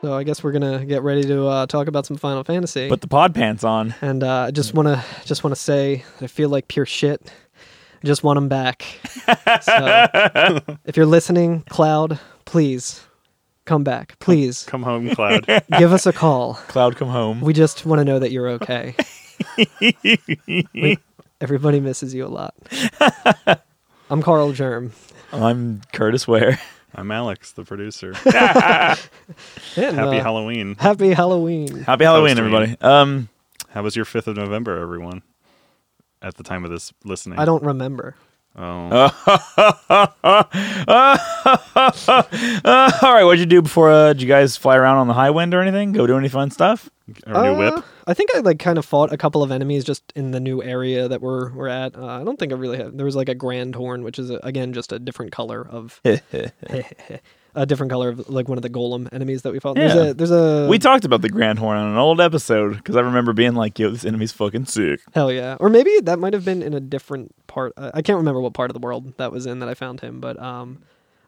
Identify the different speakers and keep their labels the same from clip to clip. Speaker 1: So I guess we're gonna get ready to uh, talk about some Final Fantasy.
Speaker 2: Put the pod pants on.
Speaker 1: and uh, I just wanna just wanna say that I feel like pure shit. I just want them back. so if you're listening, Cloud, please come back. Please
Speaker 3: Come home, Cloud.
Speaker 1: give us a call.
Speaker 2: Cloud, come home.
Speaker 1: We just want to know that you're okay. We- everybody misses you a lot. I'm Carl Germ.
Speaker 2: I'm Curtis Ware.
Speaker 3: I'm Alex, the producer.
Speaker 1: And,
Speaker 3: Happy
Speaker 1: uh,
Speaker 3: Halloween.
Speaker 1: Happy Halloween.
Speaker 2: Happy Halloween,
Speaker 3: Halloween.
Speaker 2: everybody. Um,
Speaker 3: How was your 5th of November, everyone? At the time of this listening.
Speaker 1: I don't remember.
Speaker 3: Oh,
Speaker 2: uh, all right, what'd you do before? Uh, did you guys fly around on the high wind or anything? Go do any fun stuff?
Speaker 3: our new
Speaker 1: Uh,
Speaker 3: whip.
Speaker 1: I think I like kind of fought a couple of enemies just in the new area that we're we're at. Uh, I don't think I really have. There was like a grand horn, which is uh again just a different color of a different color of like one of the golem enemies that we fought. There's
Speaker 2: Yeah.
Speaker 1: a there's a
Speaker 2: we talked about the Grand Horn on an old episode because I remember being like, "Yo, this enemy's fucking sick."
Speaker 1: hell yeah, or maybe that might have been in a different part. I I can't remember what part of the world that was in that I found him, but um,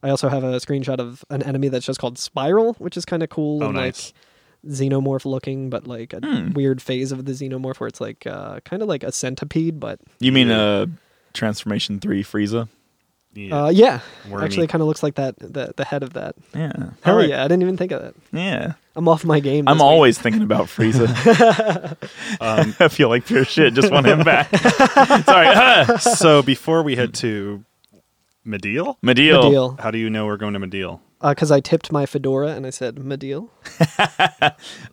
Speaker 1: I also have a screenshot of an enemy that's just called Spiral, which is kind of cool
Speaker 3: Oh,
Speaker 1: and like
Speaker 3: nice. Hmm.
Speaker 1: xenomorph looking, but like a weird phase of the xenomorph where it's like uh, kind of like a centipede, but
Speaker 2: You mean uh, Transformation Three Frieza?
Speaker 3: Yeah.
Speaker 1: uh, yeah,
Speaker 3: Wormy.
Speaker 1: actually kind of looks like that the, the head of that.
Speaker 2: Yeah.
Speaker 1: Hell
Speaker 2: All right.
Speaker 1: yeah, I didn't even think of that.
Speaker 2: Yeah.
Speaker 1: I'm off my game.
Speaker 2: I'm
Speaker 1: this week. Um,
Speaker 2: always thinking about Frieza. I feel like pure shit. Just want him back.
Speaker 1: uh,
Speaker 2: Sorry,
Speaker 3: so before we head to Medeal,
Speaker 2: Medeal.
Speaker 1: Medeal.
Speaker 3: how do you know we're going to Medeal?
Speaker 1: because uh, I tipped my fedora and I said Medeal.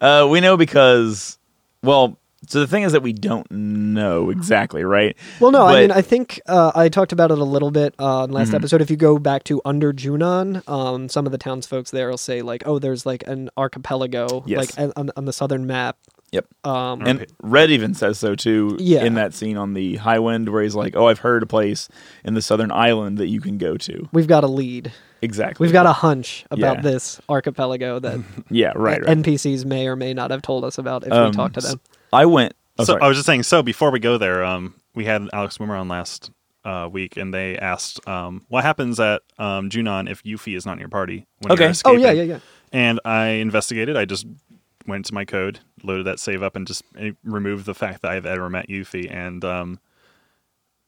Speaker 2: Uh, we know because, well, so the thing is that we don't know exactly, right?
Speaker 1: Well, no,
Speaker 2: But- Mm-hmm.
Speaker 1: I mean, I think uh, I talked about it a little bit uh, in last episode. If you go back to under Junon, um, some of the townsfolk there will say like, "Oh, there's like an archipelago,
Speaker 2: Yes.
Speaker 1: like an- on, on the southern map."
Speaker 2: Yep.
Speaker 1: Um,
Speaker 2: And Red even says so too
Speaker 1: Yeah.
Speaker 2: in that scene on the high wind where he's like, "Oh, I've heard a place in the southern island that you can go to."
Speaker 1: we've got a lead.
Speaker 2: Exactly.
Speaker 1: We've got a hunch about
Speaker 2: Yeah.
Speaker 1: this archipelago that
Speaker 2: yeah, right, right.
Speaker 1: NPCs may or may not have told us about if
Speaker 2: Um,
Speaker 1: we talk to them.
Speaker 2: I went. Oh,
Speaker 3: so
Speaker 2: sorry.
Speaker 3: I was just saying. So before we go there, um, we had Alex Wimmer on last uh, week, and they asked, um, what happens at um, Junon if Yuffie is not in your party? When
Speaker 2: Okay.
Speaker 3: You're
Speaker 1: Oh
Speaker 3: escaping?
Speaker 1: yeah, yeah, yeah.
Speaker 3: And I investigated. I just went to my code, loaded that save up, and just eh, removed the fact that I've ever met Yuffie. And um,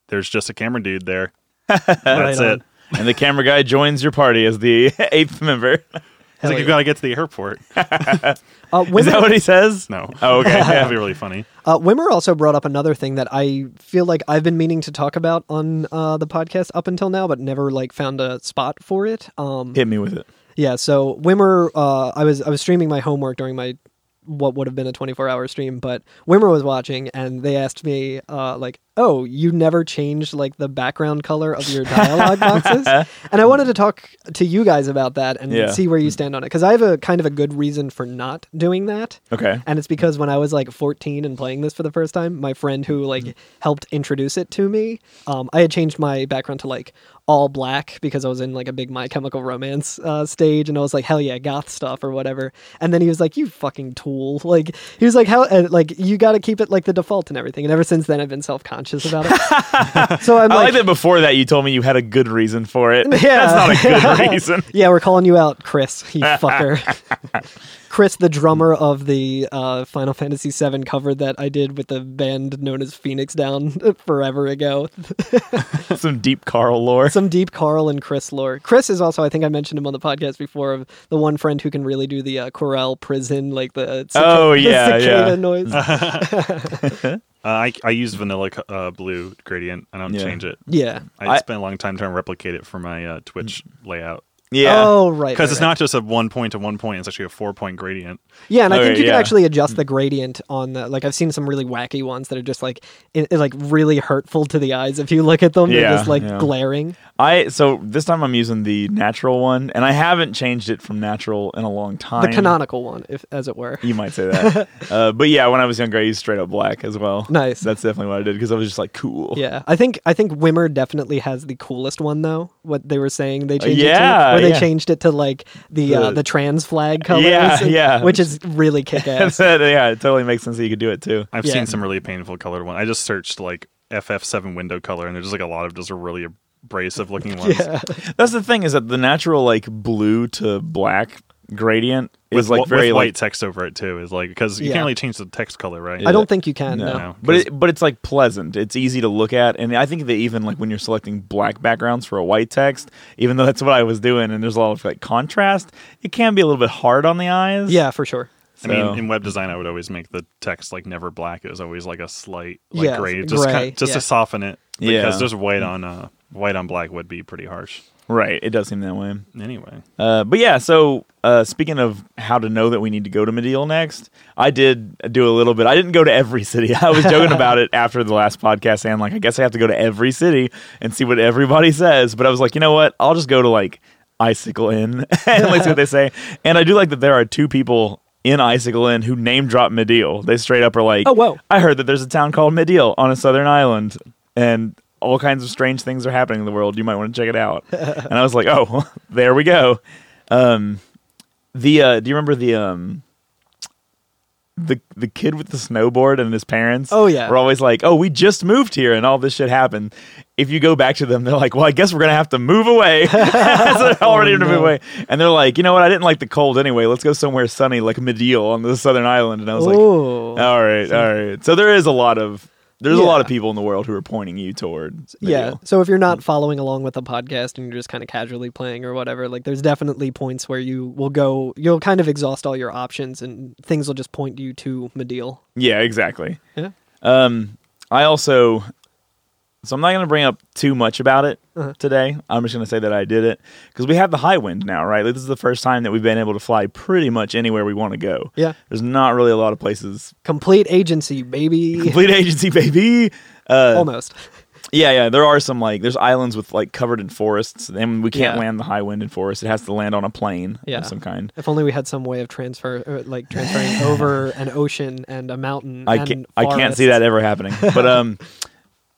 Speaker 3: there's just a camera dude there. That's
Speaker 1: Right on.
Speaker 3: it.
Speaker 2: and the camera guy joins your party as the eighth member.
Speaker 3: It's like
Speaker 1: Hell
Speaker 3: you
Speaker 1: yeah.
Speaker 3: gotta get to the airport.
Speaker 1: Uh,
Speaker 2: Is
Speaker 1: women,
Speaker 2: that what he says?
Speaker 3: No.
Speaker 2: Oh, okay.
Speaker 3: That'd be really funny.
Speaker 1: uh, Wimmer also brought up another thing that I feel like I've been meaning to talk about on uh, the podcast up until now, but never like found a spot for it. Um,
Speaker 2: Hit me with it.
Speaker 1: Yeah, so Wimmer, uh, I was I was streaming my homework during my what would have been a 24 hour stream, but Wimmer was watching and they asked me uh, like, "Oh, you never changed like the background color of your dialogue boxes?" and I wanted to talk to you guys about that and
Speaker 2: Yeah.
Speaker 1: see where you stand on it cuz I have a kind of a good reason for not doing that.
Speaker 2: Okay.
Speaker 1: And it's because when I was like 14 and playing this for the first time, my friend who like
Speaker 2: Mm-hmm.
Speaker 1: helped introduce it to me, um, I had changed my background to like all black because I was in like a big My Chemical Romance uh, stage, and I was like, hell yeah, goth stuff or whatever. And then he was like, you fucking tool. Like he was like, how and, like you got to keep it like the default and everything. And ever since then, I've been self conscious about it. so I'm
Speaker 2: I like,
Speaker 1: like.
Speaker 2: that before that you told me you had a good reason for it.
Speaker 1: Yeah.
Speaker 2: That's not a good reason.
Speaker 1: yeah, we're calling you out, Chris, you fucker. Chris, the drummer of the uh, Final Fantasy VII cover that I did with the band known as Phoenix Down forever ago.
Speaker 2: Some deep Carl lore.
Speaker 1: Some deep Carl and Chris lore. Chris is also, I think I mentioned him on the podcast before, of the one friend who can really do the uh, chorale prison, like the, cica-
Speaker 2: Oh,
Speaker 1: the
Speaker 2: yeah,
Speaker 1: cicada
Speaker 2: yeah.
Speaker 1: noise.
Speaker 3: Uh, I I use vanilla co- uh, blue gradient. I don't
Speaker 2: Yeah.
Speaker 3: change it.
Speaker 1: yeah.
Speaker 3: I,
Speaker 2: I-
Speaker 3: spent a long time trying to replicate it for my uh, Twitch layout
Speaker 2: yeah.
Speaker 1: Oh, Mm. right.
Speaker 3: because
Speaker 1: right,
Speaker 3: it's
Speaker 1: right.
Speaker 3: not just a one point to one point; it's actually a four point gradient.
Speaker 1: Yeah, and I
Speaker 2: Okay,
Speaker 1: think you
Speaker 2: Oh, yeah.
Speaker 1: can actually adjust the gradient on the. Like I've seen some really wacky ones that are just like it, it, like really hurtful to the eyes if you look at them.
Speaker 2: Yeah,
Speaker 1: They're just like
Speaker 2: yeah.
Speaker 1: glaring.
Speaker 2: I so this time I'm using the natural one, and I haven't changed it from natural in a long
Speaker 1: The
Speaker 2: time.
Speaker 1: canonical one, if as it were.
Speaker 2: You might say that, uh, but yeah, when I was younger, I used straight up black as well.
Speaker 1: Nice.
Speaker 2: That's definitely what I did because I was just like cool.
Speaker 1: Yeah, I think I think Wimmer definitely has the coolest one though. What they were saying, they changed it
Speaker 2: Uh, yeah,
Speaker 1: to, where
Speaker 2: yeah.
Speaker 1: they changed it to like the uh,
Speaker 2: The-
Speaker 1: the trans flag colors.
Speaker 2: Yeah, yeah.
Speaker 1: which is really kick ass.
Speaker 2: yeah, it totally makes sense that you could do it too.
Speaker 3: I've
Speaker 1: Yeah.
Speaker 3: seen some really painful colored one. I just searched like FF7 window color, and there's just like a lot of just really abrasive looking ones.
Speaker 1: yeah,
Speaker 2: That's the thing is that the natural like blue to black gradient
Speaker 3: with,
Speaker 2: is like
Speaker 3: wh-
Speaker 2: very like,
Speaker 3: with white text over it too is like because you
Speaker 1: Yeah.
Speaker 3: can't really change the text color, right?
Speaker 1: I don't think you can.
Speaker 2: No.
Speaker 1: No.
Speaker 3: No.
Speaker 2: But
Speaker 3: 'cause-
Speaker 2: it, but it's like pleasant. It's easy to look at, and I think that even like when you're selecting black backgrounds for a white text, even though that's what I was doing, and there's a lot of like contrast, it can be a little bit hard on the eyes.
Speaker 1: Yeah, for sure.
Speaker 2: So-
Speaker 3: I mean, in web design, I would always make the text like never black. It was always like a slight like
Speaker 1: Yeah,
Speaker 3: gray, just
Speaker 1: gray,
Speaker 3: kind of- just
Speaker 1: yeah.
Speaker 3: to soften it. Because
Speaker 2: Yeah.
Speaker 3: just white on uh, white on black would be pretty harsh.
Speaker 2: right. It does seem that way.
Speaker 3: Anyway,
Speaker 2: Uh, but yeah, so uh, speaking of how to know that we need to go to Medial next, I did do a little bit. I didn't go to every city. I was joking about it after the last podcast, saying like, I guess I have to go to every city and see what everybody says. But I was like, you know what? I'll just go to like Icicle Inn and like see what they say. And I do like that there are two people in Icicle Inn who name drop Medial. They straight up are like,
Speaker 1: Oh, whoa.
Speaker 2: I heard that there's a town called Medial on a southern island, and all kinds of strange things are happening in the world. You might want to check it out. and I was like, oh, there we go. Um, the uh, do you remember the um, the the kid with the snowboard and his parents?
Speaker 1: Oh, yeah.
Speaker 2: were always like, oh, we just moved here, and all this shit happened. If you go back to them, they're like, well, I guess we're gonna have to move away. so they're already
Speaker 1: Oh,
Speaker 2: gonna move away, and they're like, you know what? I didn't like the cold anyway. Let's go somewhere sunny, like Medial on the southern island. And I was like, "Oh,
Speaker 1: Ooh.
Speaker 2: all right, all right. So there is a lot of there's a
Speaker 1: Yeah.
Speaker 2: lot of people in the world who are pointing you Mm. toward.
Speaker 1: yeah.
Speaker 2: Medial.
Speaker 1: So if you're not following along with the podcast and you're just kind of casually playing or whatever, like there's definitely points where you will go, you'll kind of exhaust all your options and things will just point you to Medill.
Speaker 2: yeah, exactly.
Speaker 1: Yeah.
Speaker 2: Um, I also, so I'm not going to bring up too much about it
Speaker 1: Uh-huh.
Speaker 2: today. I'm just going to say that I did it because we have the high wind now, right? Like, this is the first time that we've been able to fly pretty much anywhere we want to go.
Speaker 1: Yeah.
Speaker 2: there's not really a lot of places.
Speaker 1: Complete agency, baby.
Speaker 2: Complete agency, baby. Uh,
Speaker 1: Almost.
Speaker 2: Yeah, yeah. There are some like there's islands with like covered in forests, and we can't
Speaker 1: Yeah.
Speaker 2: land the high wind in forest. It has to land on a plane
Speaker 1: Yeah.
Speaker 2: of some kind.
Speaker 1: If only we had some way of transfer, or, like transferring over an ocean and a mountain.
Speaker 2: I
Speaker 1: and
Speaker 2: can't I can't see that
Speaker 1: forests.
Speaker 2: ever happening. But um,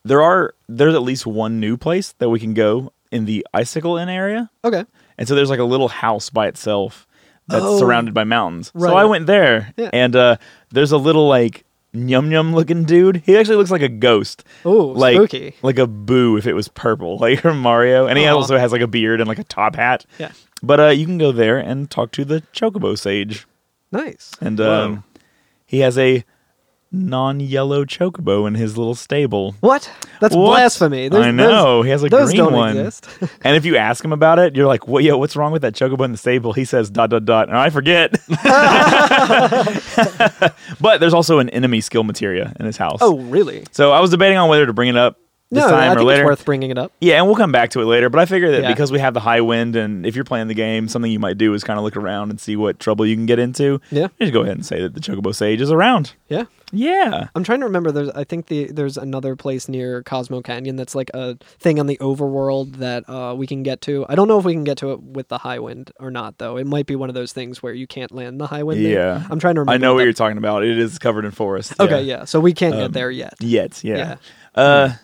Speaker 2: there are there's at least one new place that we can go in the Icicle Inn area,
Speaker 1: Okay.
Speaker 2: and so there's like a little house by itself that's
Speaker 1: Oh.
Speaker 2: surrounded by mountains. So
Speaker 1: Right.
Speaker 2: I went there,
Speaker 1: Yeah.
Speaker 2: and uh, there's a little like yum yum looking dude. He actually looks like a ghost.
Speaker 1: Ooh,
Speaker 2: like
Speaker 1: spooky.
Speaker 2: like a boo if it was purple, like from Mario. And he
Speaker 1: Aw.
Speaker 2: also has like a beard and like a top hat.
Speaker 1: Yeah.
Speaker 2: But uh, you can go there and talk to the Chocobo Sage
Speaker 1: Nice.
Speaker 2: and
Speaker 3: Whoa.
Speaker 2: um, he has a non-yellow chocobo in his little stable.
Speaker 1: What? That's
Speaker 2: What?
Speaker 1: blasphemy. There's-
Speaker 2: I
Speaker 1: there's-
Speaker 2: know he has a
Speaker 1: those
Speaker 2: green
Speaker 1: don't
Speaker 2: one.
Speaker 1: exist.
Speaker 2: and if you ask him about it, you're like, "What? Yo, what's wrong with that chocobo in the stable?" He says, "Dot dot dot," and I forget. but there's also an enemy skill materia in his house.
Speaker 1: Oh, really?
Speaker 2: so I was debating on whether to bring it up this
Speaker 1: no,
Speaker 2: time
Speaker 1: I think
Speaker 2: or later.
Speaker 1: it's worth bringing it up.
Speaker 2: Yeah, and we'll come back to it later. But I figure that
Speaker 1: Yeah.
Speaker 2: because we have the high wind, and if you're playing the game, something you might do is kind of look around and see what trouble you can get into.
Speaker 1: Yeah.
Speaker 2: just go ahead and say that the Chocobo Sage is around.
Speaker 1: Yeah.
Speaker 2: Yeah,
Speaker 1: I'm trying to remember. There's, I think the there's another place near Cosmo Canyon that's like a thing on the overworld that uh, we can get to. I don't know if we can get to it with the high wind or not, though. It might be one of those things where you can't land the high wind. there.
Speaker 2: Yeah.
Speaker 1: I'm trying to remember.
Speaker 2: I know what Um,
Speaker 1: that-
Speaker 2: you're talking about. It is covered in forest.
Speaker 1: Okay, yeah. So we can't get there yet.
Speaker 2: Yet, yeah. Uh,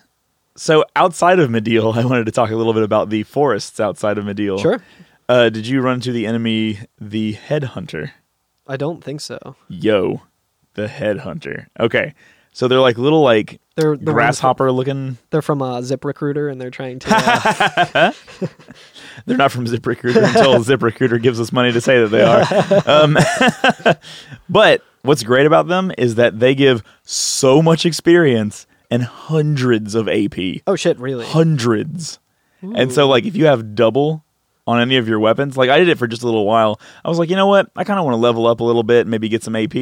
Speaker 2: so outside of Medill, I wanted to talk a little bit about the forests outside of Medill.
Speaker 1: Sure.
Speaker 2: Uh, did you run into the enemy, the headhunter?
Speaker 1: I don't think so.
Speaker 2: Yo, the headhunter. Okay, so they're like little like
Speaker 1: They're the ones-
Speaker 2: grasshopper looking.
Speaker 1: They're from uh, Zip Recruiter, and they're trying to. Uh,
Speaker 2: They're not from ZipRecruiter until ZipRecruiter gives us money to say that they are. Um, but what's great about them is that they give so much experience and hundreds of AP.
Speaker 1: oh shit! Really?
Speaker 2: Hundreds. And so, like, if you have double on any of your weapons, like I did it for just a little while, I was like, you know what? I kind of want to level up a little bit, maybe get some AP.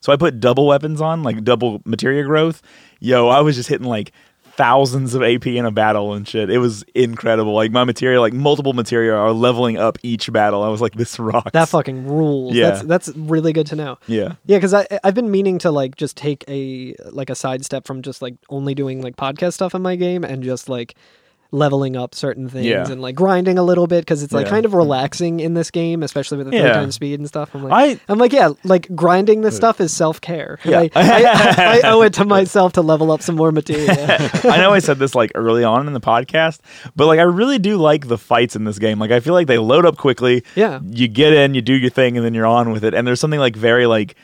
Speaker 2: So I put double weapons on, like double materia growth. Yo, I was just hitting like thousands of AP in a battle and shit. It was incredible. Like my materia, like multiple materia are leveling up each battle. I was like, this rocks.
Speaker 1: That fucking rules.
Speaker 2: Yeah.
Speaker 1: That's that's really good to know.
Speaker 2: Yeah.
Speaker 1: Yeah, because I I've been meaning to like just take a like a sidestep from just like only doing like podcast stuff in my game and just like leveling up certain things
Speaker 2: Yeah.
Speaker 1: and like grinding a little bit because it's like
Speaker 2: Yeah.
Speaker 1: kind of relaxing in this game, especially with the
Speaker 2: Yeah.
Speaker 1: third time speed and stuff. I'm like,
Speaker 2: I-
Speaker 1: I, am like, yeah, like grinding this stuff is self care.
Speaker 2: Yeah.
Speaker 1: I, I, I owe it to myself to level up some more material.
Speaker 2: I know I said this like early on in the podcast, but like I really do like the fights in this game. Like I feel like they load up quickly.
Speaker 1: Yeah.
Speaker 2: You get in, you do your thing, and then you're on with it. And there's something like very like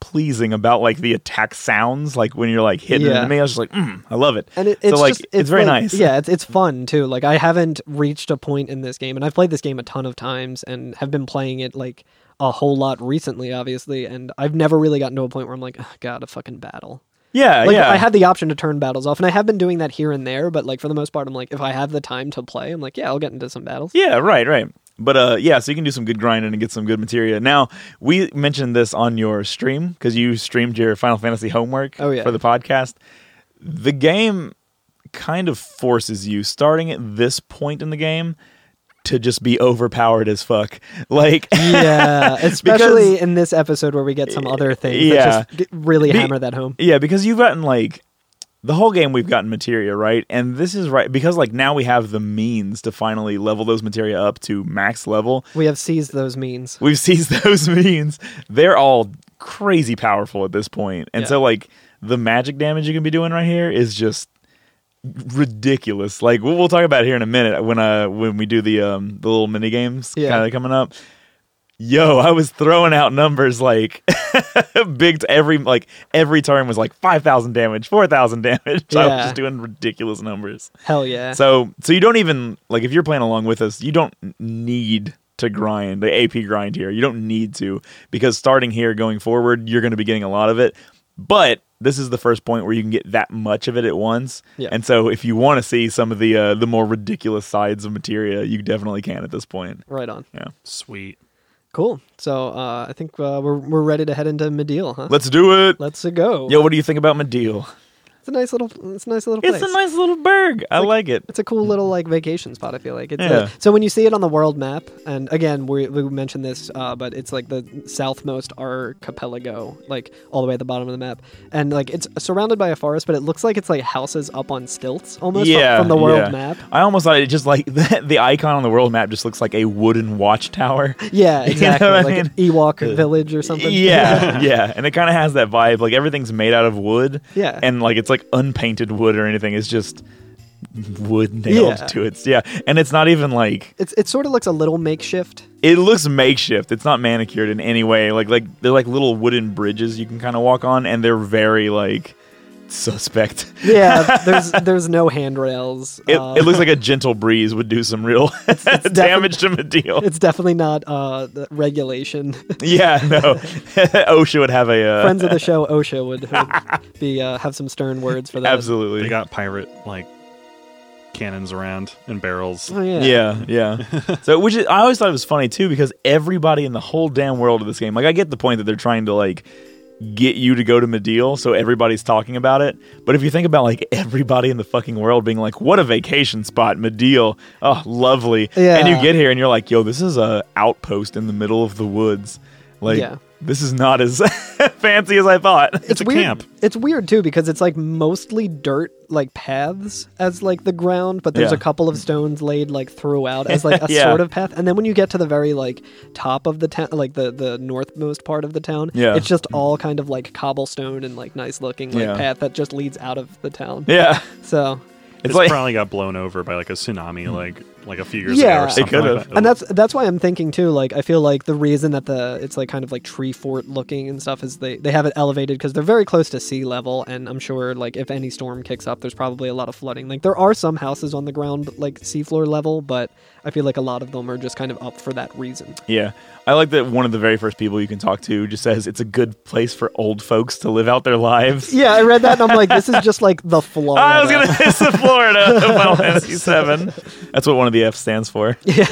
Speaker 2: pleasing about like the attack sounds, like when you're like hitting
Speaker 1: Yeah.
Speaker 2: yeah. me. I was just like, mm, I love it.
Speaker 1: and it,
Speaker 2: so
Speaker 1: it's
Speaker 2: like
Speaker 1: just,
Speaker 2: it's, very
Speaker 1: like-
Speaker 2: nice.
Speaker 1: Yeah, it's it's fun too. Like I haven't reached a point in this game, and I've played this game a ton of times, and have been playing it like a whole lot recently, obviously. And I've never really gotten to a point where I'm like, oh, God, a fucking battle.
Speaker 2: yeah,
Speaker 1: Like
Speaker 2: Uh, yeah.
Speaker 1: I had the option to turn battles off, and I have been doing that here and there. But like for the most part, I'm like, if I have the time to play, I'm like, yeah, I'll get into some battles.
Speaker 2: Yeah, right, right. But uh, yeah, so you can do some good grinding and get some good material. Now we mentioned this on your stream because you streamed your Final Fantasy homework
Speaker 1: Oh, yeah.
Speaker 2: for the podcast. The game kind of forces you, starting at this point in the game, to just be overpowered as fuck. Like,
Speaker 1: yeah, especially in this episode where we get some other things
Speaker 2: Yeah.
Speaker 1: that just g- really
Speaker 2: Be-
Speaker 1: hammer that home.
Speaker 2: Yeah, because you've gotten like the whole game we've gotten materia, right? And this is right because like now we have the means to finally level those materia up to max level.
Speaker 1: We have seized those means.
Speaker 2: We've seized those means. They're all crazy powerful at this point. And
Speaker 1: Yeah.
Speaker 2: so like the magic damage you can be doing right here is just ridiculous. Like we'll, we'll talk about it here in a minute when uh when we do the um the little mini games
Speaker 1: Yeah.
Speaker 2: kind of coming up. Yo, I was throwing out numbers like big to every like every turn was like 5000 damage, 4000 damage. I was
Speaker 1: Yeah.
Speaker 2: just doing ridiculous numbers.
Speaker 1: Hell yeah.
Speaker 2: So so you don't even like if you're playing along with us, you don't need to grind the AP grind here. You don't need to because starting here going forward, you're going to be getting a lot of it. But this is the first point where you can get that much of it at once.
Speaker 1: Yeah.
Speaker 2: And so if you want to see some of the uh, the more ridiculous sides of materia, you definitely can at this point.
Speaker 1: right on.
Speaker 2: Yeah.
Speaker 3: Sweet.
Speaker 1: Cool. So uh, I think uh, we're we're ready to head into Medeal, huh?
Speaker 2: Let's do it.
Speaker 1: Let's go.
Speaker 2: Yo, what do you think about Medeal?
Speaker 1: It's a nice little. It's a nice little
Speaker 2: It's
Speaker 1: place.
Speaker 2: a nice little burg. I like it.
Speaker 1: It's a cool little like vacation spot. I feel like it's a-
Speaker 2: Yeah.
Speaker 1: so when you see it on the world map, and again we, we mentioned this, uh, but it's like the southmost archipelago, like all the way at the bottom of the map, and like it's surrounded by a forest, but it looks like it's like houses up on stilts almost from-
Speaker 2: Yeah,
Speaker 1: from, the world
Speaker 2: yeah.
Speaker 1: map.
Speaker 2: I almost thought it just like the, the icon on the world map just looks like a wooden watchtower.
Speaker 1: Yeah,
Speaker 2: You know
Speaker 1: exactly.
Speaker 2: what I Uh,
Speaker 1: like an Ewok village or something.
Speaker 2: Yeah, yeah, and it kind of has that vibe. Like everything's made out of wood.
Speaker 1: Yeah.
Speaker 2: and like it's like unpainted wood or anything. It's just wood nailed
Speaker 1: Yeah.
Speaker 2: to it. Yeah, and it's not even like
Speaker 1: it's it sort of looks a little makeshift.
Speaker 2: it looks makeshift. It's not manicured in any way. Like like they're like little wooden bridges you can kind of walk on, and they're very like suspect.
Speaker 1: Yeah, there's there's no handrails.
Speaker 2: It,
Speaker 1: uh,
Speaker 2: it looks like a gentle breeze would do some real damage to Medeal.
Speaker 1: it's definitely not uh, the regulation.
Speaker 2: Yeah, no. OSHA would have a uh,
Speaker 1: friends of the show OSHA would, would be uh, have some stern words for that.
Speaker 2: absolutely.
Speaker 3: They got pirate like cannons around and barrels.
Speaker 1: Oh, yeah.
Speaker 2: Yeah, yeah. so, which is, I always thought it was funny too, because everybody in the whole damn world of this game, like, I get the point that they're trying to like get you to go to Medeal, so everybody's talking about it. But if you think about like everybody in the fucking world being like, "What a vacation spot, Medeal! Oh, lovely!"
Speaker 1: Yeah.
Speaker 2: and you get here and you're like, "Yo, this is a outpost in the middle of the woods." Like,
Speaker 1: Yeah.
Speaker 2: this is not as fancy as I thought.
Speaker 3: It's a
Speaker 1: weird.
Speaker 3: camp.
Speaker 1: It's weird too because it's like mostly dirt, like paths as like the ground, but there's
Speaker 2: Yeah.
Speaker 1: a couple of stones laid like throughout as like a
Speaker 2: Yeah.
Speaker 1: sort of path. And then when you get to the very like top of the town, like the the northmost part of the town,
Speaker 2: Yeah.
Speaker 1: it's just all kind of like cobblestone and like nice looking like
Speaker 2: Yeah.
Speaker 1: path that just leads out of the town.
Speaker 2: Yeah,
Speaker 1: So
Speaker 2: it's,
Speaker 3: It's
Speaker 2: like
Speaker 3: probably got blown over by like a tsunami, like like a few years
Speaker 1: Yeah.
Speaker 3: ago or
Speaker 1: It
Speaker 3: something. like
Speaker 2: could've.
Speaker 3: that.
Speaker 1: and that's that's why I'm thinking too. Like I feel like the reason that the it's like kind of like tree fort looking and stuff is they they have it elevated because they're very close to sea level, and I'm sure like if any storm kicks up, there's probably a lot of flooding. Like there are some houses on the ground like seafloor level, but I feel like a lot of them are just kind of up for that reason.
Speaker 2: Yeah. I like that one of the very first people you can talk to just says it's a good place for old folks to live out their lives.
Speaker 1: Yeah, I read that and I'm like, this is just like the floor.
Speaker 2: I was gonna miss the Florida Final Fantasy Seven. That's what one of the F stands for. Yeah.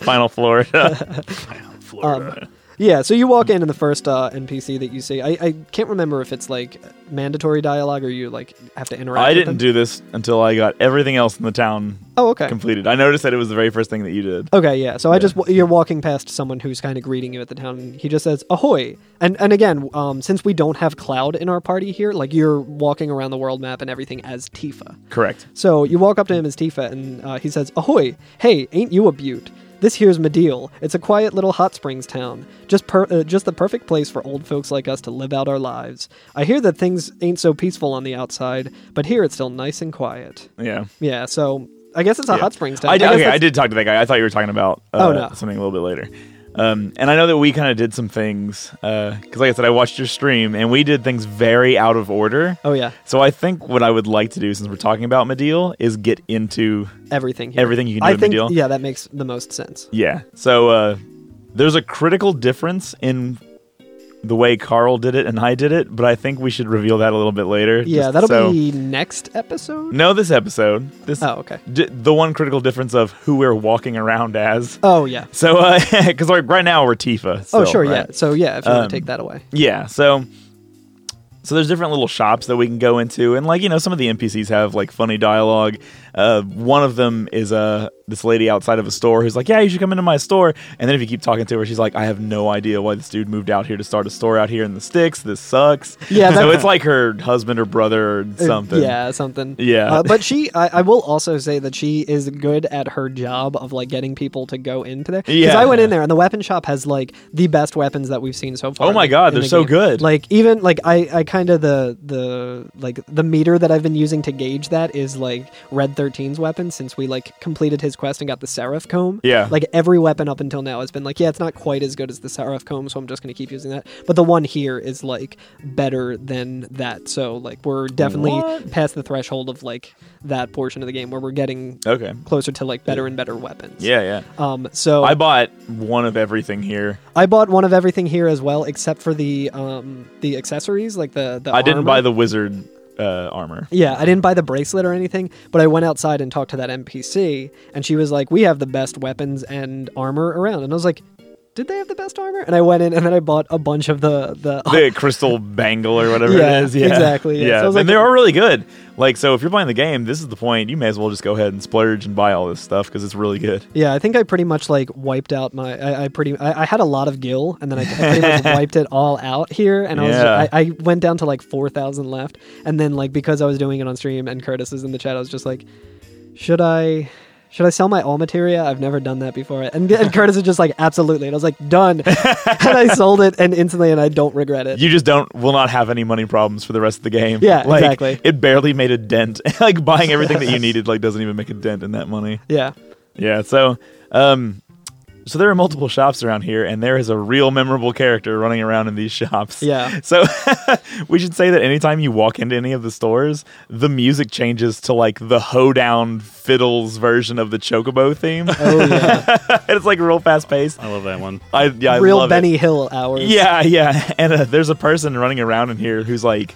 Speaker 2: Final Florida.
Speaker 1: Um,
Speaker 3: Florida.
Speaker 1: Yeah, so you walk in and the first uh, NPC that you see, I, I can't remember if it's like mandatory dialogue or you like have to interact.
Speaker 2: I
Speaker 1: with
Speaker 2: didn't
Speaker 1: them.
Speaker 2: do this until I got everything else in the town
Speaker 1: Oh, okay.
Speaker 2: completed. I noticed that it was the very first thing that you did.
Speaker 1: Okay, yeah. So I just you're walking past someone who's kind of greeting you at the town. And he just says "ahoy," and and again, um, since we don't have Cloud in our party here, like you're walking around the world map and everything as Tifa.
Speaker 2: Correct.
Speaker 1: So you walk up to him as Tifa, and uh, he says, "Ahoy! Hey, ain't you a beaut? This here's Medeal. It's a quiet little hot springs town, just per- uh, just the perfect place for old folks like us to live out our lives. I hear that things ain't so peaceful on the outside, but here it's still nice and quiet.
Speaker 2: Yeah.
Speaker 1: Yeah. So I guess it's a hot springs town.
Speaker 2: I,
Speaker 1: guess
Speaker 2: okay,
Speaker 1: that's-
Speaker 2: I did talk to that guy. I thought you were talking about uh,
Speaker 1: Oh, no.
Speaker 2: something a little bit later. Um, and I know that we kind of did some things because, like I said, I watched your stream and we did things very out of order.
Speaker 1: Oh yeah,
Speaker 2: So I think what I would like to do, since we're talking about Medeal, is get into
Speaker 1: everything. Here.
Speaker 2: everything you can do
Speaker 1: I
Speaker 2: with
Speaker 1: think
Speaker 2: Medeal.
Speaker 1: yeah, that makes the most sense.
Speaker 2: Yeah. So uh, there's a critical difference in the way Carl did it and I did it, but I think we should reveal that a little bit later.
Speaker 1: Yeah,
Speaker 2: Just
Speaker 1: that'll
Speaker 2: so-
Speaker 1: be next episode.
Speaker 2: no this episode. This
Speaker 1: Oh okay.
Speaker 2: d- the one critical difference of who we're walking around as.
Speaker 1: Oh yeah.
Speaker 2: So because like right now we're Tifa.
Speaker 1: Oh
Speaker 2: still,
Speaker 1: sure
Speaker 2: right?
Speaker 1: yeah. So yeah, if you
Speaker 2: Um,
Speaker 1: want to take that away.
Speaker 2: Yeah, so so there's different little shops that we can go into, and like you know, some of the NPCs have like funny dialogue. Uh, one of them is uh, this lady outside of a store who's like, "Yeah, you should come into my store." And then if you keep talking to her, she's like, "I have no idea why this dude moved out here to start a store out here in the sticks. This sucks."
Speaker 1: Yeah,
Speaker 2: so
Speaker 1: that-
Speaker 2: it's like her husband or brother or
Speaker 1: Uh,
Speaker 2: something.
Speaker 1: Yeah, something.
Speaker 2: Yeah.
Speaker 1: Uh, but she, I, I will also say that she is good at her job of like getting people to go into there. Because
Speaker 2: Yeah.
Speaker 1: I went in there and the weapon shop has like the best weapons that we've seen so far.
Speaker 2: Oh
Speaker 1: in
Speaker 2: my
Speaker 1: the-
Speaker 2: God,
Speaker 1: in the
Speaker 2: they're so
Speaker 1: game.
Speaker 2: good.
Speaker 1: Like even like I, I kind of the the like the meter that I've been using to gauge that is like Red 13's weapon since we like completed his quest and got the Seraph Comb.
Speaker 2: Yeah.
Speaker 1: Like every weapon up until now has been like, yeah, it's not quite as good as the Seraph Comb, so I'm just gonna keep using that. But the one here is like better than that. So like we're definitely
Speaker 2: What?
Speaker 1: past the threshold of like that portion of the game where we're getting
Speaker 2: Okay.
Speaker 1: closer to like better and better weapons.
Speaker 2: Yeah, yeah.
Speaker 1: Um. So
Speaker 2: I bought one of everything here.
Speaker 1: I bought one of everything here as well, except for the um the accessories, like the the.
Speaker 2: I didn't
Speaker 1: armor.
Speaker 2: buy the wizard uh, armor.
Speaker 1: Yeah, I didn't buy the bracelet or anything, but I went outside and talked to that NPC, and she was like, "We have the best weapons and armor around," and I was like. Did they have the best armor? And I went in and then I bought a bunch of the the.
Speaker 2: the crystal bangle or whatever
Speaker 1: Yeah,
Speaker 2: it is. Yeah,
Speaker 1: exactly, yeah.
Speaker 2: Yeah,
Speaker 1: So I was like-
Speaker 2: and they're all really good. Like, so if you're playing the game, this is the point. You may as well just go ahead and splurge and buy all this stuff because it's really good.
Speaker 1: Yeah, I think I pretty much like wiped out my. I, I pretty. I, I had a lot of gil, and then I, I pretty much wiped it all out here. And I was.
Speaker 2: Yeah.
Speaker 1: I, I went down to like four thousand left, and then like because I was doing it on stream and Curtis is in the chat, I was just like, should I. Should I sell my all materia? I've never done that before. And, and Curtis is just like, absolutely. And I was like, done. and I sold it and instantly, and I don't regret it.
Speaker 2: You just don't will not have any money problems for the rest of the game.
Speaker 1: Yeah,
Speaker 2: like,
Speaker 1: exactly.
Speaker 2: It barely made a dent. like buying everything that you needed like doesn't even make a dent in that money.
Speaker 1: yeah.
Speaker 2: Yeah. So, um, so there are multiple shops around here, and there is a real memorable character running around in these shops.
Speaker 1: Yeah.
Speaker 2: So we should say that anytime you walk into any of the stores, the music changes to like the hoedown fiddles version of the Chocobo theme.
Speaker 1: Oh, yeah.
Speaker 2: it's like real fast paced.
Speaker 3: I love that one.
Speaker 2: I yeah, I
Speaker 1: Real
Speaker 2: love it.
Speaker 1: Benny Hill hours.
Speaker 2: Yeah, yeah. And uh, there's a person running around in here who's like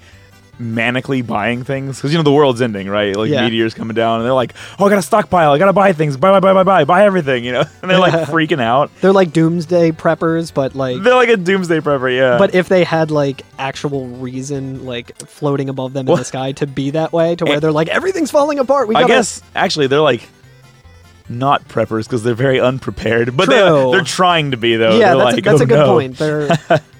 Speaker 2: manically buying things because you know the world's ending, right? Like
Speaker 1: Yeah.
Speaker 2: meteors coming down, and they're like, "Oh, I got to stockpile. I got to buy things. Buy, buy, buy, buy, buy, buy everything." You know, and they're like freaking out.
Speaker 1: They're like doomsday preppers, but like.
Speaker 2: They're like a doomsday prepper. Yeah,
Speaker 1: But if they had like actual reason, like floating above them in
Speaker 2: Well-
Speaker 1: the sky, to be that way, to where
Speaker 2: Eh.
Speaker 1: they're like everything's falling apart. We
Speaker 2: I
Speaker 1: gotta,
Speaker 2: guess actually they're like. Not preppers because they're very unprepared, but they,
Speaker 1: True.
Speaker 2: they're trying to be though.
Speaker 1: yeah,
Speaker 2: They're
Speaker 1: that's, a,
Speaker 2: like,
Speaker 1: that's
Speaker 2: "Oh,
Speaker 1: a good
Speaker 2: no."
Speaker 1: point. They're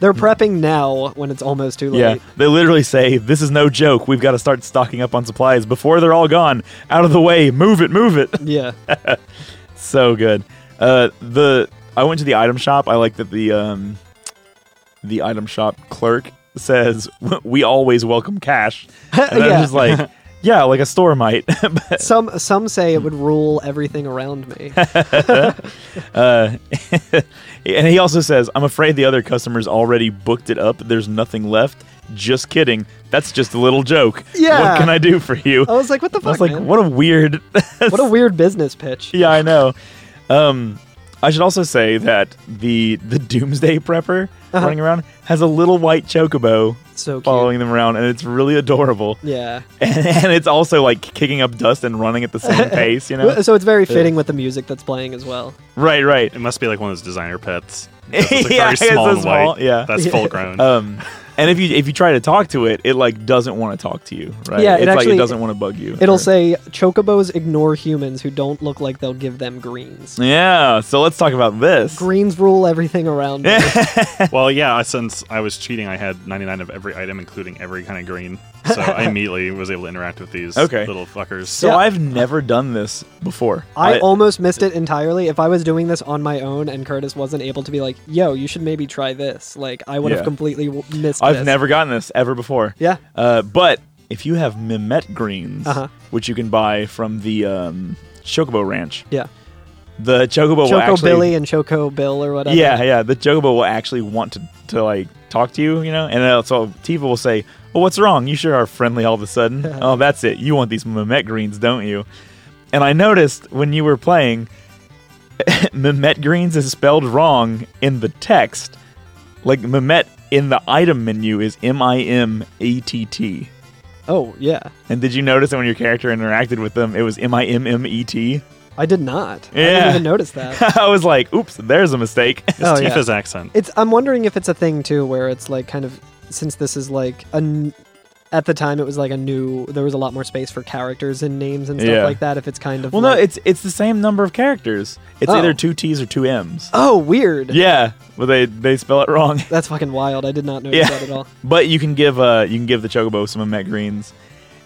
Speaker 1: they're prepping now when it's almost too late.
Speaker 2: Yeah, they literally say, "This is no joke. We've got to start stocking up on supplies before they're all gone. Out of the way, move it, move it."
Speaker 1: Yeah,
Speaker 2: so good. Uh, the I went to the item shop. I like that the um, the item shop clerk says we always welcome cash, and
Speaker 1: Yeah.
Speaker 2: I'm just like, yeah, like a store might. But,
Speaker 1: some some say it would rule everything around me.
Speaker 2: uh, and he also says, I'm afraid the other customers already booked it up. There's nothing left. Just kidding. That's just a little joke.
Speaker 1: Yeah.
Speaker 2: What can I do for you?
Speaker 1: I was like, what the
Speaker 2: I was
Speaker 1: fuck,
Speaker 2: like,
Speaker 1: man?
Speaker 2: what a weird
Speaker 1: What a weird business pitch.
Speaker 2: yeah, I know. Um, I should also say that the the Doomsday Prepper
Speaker 1: Uh-huh.
Speaker 2: running around has a little white chocobo
Speaker 1: So cute.
Speaker 2: following them around, and it's really adorable.
Speaker 1: Yeah,
Speaker 2: And, and it's also like kicking up dust and running at the same pace, you know?
Speaker 1: so it's very fitting with the music that's playing as well.
Speaker 2: right, right.
Speaker 3: It must be like one of those designer pets.
Speaker 2: Yeah,
Speaker 3: It's like
Speaker 2: it's
Speaker 3: very
Speaker 2: a
Speaker 3: small and
Speaker 2: small-
Speaker 3: white.
Speaker 2: yeah.
Speaker 3: That's
Speaker 1: Yeah.
Speaker 3: full grown.
Speaker 2: Um, and if you if you try to talk to it, it like doesn't want to talk to you, right?
Speaker 1: Yeah, it
Speaker 2: it's like
Speaker 1: actually-
Speaker 2: it doesn't want to bug you.
Speaker 1: It'll
Speaker 2: Or-
Speaker 1: say chocobos ignore humans who don't look like they'll give them greens.
Speaker 2: yeah. So let's talk about this.
Speaker 1: Greens rule everything around me.
Speaker 3: well, yeah, I- since I was cheating, I had 99 of every item, including every kind of green. So I immediately was able to interact with these
Speaker 2: Okay.
Speaker 3: little fuckers.
Speaker 2: So
Speaker 1: Yeah.
Speaker 2: I've never done this before.
Speaker 1: I almost missed it entirely. If I was doing this on my own and Curtis wasn't able to be like, "Yo, you should maybe try this," like I would have
Speaker 2: Yeah.
Speaker 1: completely w- missed.
Speaker 2: I've
Speaker 1: this.
Speaker 2: never gotten this ever before.
Speaker 1: Yeah.
Speaker 2: Uh, but if you have Mimet greens,
Speaker 1: Uh-huh.
Speaker 2: which you can buy from the um, Chocobo Ranch,
Speaker 1: Yeah.
Speaker 2: the chocobo will
Speaker 1: Choco
Speaker 2: actually
Speaker 1: Billy and Choco Bill or whatever.
Speaker 2: yeah, yeah. The Jogobo will actually want to, to like talk to you, you know. And then so Tiva will say, "Well, what's wrong? You sure are friendly all of a sudden. oh, that's it. You want these Mehmet greens, don't you?" And I noticed when you were playing, Mehmet greens is spelled wrong in the text. Like Mehmet in the item menu is M I M E T T.
Speaker 1: Oh yeah,
Speaker 2: And did you notice that when your character interacted with them, it was M I M M E T?
Speaker 1: I did not. I
Speaker 2: Yeah.
Speaker 1: didn't even notice that.
Speaker 2: I was like, "Oops, there's a mistake."
Speaker 3: It's
Speaker 1: Oh, yeah.
Speaker 3: Tifa's accent.
Speaker 1: it's. I'm wondering if it's a thing too, where it's like kind of since this is like a. n- At the time, it was like a new. There was a lot more space for characters and names and stuff
Speaker 2: Yeah.
Speaker 1: like that. If it's kind of
Speaker 2: Well, no,
Speaker 1: like-
Speaker 2: it's it's the same number of characters. It's
Speaker 1: Oh.
Speaker 2: either two T's or two M's.
Speaker 1: oh weird.
Speaker 2: Yeah, but they they spell it wrong.
Speaker 1: That's fucking wild. I did not notice
Speaker 2: Yeah.
Speaker 1: that at all.
Speaker 2: But you can give uh you can give the chocobo some of Met Greens,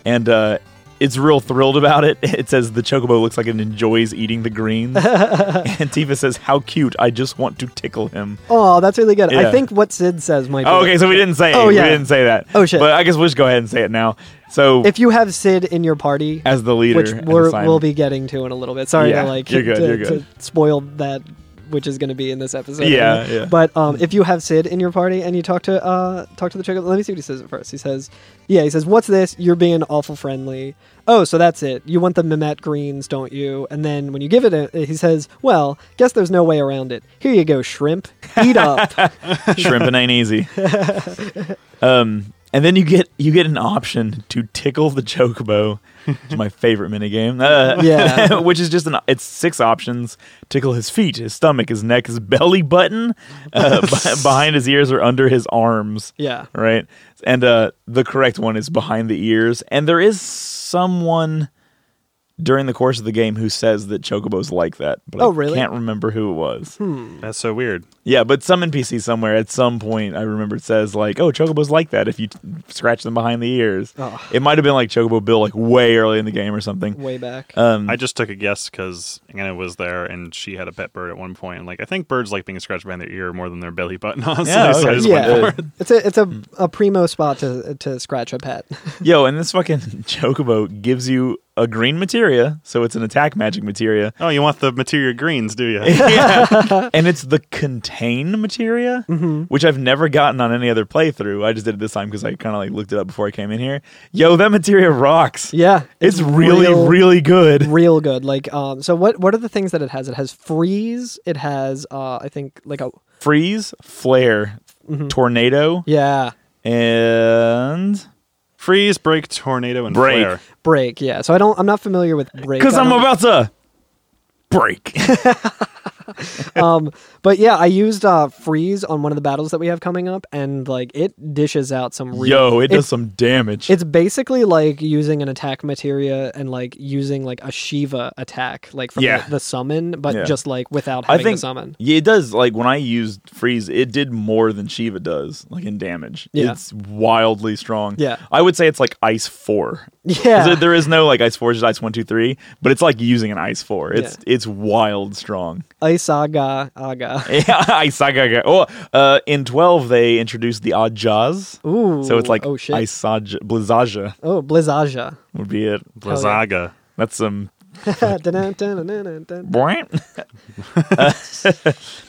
Speaker 2: and uh, it's real thrilled about it. It says the chocobo looks like it enjoys eating the greens, and Tifa says, "How cute! I just want to tickle him."
Speaker 1: Oh, that's really good.
Speaker 2: Yeah.
Speaker 1: I think what Sid says might. be
Speaker 2: Oh, okay, so we didn't say.
Speaker 1: Oh,
Speaker 2: it.
Speaker 1: yeah.
Speaker 2: we didn't say that.
Speaker 1: Oh, shit.
Speaker 2: But I guess we'll just go ahead and say it now. So
Speaker 1: If you have Sid in your party,
Speaker 2: as the leader,
Speaker 1: which
Speaker 2: and
Speaker 1: we're,
Speaker 2: assignment-
Speaker 1: we'll be getting to in a little bit. Sorry
Speaker 2: Yeah,
Speaker 1: to like
Speaker 2: you're good,
Speaker 1: to,
Speaker 2: you're good.
Speaker 1: to spoil that, which is going to be in this episode.
Speaker 2: Yeah, yeah.
Speaker 1: But um, if you have Sid in your party and you talk to uh, talk to the chick, let me see what he says at first. He says, "Yeah, he says, what's this? You're being awful friendly. Oh, so that's it. You want the Mimet greens, don't you? And then when you give it, a, he says, well, guess there's no way around it. Here you go, shrimp. Eat up.
Speaker 2: Shrimping ain't easy. um, and then you get you get an option to tickle the chocobo, which is my favorite minigame. Uh,
Speaker 1: Yeah.
Speaker 2: which is just an it's six options: tickle his feet, his stomach, his neck, his belly button, uh, b- behind his ears, or under his arms.
Speaker 1: yeah,
Speaker 2: Right, and uh, the correct one is behind the ears. And there is someone during the course of the game who says that chocobos like that, but
Speaker 1: Oh,
Speaker 2: I
Speaker 1: really?
Speaker 2: can't remember who it was.
Speaker 3: That's so weird.
Speaker 2: Yeah, but some NPC somewhere at some point I remember it says like, "Oh, Chocobo's like that if you t- scratch them behind the ears."
Speaker 1: Oh.
Speaker 2: It might have been like Chocobo Bill like way early in the game or something.
Speaker 1: way back.
Speaker 2: Um,
Speaker 3: I just took a guess because Anna was there and she had a pet bird at one point. And like, I think birds like being scratched behind their ear more than their belly button. Honestly,
Speaker 2: Yeah,
Speaker 3: so
Speaker 2: okay.
Speaker 3: I just
Speaker 1: yeah,
Speaker 3: went for it.
Speaker 1: it's a it's a, a primo spot to to scratch a pet.
Speaker 2: yo, and this fucking Chocobo gives you a green materia, so it's an attack magic materia.
Speaker 3: Oh, you want the material greens, do you?
Speaker 2: Yeah. and it's the contain materia,
Speaker 1: Mm-hmm.
Speaker 2: which I've never gotten on any other playthrough. I just did it this time because I kind of like looked it up before I came in here. Yo, that materia rocks.
Speaker 1: Yeah,
Speaker 2: It's, really,
Speaker 1: real-
Speaker 2: really good.
Speaker 1: real good. Like, um, so what what are the things that it has? It has freeze. It has, uh, I think, like a
Speaker 2: Freeze, flare,
Speaker 1: Mm-hmm.
Speaker 2: tornado,
Speaker 1: yeah
Speaker 2: and
Speaker 3: Freeze, break, tornado, and
Speaker 2: Break.
Speaker 3: flare.
Speaker 1: break. Yeah. So I don't. I'm not familiar with break.
Speaker 2: because
Speaker 1: I
Speaker 2: I'm
Speaker 1: don't-
Speaker 2: about to break.
Speaker 1: Um, but yeah, I used uh freeze on one of the battles that we have coming up, and like it dishes out some. Real,
Speaker 2: Yo, it does
Speaker 1: it's-
Speaker 2: some damage.
Speaker 1: It's basically like using an attack materia and like using like a Shiva attack, like from
Speaker 2: Yeah.
Speaker 1: the, the summon, but
Speaker 2: Yeah.
Speaker 1: just like without
Speaker 2: I
Speaker 1: having
Speaker 2: think
Speaker 1: the summon.
Speaker 2: yeah, it does. Like when I used freeze, it did more than Shiva does, like in damage.
Speaker 1: Yeah.
Speaker 2: It's wildly strong.
Speaker 1: Yeah.
Speaker 2: I would say it's like ice four. 'Cause
Speaker 1: Yeah.
Speaker 2: there- there is no like ice four, just ice one, two, three. But it's like using an ice four. It's it's wild strong.
Speaker 1: Isaga aga.
Speaker 2: Yeah, Isaga. Oh, uh, in twelve they introduced the Ajaz.
Speaker 1: Ooh.
Speaker 2: So it's like
Speaker 1: oh shit.
Speaker 2: Isaja, Blizzaja
Speaker 1: Oh, Blizzaja.
Speaker 2: would be it.
Speaker 3: Blazaga.
Speaker 2: That's some
Speaker 1: Dun-dun-dun-dun-dun-dun.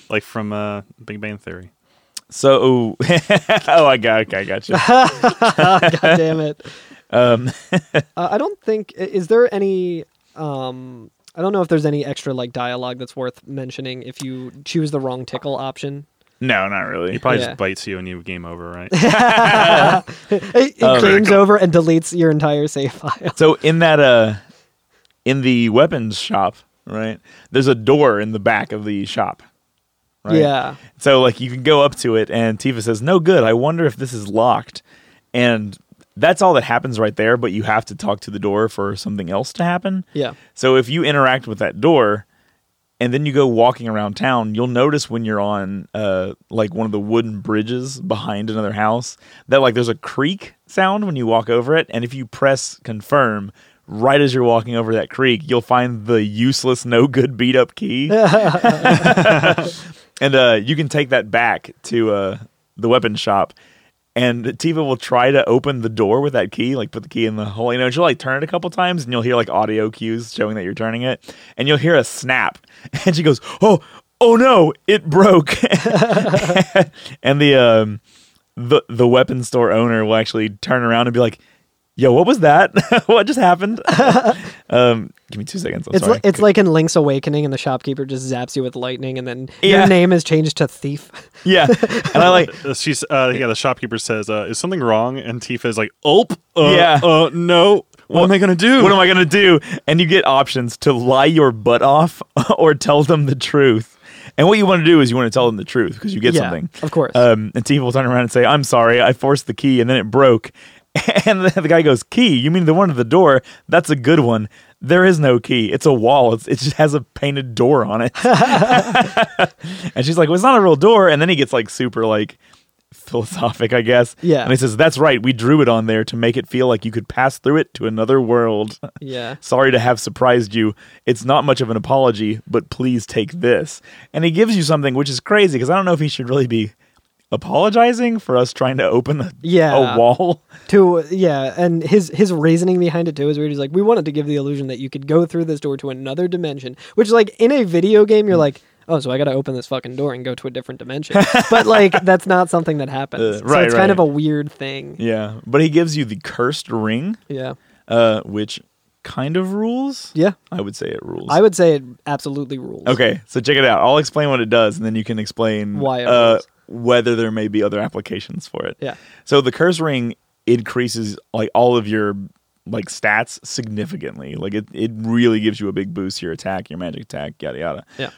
Speaker 3: Like from uh, Big Bang Theory.
Speaker 2: so oh I got okay, I got you.
Speaker 1: God damn it.
Speaker 2: Um,
Speaker 1: Uh, I don't think. i- Is there any. Um, I don't know if there's any extra like dialogue that's worth mentioning if you choose the wrong tickle option.
Speaker 2: No, not
Speaker 3: He
Speaker 2: really.
Speaker 3: probably
Speaker 1: Yeah.
Speaker 3: just bites you and you game over, right?
Speaker 1: It, it
Speaker 2: Oh,
Speaker 1: games over and deletes your entire save file.
Speaker 2: So in that uh in the weapons shop, right? There's a door in the back of the shop. Right?
Speaker 1: Yeah.
Speaker 2: So like you can go up to it and Tifa says, "No good. I wonder if this is locked." And that's all that happens right there, but you have to talk to the door for something else to happen.
Speaker 1: Yeah.
Speaker 2: So if you interact with that door and then you go walking around town, you'll notice when you're on uh, like one of the wooden bridges behind another house that like there's a creak sound when you walk over it. And if you press confirm, right as you're walking over that creek, you'll find the useless, no good beat up key. and uh, you can take that back to uh, the weapon shop. And Tiva will try to open the door with that key, like put the key in the hole. You know, and she'll like turn it a couple times, and you'll hear like audio cues showing that you're turning it, and you'll hear a snap. And she goes, "Oh, oh no, it broke!" and the um, the the weapon store owner will actually turn around and be like, "Yo, what was that? what just happened?" um, give me two seconds. I'm
Speaker 1: It's
Speaker 2: sorry.
Speaker 1: li- it's like in Link's Awakening, and the shopkeeper just zaps you with lightning, and then
Speaker 2: Yeah.
Speaker 1: your name is changed to thief.
Speaker 2: yeah, and I like
Speaker 3: Uh, She's uh, yeah. The shopkeeper says, uh, "Is something wrong?" And Tifa is like, "Ulp, uh,
Speaker 2: Yeah.
Speaker 3: uh, no. What, am I gonna do?"
Speaker 2: What am I going to do? And you get options to lie your butt off or tell them the truth. And what you want to do is you want to tell them the truth because you get
Speaker 1: Yeah,
Speaker 2: something.
Speaker 1: of course.
Speaker 2: Um, and Tifa will turn around and say, I'm sorry, I forced the key and then it broke. And the, the guy goes, Key, you mean the one at the door? That's a good one. There is no key. It's a wall. It's, it just has a painted door on it. and she's like, Well, it's not a real door. And then he gets like super like philosophic, I guess.
Speaker 1: Yeah.
Speaker 2: And he says, That's right. We drew it on there to make it feel like you could pass through it to another world.
Speaker 1: Yeah.
Speaker 2: Sorry to have surprised you. It's not much of an apology, but please take this. And he gives you something which is crazy because I don't know if he should really be apologizing for us trying to open a,
Speaker 1: Yeah.
Speaker 2: a wall.
Speaker 1: To yeah, and his his reasoning behind it too is weird. He's like, we wanted to give the illusion that you could go through this door to another dimension, which like in a video game,
Speaker 2: Hmm.
Speaker 1: you're like, oh, so I got to open this fucking door and go to a different dimension. but like that's not something that happens.
Speaker 2: Uh,
Speaker 1: so
Speaker 2: right,
Speaker 1: it's kind
Speaker 2: right.
Speaker 1: of a weird thing.
Speaker 2: Yeah. But he gives you the cursed ring,
Speaker 1: Yeah,
Speaker 2: uh, which kind of rules.
Speaker 1: yeah.
Speaker 2: I would say it rules.
Speaker 1: I would say it absolutely rules.
Speaker 2: okay. So check it out. I'll explain what it does and then you can explain
Speaker 1: Why it
Speaker 2: uh,
Speaker 1: rules.
Speaker 2: whether there may be other applications for it.
Speaker 1: Yeah.
Speaker 2: So the curse ring increases like all of your like stats significantly. Like it, it really gives you a big boost to your attack, your magic attack, yada yada.
Speaker 1: Yeah.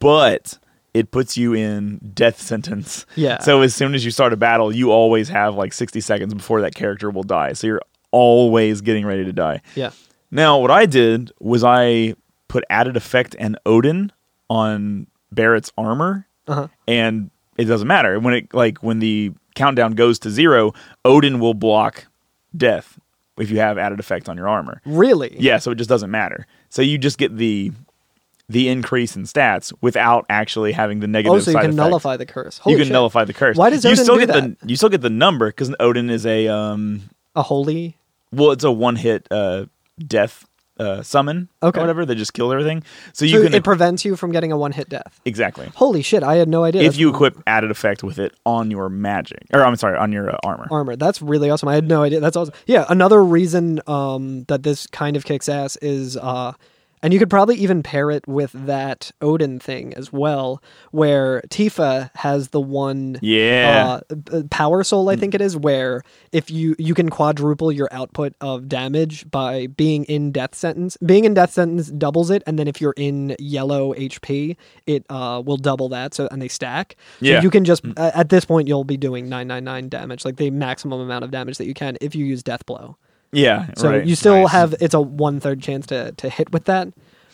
Speaker 2: But it puts you in death sentence.
Speaker 1: Yeah.
Speaker 2: So as soon as you start a battle, you always have like 60 seconds before that character will die. So you're always getting ready to die.
Speaker 1: Yeah.
Speaker 2: Now, what I did was I put added effect and Odin on Barrett's armor,
Speaker 1: Uh-huh.
Speaker 2: and it doesn't matter when it like when the countdown goes to zero, Odin will block death if you have added effect on your armor.
Speaker 1: Really?
Speaker 2: Yeah, so it just doesn't matter. So you just get the the increase in stats without actually having the negative.
Speaker 1: Oh, so you
Speaker 2: side
Speaker 1: can
Speaker 2: effect.
Speaker 1: nullify the curse.
Speaker 2: You
Speaker 1: Holy
Speaker 2: can
Speaker 1: shit.
Speaker 2: nullify the curse.
Speaker 1: Why does
Speaker 2: you
Speaker 1: Odin
Speaker 2: still
Speaker 1: do
Speaker 2: get the you still get the number because Odin is a um
Speaker 1: a holy?
Speaker 2: well, it's a one hit uh, death uh, summon
Speaker 1: Okay.
Speaker 2: or whatever. They just killed everything. So you
Speaker 1: So
Speaker 2: can
Speaker 1: it prevents you from getting a one hit death.
Speaker 2: exactly
Speaker 1: Holy shit! I had no idea.
Speaker 2: if
Speaker 1: That's
Speaker 2: you equip added effect with it on your magic or I'm sorry on your uh, armor.
Speaker 1: armor. That's really awesome. I had no idea. That's awesome. Yeah, another reason um, that this kind of kicks ass is, uh, and you could probably even pair it with that Odin thing as well, where Tifa has the one.
Speaker 2: Yeah. Mm.
Speaker 1: Uh, b- power soul, I think it is, where if you you can quadruple your output of damage by being in death sentence. Being in death sentence doubles it, and then if you're in yellow HP, it uh, will double that. So and they stack. So
Speaker 2: Yeah. Mm.
Speaker 1: you can just uh, at this point you'll be doing 999 damage, like the maximum amount of damage that you can if you use death blow.
Speaker 2: yeah.
Speaker 1: So
Speaker 2: right.
Speaker 1: you still
Speaker 2: Nice.
Speaker 1: have it's a one third chance to to hit with that,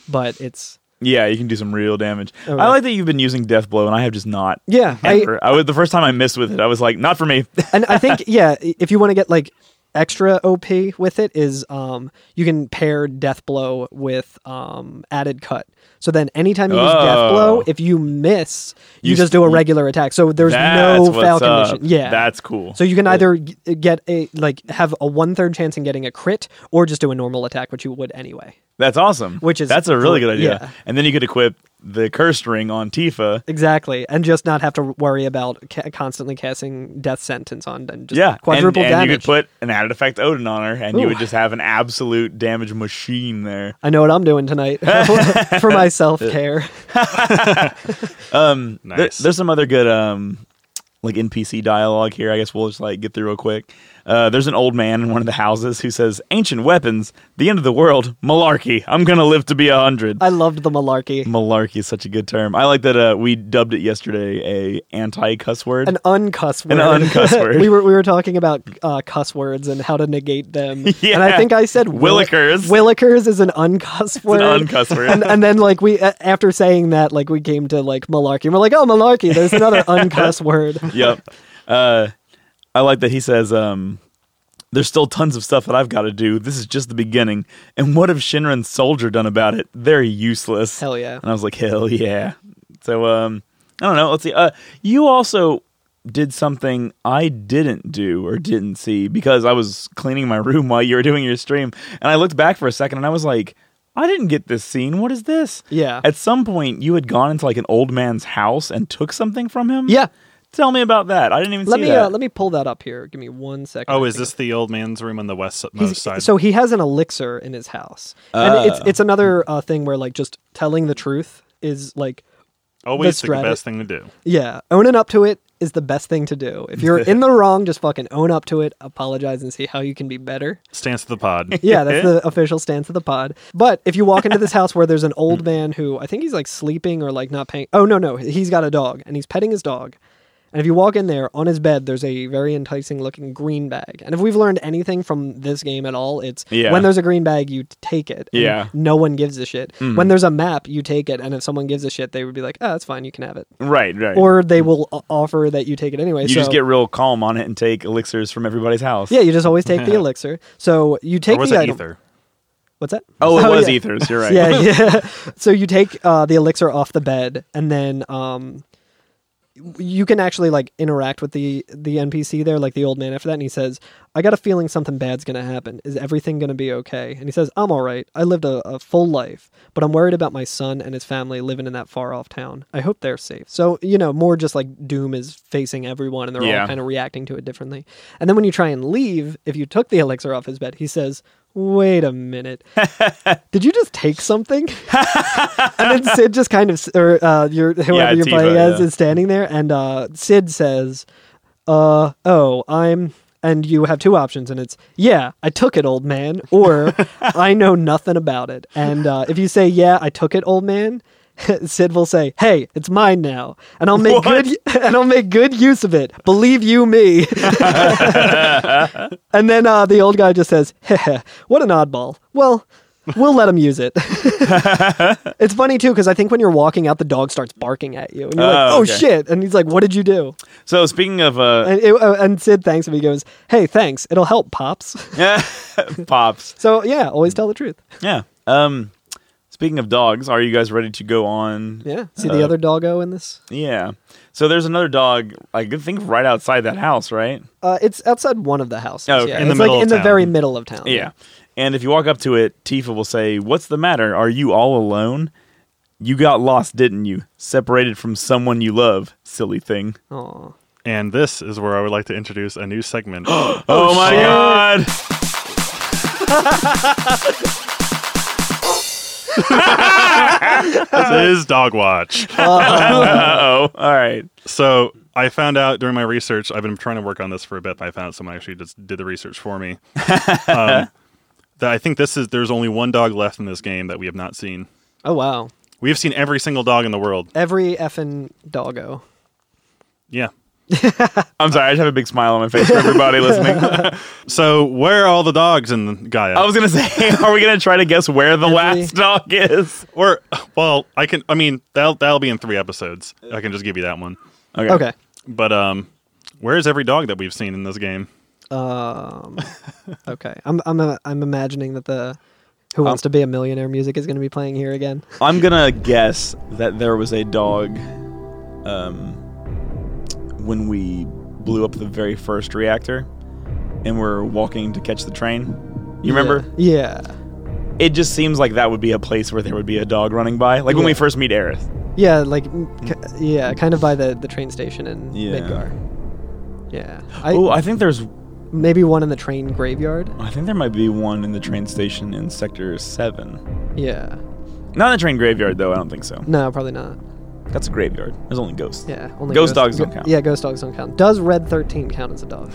Speaker 1: but it's
Speaker 2: Yeah, you can do some real damage.
Speaker 1: Oh,
Speaker 2: I
Speaker 1: right.
Speaker 2: like that you've been using death blow, and I have just not.
Speaker 1: yeah. I,
Speaker 2: Ever. I, was the first time I missed with it. I was like, not for me.
Speaker 1: and I think yeah, i- if you want to get like extra OP with it is um you can pair death blow with um added cut. So then anytime you use death
Speaker 2: Oh.
Speaker 1: blow, if you miss, you,
Speaker 2: You
Speaker 1: just
Speaker 2: st-
Speaker 1: do a regular attack. So there's
Speaker 2: That's
Speaker 1: no
Speaker 2: what's
Speaker 1: fail
Speaker 2: up.
Speaker 1: condition. Yeah.
Speaker 2: that's cool.
Speaker 1: so you can either g- get a like have a one third chance in getting a crit, or just do a normal attack, which you would anyway.
Speaker 2: that's awesome.
Speaker 1: Which is
Speaker 2: that's a really
Speaker 1: cool.
Speaker 2: good idea.
Speaker 1: Yeah.
Speaker 2: And then you could equip the cursed ring on Tifa.
Speaker 1: Exactly, and just not have to worry about ca- constantly casting death sentence on and just
Speaker 2: yeah,
Speaker 1: quadruple
Speaker 2: and,
Speaker 1: damage.
Speaker 2: And you could put an added effect Odin on her, and you
Speaker 1: Ooh.
Speaker 2: would just have an absolute damage machine there.
Speaker 1: I know what I'm doing tonight for my self care.
Speaker 2: There-
Speaker 3: Nice.
Speaker 2: there's some other good um, like NPC dialogue here. I guess we'll just like get through real quick. Uh, there's an old man in one of the houses who says, "Ancient weapons, the end of the world, malarkey. I'm gonna live to be a hundred.
Speaker 1: I loved the malarkey.
Speaker 2: Malarkey is such a good term. I like that uh, we dubbed it yesterday a anti cuss word.
Speaker 1: An uncuss word.
Speaker 2: An uncuss word.
Speaker 1: we were we were talking about uh, cuss words and how to negate them.
Speaker 2: Yeah.
Speaker 1: And I think I said will-
Speaker 2: Willikers.
Speaker 1: Willikers is an uncuss
Speaker 2: it's
Speaker 1: word.
Speaker 2: an uncuss word.
Speaker 1: and, and then like we a- after saying that like we came to like malarkey. We're like oh malarkey. There's another uncuss word.
Speaker 2: yep. Uh, I like that he says, um, there's still tons of stuff that I've got to do. This is just the beginning. And what have Shinran's soldier done about it? They're useless.
Speaker 1: Hell yeah.
Speaker 2: And I was like, hell yeah. So, um, I don't know. Let's see. Uh, you also, did something I didn't do or didn't see because I was cleaning my room while you were doing your stream. And I looked back for a second and I was like, I didn't get this scene. What is this?
Speaker 1: Yeah.
Speaker 2: At some point, you had gone into like an old man's house and took something from him.
Speaker 1: Yeah.
Speaker 2: Tell me about that. I didn't even
Speaker 1: Let
Speaker 2: see
Speaker 1: me
Speaker 2: that.
Speaker 1: uh, let me pull that up here. Give me one second.
Speaker 3: Oh,
Speaker 1: I
Speaker 3: is
Speaker 1: think
Speaker 3: this the old man's room on the westmost
Speaker 1: He's-
Speaker 3: side?
Speaker 1: So he has an elixir in his house, and it's it's another uh, thing where like just telling the truth is like
Speaker 3: Always
Speaker 1: the
Speaker 3: the
Speaker 1: strat-
Speaker 3: best thing to do.
Speaker 1: yeah, owning up to it is the best thing to do. If you're in the wrong, just fucking own up to it, apologize, and see how you can be better.
Speaker 3: Stance of the pod.
Speaker 1: Yeah, that's the official stance of the pod. But if you walk into this house where there's an
Speaker 2: Hmm.
Speaker 1: old man who I think he's like sleeping or like not paying. Oh no, no, he's got a dog and he's petting his dog. And if you walk in there on his bed, there's a very enticing looking green bag. And if we've learned anything from this game at all, it's
Speaker 2: Yeah.
Speaker 1: when there's a green bag, you take it. and
Speaker 2: Yeah. Hmm.
Speaker 1: No one gives a shit. When there's a map, you take it. And if someone gives a shit, they would be like, oh, that's fine. You can have it.
Speaker 2: right, right. Hmm.
Speaker 1: Or they will o- offer that you take it anyway.
Speaker 2: you
Speaker 1: so-
Speaker 2: just get real calm on it and take elixirs from everybody's house.
Speaker 1: Yeah, you just always take the elixir. So you take
Speaker 3: Or was
Speaker 1: the
Speaker 3: it
Speaker 1: item.
Speaker 3: ether?
Speaker 1: What's that?
Speaker 2: Oh, it was
Speaker 1: yeah.
Speaker 2: ethers. You're right.
Speaker 1: Yeah, yeah. so you take uh, the elixir off the bed, and then um, you can actually like interact with the the NPC there, like the old man. After that, and he says, "I got a feeling something bad's gonna happen. Is everything gonna be okay?" And he says, "I'm all right. I lived a, a full life, but I'm worried about my son and his family living in that far off town. I hope they're safe." So you know, more just like doom is facing everyone, and they're all
Speaker 2: Yeah.
Speaker 1: kind of reacting to it differently. And then when you try and leave, if you took the elixir off his bed, he says. Wait a minute did you just take something? and then Sid just kind of, or uh, your whoever
Speaker 2: Yeah,
Speaker 1: you're
Speaker 2: Tifa,
Speaker 1: playing as
Speaker 2: yeah.
Speaker 1: is standing there, and uh, Sid says, "Uh oh, I'm." And you have two options, and it's yeah, I took it, old man, or I know nothing about it. And uh, if you say yeah, I took it, old man, Sid will say, hey, it's mine now, and I'll make
Speaker 2: What?
Speaker 1: good and I'll make good use of it. Believe you me. And then uh, the old guy just says, "Heh heh, "What an oddball." Well, we'll let him use it. it's funny too because I think when you're walking out, the dog starts barking at you, and you're like,
Speaker 2: Oh,
Speaker 1: "Oh
Speaker 2: okay.
Speaker 1: shit!" And he's like, "What did you do?"
Speaker 2: So speaking of uh,
Speaker 1: And, it, uh, and Sid thanks him. He goes, "Hey, thanks. It'll help, pops."
Speaker 2: pops.
Speaker 1: So yeah, always tell the truth.
Speaker 2: Yeah. Um, speaking of dogs, are you guys ready to go on?
Speaker 1: Yeah. See the other doggo in this.
Speaker 2: Yeah. So there's another dog. I could think right outside that house, right?
Speaker 1: Uh, it's outside one of the houses.
Speaker 2: Oh, okay.
Speaker 1: yeah.
Speaker 2: In
Speaker 3: the
Speaker 1: it's
Speaker 3: middle
Speaker 1: like
Speaker 3: of
Speaker 1: in the
Speaker 3: town.
Speaker 1: very middle of town.
Speaker 2: Yeah. And if you walk up to it, Tifa will say, "What's the matter? Are you all alone? You got lost, didn't you? Separated from someone you love, silly thing."
Speaker 1: Aw.
Speaker 3: And this is where I would like to introduce a new segment.
Speaker 2: Oh, my
Speaker 3: shit.
Speaker 2: god.
Speaker 3: this is Dog Watch.
Speaker 2: Uh-oh. Oh, All right.
Speaker 3: So I found out during my research. I've been trying to work on this for a bit, but I found out someone actually just did the research for me. um, that I think this is there's only one dog left in this game that we have not seen.
Speaker 1: Oh wow.
Speaker 3: We have seen every single dog in the world.
Speaker 1: Every effing doggo.
Speaker 3: Yeah.
Speaker 2: I'm sorry. I just have a big smile on my face for everybody listening.
Speaker 3: So where are all the dogs in Gaia?
Speaker 2: I was gonna say, are we gonna try to guess where the last dog is?
Speaker 3: or well, I can. I mean, that'll that'll be in three episodes. I can just give you that one.
Speaker 1: Okay.
Speaker 3: But um, where is every dog that we've seen in this game?
Speaker 1: Um, okay, I'm I'm uh, I'm imagining that the Who
Speaker 2: Um,
Speaker 1: Wants to Be a Millionaire music is going to be playing here again.
Speaker 2: I'm gonna guess that there was a dog um, when we blew up the very first reactor and we're walking to catch the train. You remember?
Speaker 1: Yeah,
Speaker 2: It just seems like that would be a place where there would be a dog running by. Like when we
Speaker 1: Yeah.
Speaker 2: first meet Aerith.
Speaker 1: yeah, like mm, k- yeah, kind of by the the train station in
Speaker 2: Yeah.
Speaker 1: Midgar. Yeah, I,
Speaker 2: Oh, I think there's
Speaker 1: maybe one in the train graveyard.
Speaker 2: I think there might be one in the train station in sector seven.
Speaker 1: Yeah,
Speaker 2: Not in the train graveyard though, I don't think so.
Speaker 1: no, probably not.
Speaker 2: That's a graveyard. There's only ghosts.
Speaker 1: Yeah, only
Speaker 2: Ghost dogs don't count.
Speaker 1: Yeah, ghost dogs don't count. Does Red Thirteen count as a dog?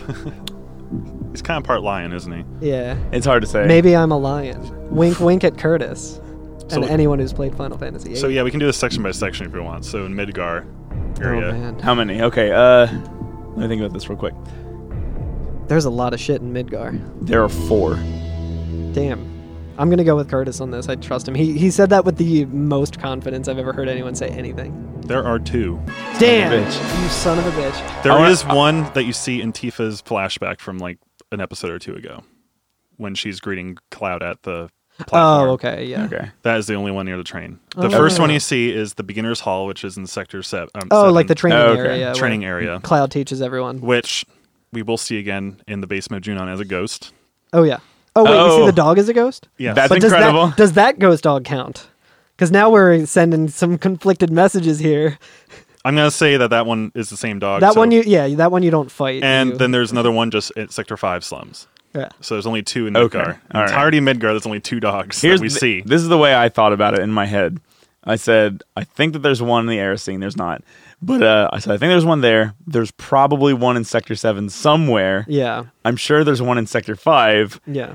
Speaker 3: He's kind of part lion, isn't he?
Speaker 1: yeah,
Speaker 2: It's hard to say.
Speaker 1: maybe I'm a lion. Wink, wink at Curtis.
Speaker 3: So-
Speaker 1: And anyone who's played Final Fantasy VIII.
Speaker 3: So yeah, we can do this section by section if we want. So in Midgar
Speaker 1: oh
Speaker 3: area,
Speaker 1: man,
Speaker 2: How many? Okay, uh let me think about this real quick.
Speaker 1: there's a lot of shit in Midgar.
Speaker 2: There are four.
Speaker 1: Damn. I'm gonna go with Curtis on this. I trust him. He he said that with the most confidence I've ever heard anyone say anything.
Speaker 3: there are two.
Speaker 1: Damn,
Speaker 2: bitch.
Speaker 1: you son of a bitch.
Speaker 3: There
Speaker 2: I wanna-
Speaker 3: is one that you see in Tifa's flashback from like an episode or two ago when she's greeting Cloud at the platform.
Speaker 1: Oh, okay, yeah.
Speaker 2: Okay.
Speaker 3: That is the only one near the train. The
Speaker 1: Oh.
Speaker 3: first
Speaker 1: Okay.
Speaker 3: one you see is the beginner's hall, which is in sector seven. Um,
Speaker 1: Oh,
Speaker 3: seven,
Speaker 1: like the training
Speaker 2: Oh, okay.
Speaker 1: area. where
Speaker 3: training area,
Speaker 1: Cloud teaches everyone.
Speaker 3: which we will see again in the basement of Junon as a ghost.
Speaker 1: Oh yeah. Oh wait, you see
Speaker 2: Oh.
Speaker 1: the dog is a ghost?
Speaker 3: Yes.
Speaker 2: That's
Speaker 1: but
Speaker 2: incredible.
Speaker 1: does that does that ghost dog count? Because now we're sending some conflicted messages here.
Speaker 3: I'm gonna say that that one is the same dog.
Speaker 1: That
Speaker 3: so-
Speaker 1: one you yeah, that one you don't fight.
Speaker 3: and
Speaker 1: you-
Speaker 3: then there's another one just at sector five slums.
Speaker 1: yeah.
Speaker 3: So there's only two in Midgar.
Speaker 2: Okay.
Speaker 3: Okay.
Speaker 2: All right.
Speaker 3: Entirety of Midgar, there's only two dogs that we
Speaker 2: the-
Speaker 3: see.
Speaker 2: This is the way I thought about it in my head. I said, I think that there's one in the air scene. There's not. But uh, I said, I think there's one there. There's probably one in Sector 7 somewhere.
Speaker 1: Yeah.
Speaker 2: I'm sure there's one in Sector 5,
Speaker 1: Yeah.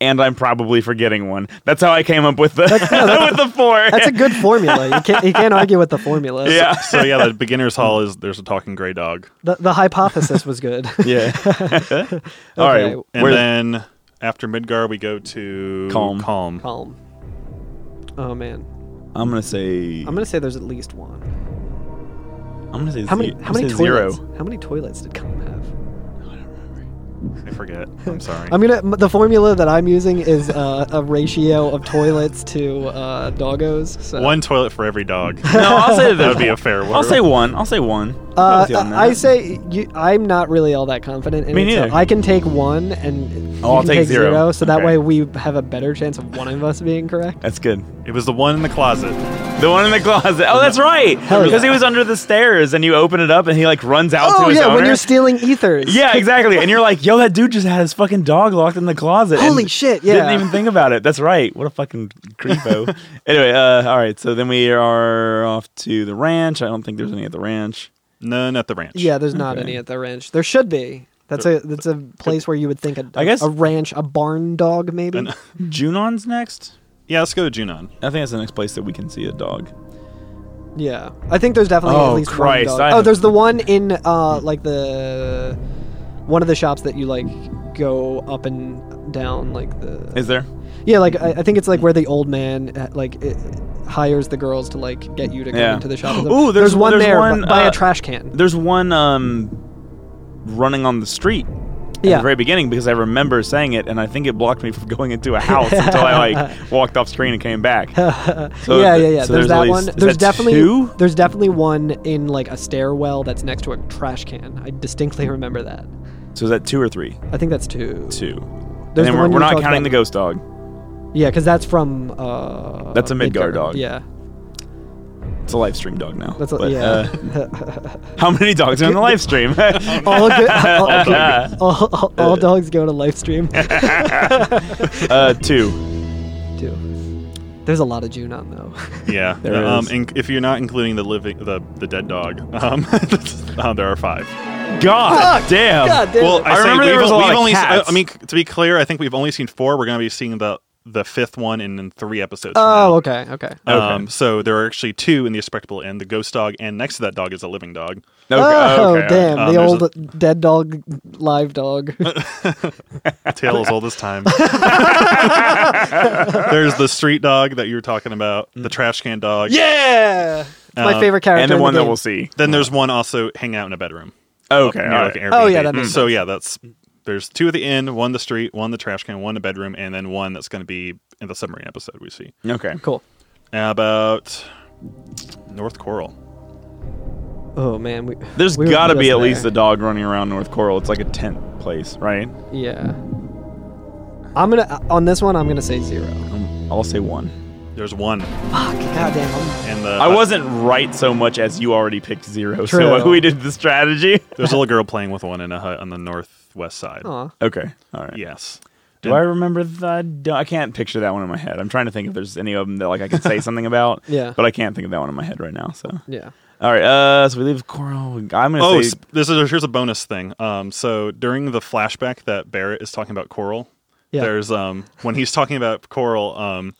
Speaker 2: and I'm probably forgetting one. That's how I came up with the, with the four.
Speaker 1: That's a good formula. You can't you can't argue with the formula.
Speaker 2: yeah.
Speaker 3: so yeah, the beginner's hall is there's a talking gray dog.
Speaker 1: The the hypothesis was good.
Speaker 2: Yeah. All
Speaker 1: Okay,
Speaker 2: right.
Speaker 3: And
Speaker 2: Where-
Speaker 3: then after Midgar, we go to
Speaker 2: Calm.
Speaker 3: Calm.
Speaker 1: Calm. Oh man.
Speaker 2: I'm going to say.
Speaker 1: I'm gonna say there's at least one.
Speaker 2: I'm going to say,
Speaker 1: How many
Speaker 2: ze- I'm
Speaker 1: how
Speaker 2: gonna
Speaker 1: many
Speaker 2: say
Speaker 1: toilets?
Speaker 2: zero.
Speaker 1: How many toilets did Calm have?
Speaker 3: I forget. I'm sorry.
Speaker 1: I'm gonna. m- The formula that I'm using is uh, a ratio of toilets to uh, doggos. So.
Speaker 3: one toilet for every dog.
Speaker 2: No, I'll say that
Speaker 3: that
Speaker 2: there's
Speaker 3: would be a fair one.
Speaker 2: I'll say one. I'll say one. I'll
Speaker 1: Uh,
Speaker 2: with you on that.
Speaker 1: I say you, I'm not really all that confident in
Speaker 2: Me
Speaker 1: it, so
Speaker 2: neither.
Speaker 1: I can take one, and
Speaker 2: Oh,
Speaker 1: you
Speaker 2: I'll
Speaker 1: can
Speaker 2: take zero.
Speaker 1: so that
Speaker 2: Okay.
Speaker 1: way we have a better chance of one of us being correct.
Speaker 2: That's good.
Speaker 3: It was the one in the closet.
Speaker 2: The one in the closet. Oh, that's right.
Speaker 1: Hell
Speaker 2: Because
Speaker 1: yeah.
Speaker 2: he was under the stairs, and you open it up, and he like runs out
Speaker 1: Oh
Speaker 2: to his
Speaker 1: yeah,
Speaker 2: owner.
Speaker 1: when you're stealing ethers.
Speaker 2: yeah, exactly. And you're like, "Yo, that dude just had his fucking dog locked in the closet." and
Speaker 1: Holy shit, yeah.
Speaker 2: Didn't even think about it. That's right. What a fucking creepo. anyway, uh, all right. So then we are off to the ranch. I don't think there's any at the ranch.
Speaker 3: None at the ranch.
Speaker 1: Yeah, there's not
Speaker 2: Okay.
Speaker 1: any at the ranch. There should be. That's a that's a place where you would think a
Speaker 2: I guess-
Speaker 1: a ranch, a barn dog maybe.
Speaker 3: And-
Speaker 2: Junon's next.
Speaker 3: Yeah, let's go to Junon.
Speaker 2: I think that's the next place that we can see a dog.
Speaker 1: Yeah, I think there's definitely at
Speaker 2: Oh,
Speaker 1: least
Speaker 2: Christ,
Speaker 1: one.
Speaker 2: I
Speaker 1: Dog. Oh,
Speaker 2: have-
Speaker 1: there's the one in uh like the one of the shops that you like go up and down like the
Speaker 2: Is there?
Speaker 1: yeah like I, I think it's like where the old man uh, like it, hires the girls to like get you to come
Speaker 2: Yeah.
Speaker 1: into the shop.
Speaker 2: Ooh, there's-
Speaker 1: one
Speaker 2: there's
Speaker 1: there
Speaker 2: one,
Speaker 1: b- by
Speaker 2: uh,
Speaker 1: a trash can.
Speaker 2: There's one um, running on the street at
Speaker 1: Yeah.
Speaker 2: the very beginning because I remember saying it, and I think it blocked me from going into a house until I like walked off screen and came back. So
Speaker 1: yeah,
Speaker 2: th-
Speaker 1: yeah, yeah.
Speaker 2: Oh, so
Speaker 1: there's,
Speaker 2: at
Speaker 1: that
Speaker 2: least-
Speaker 1: one.
Speaker 2: is
Speaker 1: There's
Speaker 2: that
Speaker 1: definitely
Speaker 2: two?
Speaker 1: there's definitely one in like a stairwell that's next to a trash can. I distinctly remember that.
Speaker 2: So is that two or three?
Speaker 1: I think that's two.
Speaker 2: Two. And
Speaker 1: There's the
Speaker 2: then we're,
Speaker 1: one
Speaker 2: we're
Speaker 1: you
Speaker 2: not
Speaker 1: talked
Speaker 2: counting
Speaker 1: about.
Speaker 2: the ghost dog.
Speaker 1: Yeah, because that's from uh,
Speaker 2: That's a Midgar dog.
Speaker 1: Yeah.
Speaker 2: It's a live stream dog now.
Speaker 1: That's a,
Speaker 2: But,
Speaker 1: yeah.
Speaker 2: uh, how many dogs are in the live stream? Uh,
Speaker 1: all, good, all, all- all- all dogs go to live stream.
Speaker 2: uh, two.
Speaker 1: Dude, there's a lot of Junon though.
Speaker 3: Yeah.
Speaker 2: There
Speaker 3: um,
Speaker 2: is.
Speaker 3: in- if you're not including the living, the the dead dog, um, uh, there are five.
Speaker 2: God damn.
Speaker 1: God damn.
Speaker 2: Well, I,
Speaker 3: say
Speaker 2: remember there
Speaker 3: we've-
Speaker 2: was a
Speaker 3: we've
Speaker 2: lot of
Speaker 3: only. se-
Speaker 2: cats.
Speaker 3: I mean, to be clear, I think we've only seen four. We're going to be seeing the the fifth one in, in three episodes. from now.
Speaker 1: Oh, okay, okay.
Speaker 2: Uh,
Speaker 3: Um, So there are actually two in the Espectable End, the ghost dog, and next to that dog is a living dog.
Speaker 2: Okay,
Speaker 1: oh,
Speaker 2: okay,
Speaker 1: damn!
Speaker 3: Um,
Speaker 1: the
Speaker 3: there's
Speaker 1: old dead dog, live dog.
Speaker 3: Tail is old as time. There's the street dog that you were talking about, the trash can dog.
Speaker 1: yeah, it's my
Speaker 3: Um,
Speaker 1: favorite character.
Speaker 2: And the
Speaker 1: in
Speaker 2: one that
Speaker 1: game.
Speaker 2: we'll see.
Speaker 3: Then there's one also hang out in a bedroom.
Speaker 2: Okay.
Speaker 3: near,
Speaker 2: all
Speaker 3: like,
Speaker 2: right.
Speaker 3: an
Speaker 1: Oh, yeah,
Speaker 3: Airbnb.
Speaker 1: that makes
Speaker 3: so yeah, that's there's two at the end, one the street, one the trash can, one the bedroom, and then one that's going to be in the submarine episode we see.
Speaker 2: Okay.
Speaker 1: Cool.
Speaker 3: How about North Coral?
Speaker 1: Oh man, we,
Speaker 2: There's
Speaker 1: we were
Speaker 2: got to
Speaker 1: just
Speaker 2: be at
Speaker 1: there.
Speaker 2: least a dog running around North Coral. It's like a tent place, right?
Speaker 1: yeah. I'm gonna uh, on this one. I'm gonna say zero.
Speaker 2: Um, I'll say one.
Speaker 3: There's one
Speaker 1: Fuck, goddamn.
Speaker 3: in the.
Speaker 2: I wasn't right so much as you already picked zero, so
Speaker 1: True.
Speaker 2: we did the strategy.
Speaker 3: There's a little girl playing with one in a hut on the northwest side.
Speaker 1: Aw.
Speaker 2: Okay. All right.
Speaker 3: Yes.
Speaker 2: Do I remember the? do- I can't picture that one in my head. I'm trying to think if there's any of them that like I can say something about.
Speaker 1: Yeah.
Speaker 2: But I can't think of that one in my head right now. So.
Speaker 1: Yeah.
Speaker 2: All right. Uh. So we leave Coral. I'm gonna
Speaker 3: Oh,
Speaker 2: say.
Speaker 3: sp- this is a, here's a bonus thing. Um, so during the flashback that Barrett is talking about Coral,
Speaker 1: Yeah.
Speaker 3: there's um when he's talking about Coral, um,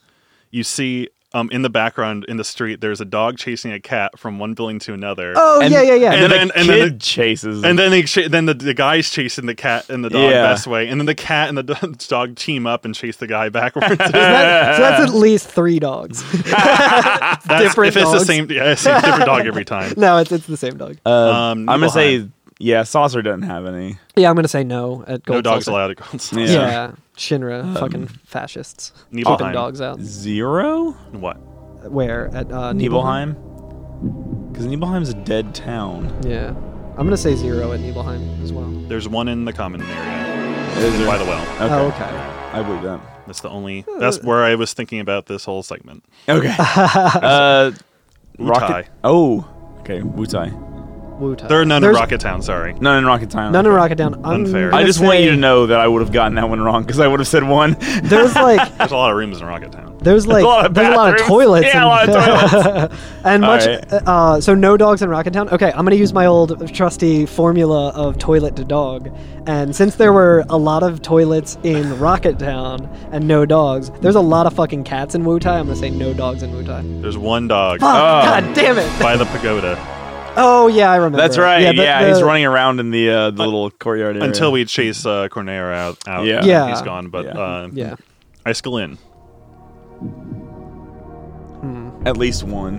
Speaker 3: you see um in the background in the street there's a dog chasing a cat from one building to another.
Speaker 1: Oh
Speaker 2: and-
Speaker 1: yeah, yeah, yeah.
Speaker 2: And, then, the
Speaker 3: And then- and
Speaker 2: kid
Speaker 3: then the-
Speaker 2: chases.
Speaker 3: And then they cha- then the, the guy's chasing the cat and the dog
Speaker 2: Yeah.
Speaker 3: best way, and then the cat and the do- dog team up and chase the guy backwards.
Speaker 1: Is that- so that's at least three dogs.
Speaker 3: That's-
Speaker 1: different
Speaker 3: if it's
Speaker 1: dogs.
Speaker 3: the same, yeah, it's a different dog every time.
Speaker 1: no, it's it's the same dog.
Speaker 2: Uh,
Speaker 3: Um,
Speaker 2: I'm gonna say yeah, Saucer doesn't have any.
Speaker 1: Yeah, I'm gonna say no at Gold
Speaker 3: no dogs
Speaker 1: Saucer.
Speaker 3: allowed at Gold Saucer.
Speaker 1: Yeah,
Speaker 2: Yeah.
Speaker 1: Shinra, fucking fascists,
Speaker 3: Nibelheim.
Speaker 1: keeping dogs out.
Speaker 2: Zero?
Speaker 3: What?
Speaker 1: Where at uh, Nibelheim?
Speaker 2: Nibelheim? Because Nibelheim's a dead town.
Speaker 1: Yeah, I'm gonna say zero at Nibelheim as well.
Speaker 3: There's one in the common area
Speaker 2: Is there-
Speaker 3: by the well.
Speaker 2: Okay.
Speaker 1: Oh, okay.
Speaker 2: I believe that.
Speaker 3: That's the only. That's where I was thinking about this whole segment.
Speaker 2: Okay. uh,
Speaker 3: Wutai.
Speaker 2: Rocket. Oh, okay. Wutai.
Speaker 1: Wu Tai.
Speaker 3: There are none
Speaker 1: There's
Speaker 3: in Rocket Town. Sorry.
Speaker 2: None in Rocket Town.
Speaker 1: None in Rocket Down. I'm
Speaker 3: Unfair.
Speaker 1: gonna
Speaker 2: I just want
Speaker 1: say
Speaker 2: you to know that I would have gotten that one wrong because I would have said one.
Speaker 1: There's like
Speaker 3: There's a lot of rooms in Rocket Town.
Speaker 1: There's like
Speaker 2: lot of
Speaker 1: there's a lot of
Speaker 2: bathrooms.
Speaker 1: toilets.
Speaker 2: Yeah,
Speaker 1: and,
Speaker 2: a lot of
Speaker 1: and much.
Speaker 2: Alright.
Speaker 1: Uh, so no dogs in Rocket Town. Okay, I'm gonna use my old trusty formula of toilet to dog. And since there were a lot of toilets in Rocket Town and no dogs, there's a lot of fucking cats in Wutai. I'm gonna say no dogs in Wutai.
Speaker 3: There's one dog
Speaker 1: Oh,
Speaker 2: Ah.
Speaker 1: God damn it!
Speaker 3: by the pagoda
Speaker 1: Oh yeah, I remember.
Speaker 2: That's right. Yeah,
Speaker 1: the-
Speaker 2: he's
Speaker 1: the-
Speaker 2: running around in the uh, the little courtyard area.
Speaker 3: until we chase uh, Cornera out. out
Speaker 2: Yeah.
Speaker 1: Yeah.
Speaker 3: He's gone. But
Speaker 2: Yeah.
Speaker 3: Uh,
Speaker 1: Yeah.
Speaker 3: Iskalin.
Speaker 2: at least one.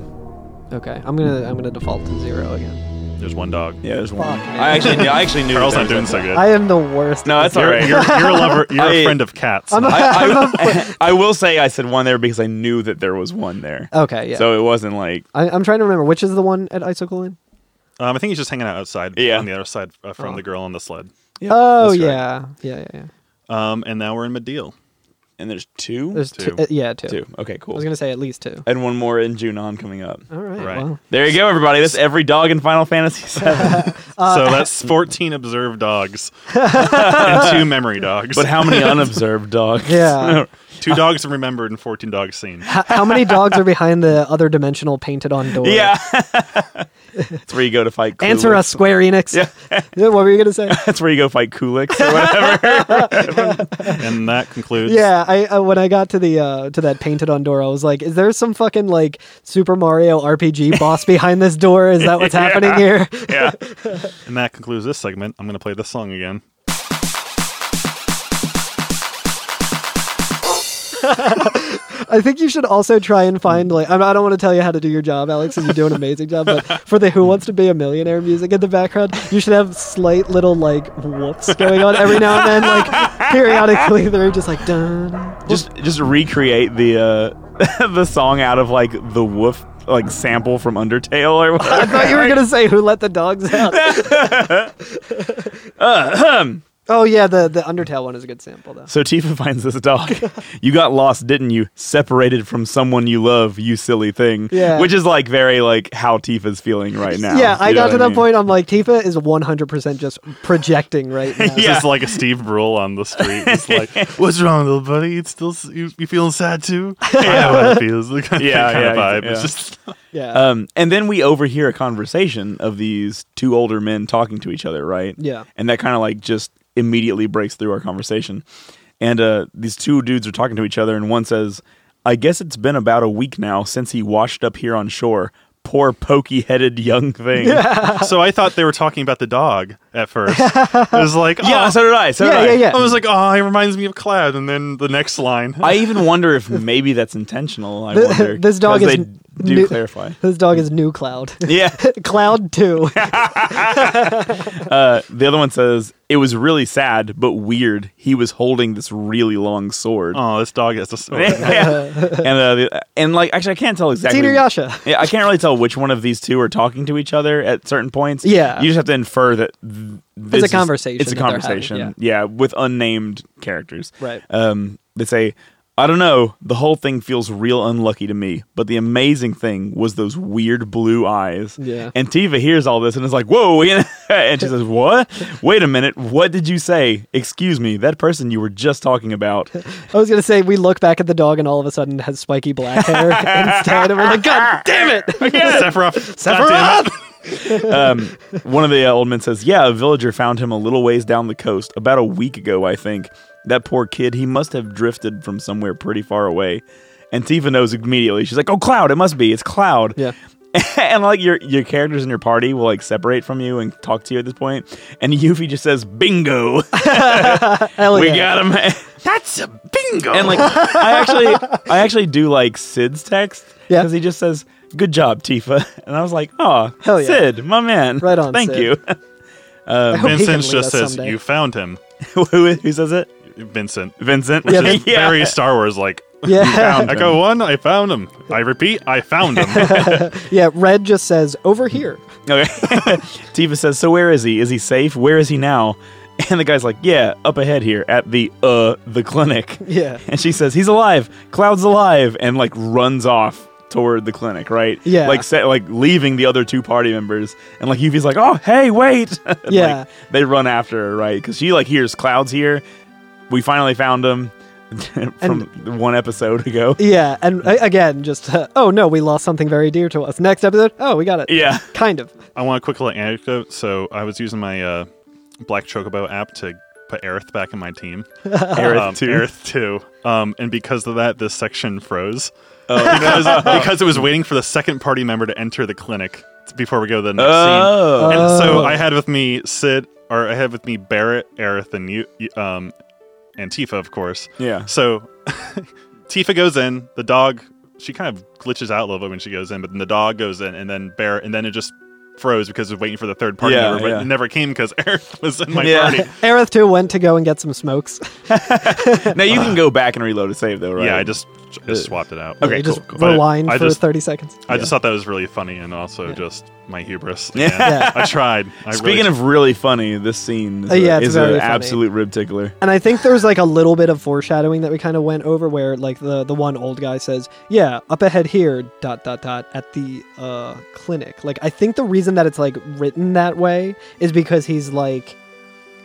Speaker 1: Okay, I'm gonna I'm gonna default to zero again.
Speaker 3: There's one dog.
Speaker 2: Yeah, there's one.
Speaker 1: Fuck, man.
Speaker 2: I actually, knew- I actually knew.
Speaker 3: Carl's
Speaker 2: there
Speaker 3: not doing
Speaker 2: was
Speaker 3: so
Speaker 2: that.
Speaker 3: good.
Speaker 1: I am the worst.
Speaker 2: No, that's all
Speaker 3: You're,
Speaker 2: right.
Speaker 3: you're, you're a lover. You're a
Speaker 2: I-
Speaker 3: friend of cats.
Speaker 1: I'm a-
Speaker 2: I, I, I will say I said one there because I knew that there was one there.
Speaker 1: Okay, Oh, yeah.
Speaker 2: So it wasn't like
Speaker 1: I, I'm trying to remember which is the one at Isocolin.
Speaker 3: um, I think he's just hanging out outside
Speaker 2: Yeah.
Speaker 3: on the other side uh, from
Speaker 1: Oh.
Speaker 3: the girl on the sled.
Speaker 1: oh
Speaker 2: that's right.
Speaker 1: yeah. yeah, yeah, yeah.
Speaker 3: Um, and now we're in Medeal.
Speaker 2: And there's two.
Speaker 1: There's two.
Speaker 3: Two.
Speaker 1: uh, yeah, two.
Speaker 2: two. Okay,
Speaker 1: I
Speaker 2: cool.
Speaker 1: was gonna say at least two.
Speaker 2: and one more in Junon coming up.
Speaker 1: All right.
Speaker 3: Right.
Speaker 1: Well,
Speaker 2: There you go, everybody. That's every dog in Final Fantasy VII.
Speaker 1: Uh,
Speaker 3: so that's 14 observed dogs and two memory dogs.
Speaker 2: but how many unobserved dogs?
Speaker 1: Yeah.
Speaker 3: two dogs remembered and 14 dogs seen.
Speaker 1: h- how many dogs are behind the other dimensional painted on door?
Speaker 2: yeah. That's where you go to fight. Kulix.
Speaker 1: Answer us, Square Enix.
Speaker 2: Yeah.
Speaker 1: what were you gonna say?
Speaker 2: That's where you go fight Kulix or whatever.
Speaker 3: And that concludes.
Speaker 1: Yeah, I uh, when I got to the uh, to that painted on door, I was like, "Is there some fucking like Super Mario RPG boss behind this door? Is that what's happening here?"
Speaker 2: yeah.
Speaker 3: And that concludes this segment. I'm going to play this song again.
Speaker 1: I think you should also try and find like I'm- I don't want to tell you how to do your job, Alex, and you do an amazing job. But for the Who Wants to Be a Millionaire music in the background, you should have slight little like whoops going on every now and then, like periodically. They're just like dun.
Speaker 2: Just just recreate the uh, the song out of like the woof like sample from Undertale or
Speaker 1: I
Speaker 2: whatever.
Speaker 1: thought you were gonna say who let the dogs out.
Speaker 2: Uh-huh.
Speaker 1: oh yeah, the the Undertale one is a good sample though.
Speaker 2: So Tifa finds this dog. you got lost, didn't you? Separated from someone you love, you silly thing.
Speaker 1: Yeah.
Speaker 2: Which is like very like how Tifa's feeling right now.
Speaker 1: Yeah, I
Speaker 2: You know
Speaker 1: got to
Speaker 2: what
Speaker 1: that
Speaker 2: mean?
Speaker 1: point. I'm like, Tifa is 100% just projecting right now.
Speaker 3: This
Speaker 2: Yeah.
Speaker 3: is like a Steve Brule on the street. It's like, what's wrong, little buddy? It's still s- you, you feeling sad too? I know how it feels. The kind
Speaker 2: Yeah,
Speaker 3: kind of
Speaker 2: yeah,
Speaker 3: vibe. It's
Speaker 2: yeah.
Speaker 3: just
Speaker 1: Yeah.
Speaker 2: Um, and then we overhear a conversation of these two older men talking to each other, right?
Speaker 1: Yeah.
Speaker 2: And that kind of like just immediately breaks through our conversation. And uh, these two dudes are talking to each other, and one says, I guess it's been about a week now since he washed up here on shore. Poor pokey headed young thing. Yeah,
Speaker 3: so. I thought they were talking about the dog at first. It was like, oh.
Speaker 2: so did I. So
Speaker 1: Yeah,
Speaker 2: did
Speaker 1: yeah,
Speaker 2: I.
Speaker 1: yeah.
Speaker 3: I was like, oh, he reminds me of Cloud. And then the next line,
Speaker 2: I even wonder if maybe that's intentional. I
Speaker 1: Th-
Speaker 2: wonder.
Speaker 1: this dog
Speaker 2: 'cause
Speaker 1: is
Speaker 2: They
Speaker 1: n-
Speaker 2: do
Speaker 1: new-
Speaker 2: clarify.
Speaker 1: This dog is New Cloud.
Speaker 2: Yeah.
Speaker 1: Cloud 2.
Speaker 2: Uh, the other one says, It was really sad, but weird. He was holding this really long sword.
Speaker 3: oh, this dog has a sword.
Speaker 2: Yeah. and uh, the, and like actually, I can't tell exactly.
Speaker 1: Senior Yasha.
Speaker 2: Yeah, I can't really tell which one of these two are talking to each other at certain points.
Speaker 1: Yeah.
Speaker 2: you just have to infer that th- this is-
Speaker 1: conversation
Speaker 2: It's a
Speaker 1: that they're having,
Speaker 2: conversation. yeah. with unnamed characters.
Speaker 1: Right.
Speaker 2: Um, they say. I don't know. The whole thing feels real unlucky to me, but the amazing thing was those weird blue eyes.
Speaker 1: Yeah.
Speaker 2: And Tiva hears all this and is like, "Whoa!" you know? and she says, "What? Wait a minute. What did you say? Excuse me. That person you were just talking about."
Speaker 1: I was going to say, we look back at the dog and all of a sudden it has spiky black hair instead. And we're like, God damn it.
Speaker 3: Sephiroth. Sephiroth.
Speaker 2: um, one of the uh, old men says, "Yeah, a villager found him a little ways down the coast about a week ago, I think. That poor kid, he must have drifted from somewhere pretty far away." And Tifa knows immediately. She's like, "Oh, Cloud! It must be. It's Cloud."
Speaker 1: Yeah.
Speaker 2: and like your your characters in your party will like separate from you and talk to you at this point. And Yuffie just says, "Bingo!
Speaker 1: Hell
Speaker 2: we
Speaker 1: Oh, yeah.
Speaker 2: got him!"
Speaker 3: That's a bingo.
Speaker 2: and like, I actually I actually do like Sid's text
Speaker 1: Yeah.
Speaker 2: because he just says. Good job, Tifa. And I was like, oh,
Speaker 1: Hell yeah.
Speaker 2: Sid, my man.
Speaker 1: Right on,
Speaker 2: Thank
Speaker 1: Sid.
Speaker 2: you.
Speaker 1: I hope he can
Speaker 3: Vincent
Speaker 1: lead
Speaker 3: just
Speaker 1: us
Speaker 3: says,
Speaker 1: someday.
Speaker 3: "You found him,
Speaker 2: who, who says it?
Speaker 3: Vincent."
Speaker 2: Vincent.
Speaker 1: Yeah,
Speaker 3: Just Very Star Wars like.
Speaker 1: yeah,
Speaker 3: Echo one, I found him. I repeat, I found him.
Speaker 1: yeah. Red just says over here.
Speaker 2: Okay. Tifa says, "So where is he? Is he safe? Where is he now?" And the guy's like, "Yeah, up ahead here at the uh the clinic."
Speaker 1: Yeah.
Speaker 2: And she says, "He's alive. Cloud's alive." And like runs off toward the clinic, right?
Speaker 1: Yeah.
Speaker 2: Like set, like leaving the other two party members. And like Yuffie's like, "Oh, hey, wait." And,
Speaker 1: Yeah.
Speaker 2: Like, they run after her, right? Cuz she like hears Cloud's here. We finally found him from one episode ago.
Speaker 1: Yeah, and a- again, just uh, oh no, we lost something very dear to us. Next episode, oh we got it.
Speaker 2: Yeah.
Speaker 1: kind of.
Speaker 3: I want a quick little anecdote. So I was using my uh, Black Chocobo app to put Aerith back in my team.
Speaker 2: Aerith
Speaker 3: um,
Speaker 2: too.
Speaker 3: Aerith two. Um, and because of that, this section froze.
Speaker 2: Oh.
Speaker 3: because, because it was waiting for the second party member to enter the clinic before we go to the next scene.
Speaker 2: Oh.
Speaker 3: And
Speaker 1: Oh.
Speaker 3: so I had with me Sid, or I had with me Barrett, Aerith, and you, you- um, and Tifa, of course.
Speaker 2: Yeah.
Speaker 3: So Tifa goes in. The dog, she kind of glitches out a little bit when she goes in, but then the dog goes in, and then Barrett, and then it just froze because it was waiting for the third party
Speaker 2: Yeah,
Speaker 3: member, but
Speaker 2: yeah.
Speaker 3: it never came because Aerith was in my
Speaker 2: Yeah.
Speaker 3: party.
Speaker 1: Aerith too went to go and get some smokes.
Speaker 2: Now you can go back and reload a save though, right?
Speaker 3: Yeah, I just I just swapped it out.
Speaker 2: Okay,
Speaker 1: You just
Speaker 2: cool, cool.
Speaker 3: But
Speaker 1: rewind
Speaker 3: I
Speaker 1: for
Speaker 3: just-
Speaker 1: thirty seconds.
Speaker 3: I just thought that was really funny and also just my hubris.
Speaker 2: Yeah.
Speaker 3: Yeah.
Speaker 1: Yeah.
Speaker 3: I tried. I
Speaker 2: Speaking of really funny, this scene is,
Speaker 1: Uh, yeah,
Speaker 2: a,
Speaker 1: it's
Speaker 2: is a
Speaker 1: very funny.
Speaker 2: absolute rib tickler.
Speaker 1: And I think there's like a little bit of foreshadowing that we kind of went over where like the the one old guy says, "Yeah, up ahead here dot dot dot at the uh clinic." Like I think the reason that it's like written that way is because he's like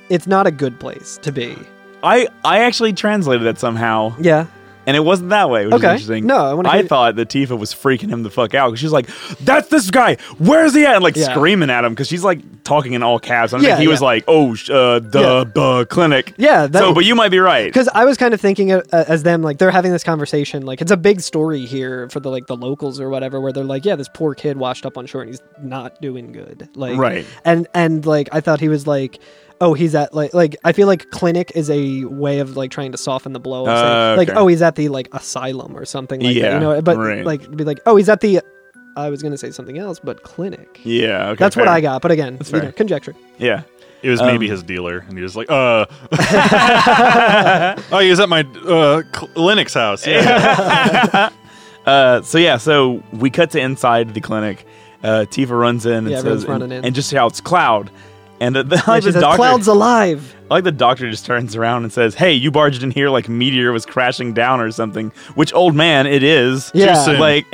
Speaker 1: it's not a good place to be.
Speaker 2: I, I actually translated that somehow,
Speaker 1: Yeah.
Speaker 2: and it wasn't that way, which
Speaker 1: Okay.
Speaker 2: is interesting.
Speaker 1: No, I wanna hear-
Speaker 2: thought that Tifa was freaking him the fuck out because she's like, "That's this guy. Where's he at?" And like
Speaker 1: Yeah.
Speaker 2: screaming at him because she's like talking in all caps. And I
Speaker 1: Yeah,
Speaker 2: think he was
Speaker 1: yeah.
Speaker 2: like, "Oh, sh- uh, duh, buh, clinic."
Speaker 1: Yeah, that-
Speaker 2: so, but you might be right.
Speaker 1: Because I was kind of thinking uh, as them, like they're having this conversation, like it's a big story here for the like the locals or whatever, where they're like, yeah, this poor kid washed up on shore and he's not doing good, like
Speaker 2: Right.
Speaker 1: and and like I thought he was like, oh, he's at like like I feel like clinic is a way of like trying to soften the blow, of saying,
Speaker 2: Uh,
Speaker 1: like
Speaker 2: okay.
Speaker 1: oh, he's at the like asylum or something, like that,
Speaker 2: Yeah,
Speaker 1: you know, but
Speaker 2: right.
Speaker 1: like be like oh, he's at the, I was gonna say something else, but clinic.
Speaker 2: Yeah, okay,
Speaker 1: That's what
Speaker 2: fair.
Speaker 1: I got, but again, you
Speaker 2: fair.
Speaker 1: know, conjecture.
Speaker 2: Yeah,
Speaker 3: it was
Speaker 2: um,
Speaker 3: maybe his dealer, and he was like, "Uh, oh, he was at my uh, cl- Linux house." Yeah.
Speaker 2: Uh, so yeah, so we cut to inside the clinic. Uh, Tifa runs in and
Speaker 1: Yeah, everyone's
Speaker 2: says,
Speaker 1: running
Speaker 2: and,
Speaker 1: in.
Speaker 2: and just shouts, "Cloud!" And the, the,
Speaker 1: And
Speaker 2: like
Speaker 1: she
Speaker 2: the
Speaker 1: says,
Speaker 2: doctor,
Speaker 1: Cloud's alive.
Speaker 2: I like the doctor just turns around and says, "Hey, you barged in here like a meteor was crashing down or something." Which old man it is.
Speaker 1: Yeah.
Speaker 3: soon.
Speaker 2: Like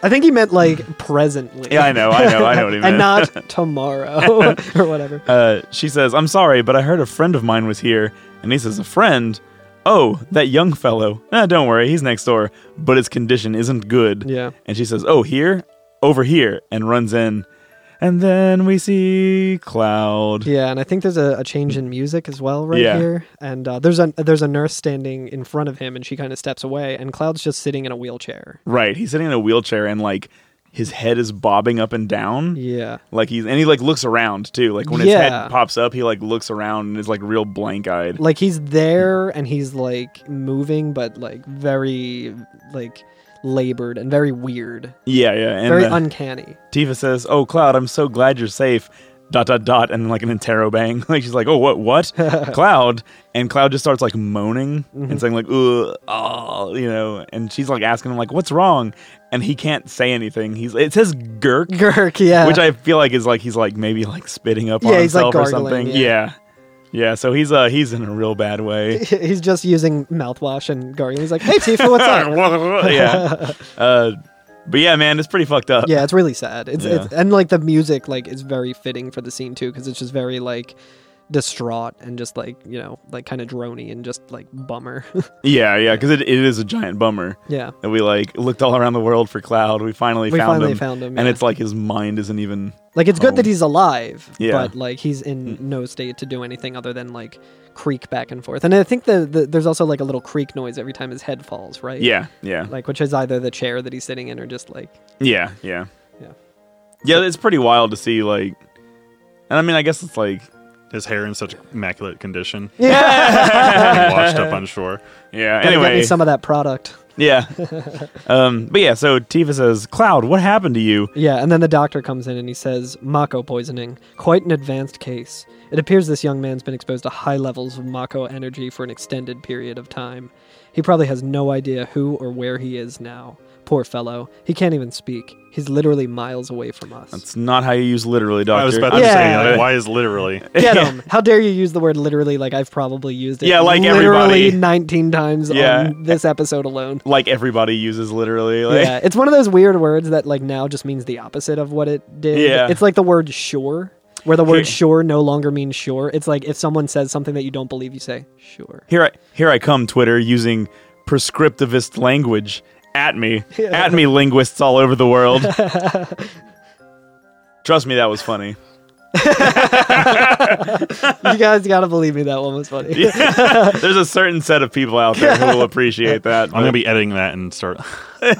Speaker 1: I think he meant like presently.
Speaker 2: yeah, I know, I know, I know what he meant.
Speaker 1: and not tomorrow or whatever.
Speaker 2: uh, she says, "I'm sorry, but I heard a friend of mine was here," and he says, "A friend." Oh, that young fellow. Ah, don't worry, he's next door, but his condition isn't good.
Speaker 1: Yeah.
Speaker 2: And she says, "Oh, here, over here," and runs in, and then we see Cloud.
Speaker 1: Yeah, and I think there's a, a change in music as well right
Speaker 2: Yeah.
Speaker 1: here. And uh, there's a there's a nurse standing in front of him, and she kind of steps away, and Cloud's just sitting in a wheelchair.
Speaker 2: Right, he's sitting in a wheelchair and like his head is bobbing up and down.
Speaker 1: Yeah,
Speaker 2: Like he's and he like looks around too. Like when his
Speaker 1: Yeah.
Speaker 2: head pops up, he like looks around and is like real blank eyed.
Speaker 1: like he's there and he's like moving, but like very like labored and very weird,
Speaker 2: Yeah, yeah. And
Speaker 1: very
Speaker 2: uh,
Speaker 1: uncanny.
Speaker 2: Tifa says, "Oh, Cloud, I'm so glad you're safe." Dot dot dot, and like an interro bang. Like she's like, "Oh, what what?" Cloud and Cloud just starts like moaning
Speaker 1: Mm-hmm.
Speaker 2: and saying like, "Ugh, oh," you know. And she's like asking him like, "What's wrong?" And he can't say anything. He's it says gurk,
Speaker 1: Gurk, yeah,
Speaker 2: which I feel like is like he's like maybe like spitting up
Speaker 1: Yeah,
Speaker 2: on
Speaker 1: he's, like,
Speaker 2: himself or
Speaker 1: gargling,
Speaker 2: something.
Speaker 1: yeah.
Speaker 2: yeah, yeah. So he's uh he's in a real bad way.
Speaker 1: he's just using mouthwash and gargling. He's like, "Hey Tifa, what's up?"
Speaker 2: yeah. Uh, but yeah, man, it's pretty fucked up.
Speaker 1: yeah it's really sad it's,
Speaker 2: Yeah.
Speaker 1: it's and like the music like is very fitting for the scene too because it's just very like distraught and just like you know like kind of drony and just like bummer
Speaker 2: yeah, yeah. Because it, it is a giant bummer.
Speaker 1: yeah
Speaker 2: And we like looked all around the world for Cloud. We finally
Speaker 1: We
Speaker 2: found
Speaker 1: finally
Speaker 2: him.
Speaker 1: found him,
Speaker 2: And
Speaker 1: yeah.
Speaker 2: it's like his mind isn't even.
Speaker 1: like it's good
Speaker 2: Oh.
Speaker 1: that he's alive
Speaker 2: Yeah. Hmm.
Speaker 1: but like he's in no state to do anything other than like creak back and forth and i think the, the there's also like a little creak noise every time his head falls right
Speaker 2: Yeah, yeah,
Speaker 1: like which is either the chair that he's sitting in or just like
Speaker 2: yeah, yeah,
Speaker 1: yeah
Speaker 2: yeah. It's pretty wild to see like, and I mean, I guess it's like,
Speaker 3: His hair in such immaculate condition,
Speaker 1: yeah
Speaker 3: washed up on shore.
Speaker 2: yeah.
Speaker 1: Gotta get me
Speaker 2: Anyway,
Speaker 1: some of that product
Speaker 2: Yeah. um, but yeah, so Tifa says, Cloud, what happened to you?
Speaker 1: Yeah, and then the doctor comes in and he says, Mako poisoning. Quite an advanced case. It appears this young man's been exposed to high levels of Mako energy for an extended period of time. He probably has no idea who or where he is now. Poor fellow. He can't even speak. He's literally miles away from us.
Speaker 2: It's not how you use literally, doctor.
Speaker 3: I was about to
Speaker 1: Yeah.
Speaker 3: say, like, why is literally?
Speaker 1: Get him. How dare you use the word literally like I've probably used it
Speaker 2: Yeah, like
Speaker 1: literally
Speaker 2: everybody.
Speaker 1: 19 times
Speaker 2: Yeah.
Speaker 1: on this episode alone.
Speaker 2: like everybody uses literally. Like,
Speaker 1: Yeah, it's one of those weird words that like now just means the opposite of what it did.
Speaker 2: Yeah.
Speaker 1: It's like the word sure, where the word
Speaker 2: Yeah.
Speaker 1: sure no longer means sure. It's like if someone says something that you don't believe, you say sure.
Speaker 2: Here I here I come, Twitter, using prescriptivist language at me. At me linguists all over the world. Trust me, that was funny.
Speaker 1: you guys gotta believe me, that one was funny.
Speaker 2: There's a certain set of people out there who will appreciate that.
Speaker 3: I'm gonna be editing that and start.
Speaker 1: I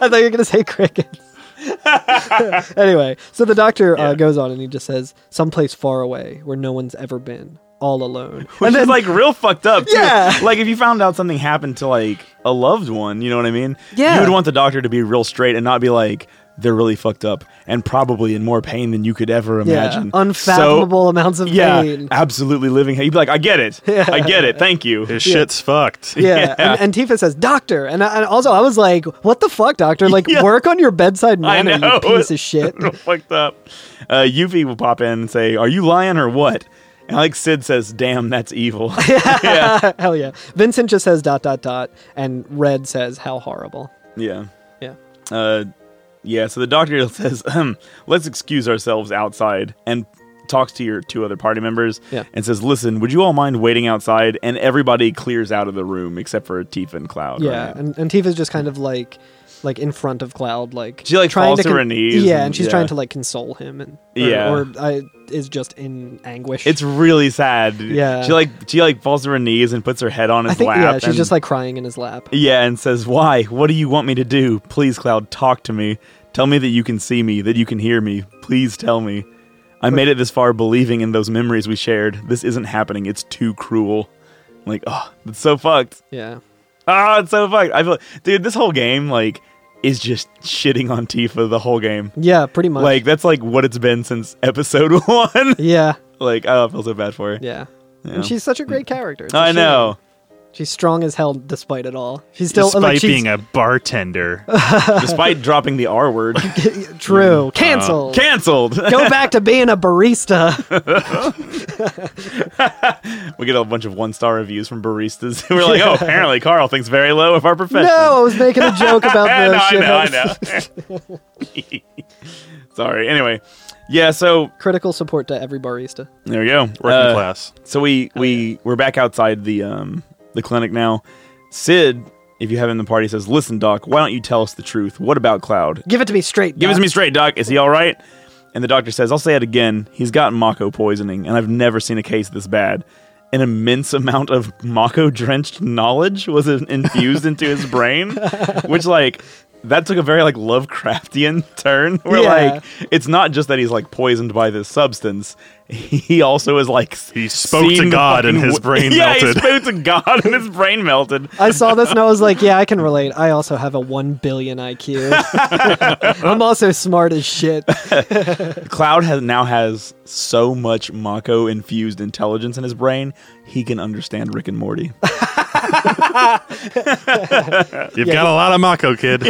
Speaker 1: thought you were going to say crickets. anyway, so the doctor uh, goes on and he just says, someplace far away where no one's ever been, all alone.
Speaker 2: Which is like real fucked up. Too.
Speaker 1: Yeah.
Speaker 2: Like if you found out something happened to like a loved one, you know what I mean?
Speaker 1: Yeah.
Speaker 2: You would want the doctor to be real straight and not be like, they're really fucked up and probably in more pain than you could ever
Speaker 1: yeah,
Speaker 2: imagine. So-
Speaker 1: unfathomable amounts of
Speaker 2: yeah.
Speaker 1: pain.
Speaker 2: Absolutely living. You'd be like, I get it. I get it. Thank you.
Speaker 3: His shit's fucked.
Speaker 1: Yeah,
Speaker 2: Yeah.
Speaker 1: And, and Tifa says, "Doctor," and, I, and also I was like, "What the fuck, doctor? Like,
Speaker 2: Yeah.
Speaker 1: work on your bedside
Speaker 2: I
Speaker 1: manner,
Speaker 2: know.
Speaker 1: you piece of shit."
Speaker 2: Real fucked up. Uh, Yuffie will pop in and say, "Are you lying or what?" And like Sid says, "Damn, that's evil." yeah,
Speaker 1: Hell yeah. Vincent just says dot dot dot, and Red says, "How horrible."
Speaker 2: yeah,
Speaker 1: Yeah.
Speaker 2: uh, yeah. So the doctor says, um, "Let's excuse ourselves outside," and talks to your two other party members
Speaker 1: Yeah.
Speaker 2: and says, "Listen, would you all mind waiting outside?" And everybody clears out of the room except for Tifa and Cloud.
Speaker 1: Yeah,
Speaker 2: right?
Speaker 1: and, and Tifa's just kind of like, like in front of Cloud, like
Speaker 2: She, like, falls to her knees
Speaker 1: Yeah,
Speaker 2: and-
Speaker 1: and, she's
Speaker 2: yeah.
Speaker 1: trying to like console him, and or,
Speaker 2: Yeah.
Speaker 1: or I, is just in anguish.
Speaker 2: It's really sad.
Speaker 1: Yeah.
Speaker 2: She like she like falls to her knees and puts her head on his
Speaker 1: I think
Speaker 2: lap.
Speaker 1: yeah, she's
Speaker 2: and-
Speaker 1: just like crying in his lap.
Speaker 2: Yeah, and says, Why? What do you want me to do? Please, Cloud, talk to me. Tell me that you can see me, that you can hear me. Please tell me. I made it this far believing in those memories we shared. This isn't happening. It's too cruel. Like, oh, it's so fucked.
Speaker 1: Yeah,
Speaker 2: Ah, it's so fucked. I feel, dude, this whole game, like, is just shitting on Tifa the whole game.
Speaker 1: yeah, pretty much.
Speaker 2: Like, that's like what it's been since episode one.
Speaker 1: yeah,
Speaker 2: like, oh, I feel so bad for her.
Speaker 1: yeah.
Speaker 2: Yeah.
Speaker 1: And she's such a great character. It's a
Speaker 2: I
Speaker 1: shame.
Speaker 2: know.
Speaker 1: She's strong as hell despite it all. She's still
Speaker 3: Despite
Speaker 1: like, she's,
Speaker 3: being a bartender,
Speaker 2: Despite dropping the R word, Mm.
Speaker 1: true.
Speaker 2: Uh,
Speaker 1: Cancel.
Speaker 2: canceled.
Speaker 1: Go back to being a barista.
Speaker 2: We get a bunch of one star reviews from baristas. We're like, oh, apparently Carl thinks very low of our profession.
Speaker 1: no, I was making a joke about
Speaker 2: Eh,
Speaker 1: the
Speaker 2: no, I
Speaker 1: shit
Speaker 2: know, I know. Sorry. Anyway, yeah. So
Speaker 1: critical support to every barista.
Speaker 2: there we go.
Speaker 3: working
Speaker 2: Uh,
Speaker 3: class.
Speaker 2: So we we we're back outside the um the clinic now. Sid, if you have him in the party, says, "Listen, Doc, why don't you tell us the truth? What about Cloud?
Speaker 1: Give it to me straight.
Speaker 2: Give it
Speaker 1: Doc.
Speaker 2: to me straight, Doc. Is he all right? And the doctor says, I'll say it again. He's got Mako poisoning, and I've never seen a case this bad. An immense amount of Mako drenched knowledge was in- infused into his brain, which, like, that took a very, like, Lovecraftian turn where,
Speaker 1: Yeah.
Speaker 2: like, it's not just that he's, like, poisoned by this substance. He also is, like,
Speaker 3: He spoke to
Speaker 2: seen the
Speaker 3: God and
Speaker 2: fucking
Speaker 3: his
Speaker 2: wo-
Speaker 3: brain
Speaker 2: yeah,
Speaker 3: melted.
Speaker 2: he spoke to God and his brain melted.
Speaker 1: I saw this and I was like, yeah, I can relate. I also have a 1 billion IQ. I'm also smart as shit.
Speaker 2: Cloud has now has so much Mako infused intelligence in his brain, he can understand Rick and Morty.
Speaker 3: You've got a lot of Mako, kid.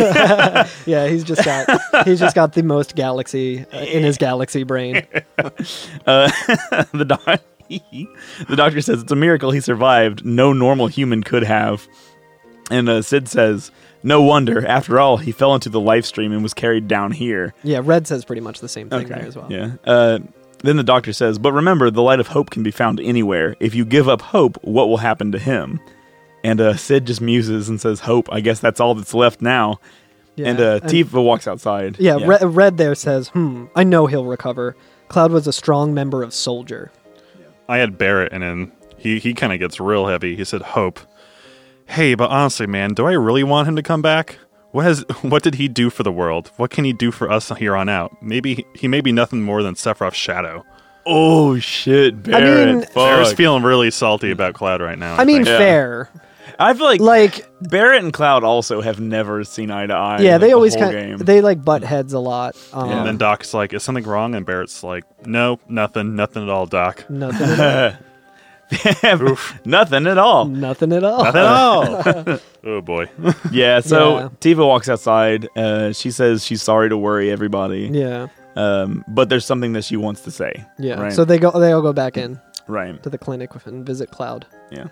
Speaker 1: Yeah, he's just got he's just got the most galaxy uh, in his galaxy brain.
Speaker 2: the doc- the doctor says it's a miracle he survived. No normal human could have. And uh, Sid says, "No wonder. After all, he fell into the live stream and was carried down here."
Speaker 1: Yeah, Red says pretty much the same thing there as well.
Speaker 2: Yeah. Uh, then the doctor says, "But remember, the light of hope can be found anywhere. If you give up hope, what will happen to him?" And uh, Sid just muses and says, "Hope. I guess that's all that's left now."
Speaker 1: Yeah,
Speaker 2: and uh, Tifa walks outside.
Speaker 1: Yeah, Red, Red there says, "Hmm, I know he'll recover." Cloud was a strong member of Soldier.
Speaker 3: I had Barrett, and then he he kind of gets real heavy. He said, "Hope, hey, but honestly, man, do I really want him to come back? What has what did he do for the world? What can he do for us here on out? Maybe he may be nothing more than Sephiroth's shadow."
Speaker 2: Oh shit, Barrett.
Speaker 1: mean-
Speaker 2: fuck.
Speaker 3: Barrett's feeling really salty about Cloud right now.
Speaker 1: I mean,
Speaker 3: think.
Speaker 2: Yeah.
Speaker 1: fair.
Speaker 2: I feel like,
Speaker 1: Like
Speaker 2: Barrett and Cloud also have never seen eye to eye.
Speaker 1: yeah,
Speaker 2: like,
Speaker 1: they
Speaker 2: the
Speaker 1: always
Speaker 2: whole
Speaker 1: kind
Speaker 2: game.
Speaker 1: they like butt heads a lot. Um,
Speaker 3: And then Doc's like, "Is something wrong?" And Barrett's like, "No, nothing, nothing at all, Doc."
Speaker 1: nothing,
Speaker 2: nothing at all.
Speaker 1: nothing at all.
Speaker 3: Nothing at all. oh boy.
Speaker 2: Yeah. So
Speaker 1: Yeah.
Speaker 2: Tiva walks outside. Uh, she says she's sorry to worry everybody.
Speaker 1: Yeah,
Speaker 2: Um, but there's something that she wants to say.
Speaker 1: yeah.
Speaker 2: Right.
Speaker 1: So they go, they all go back in
Speaker 2: right.
Speaker 1: to the clinic and visit Cloud.
Speaker 2: Yeah.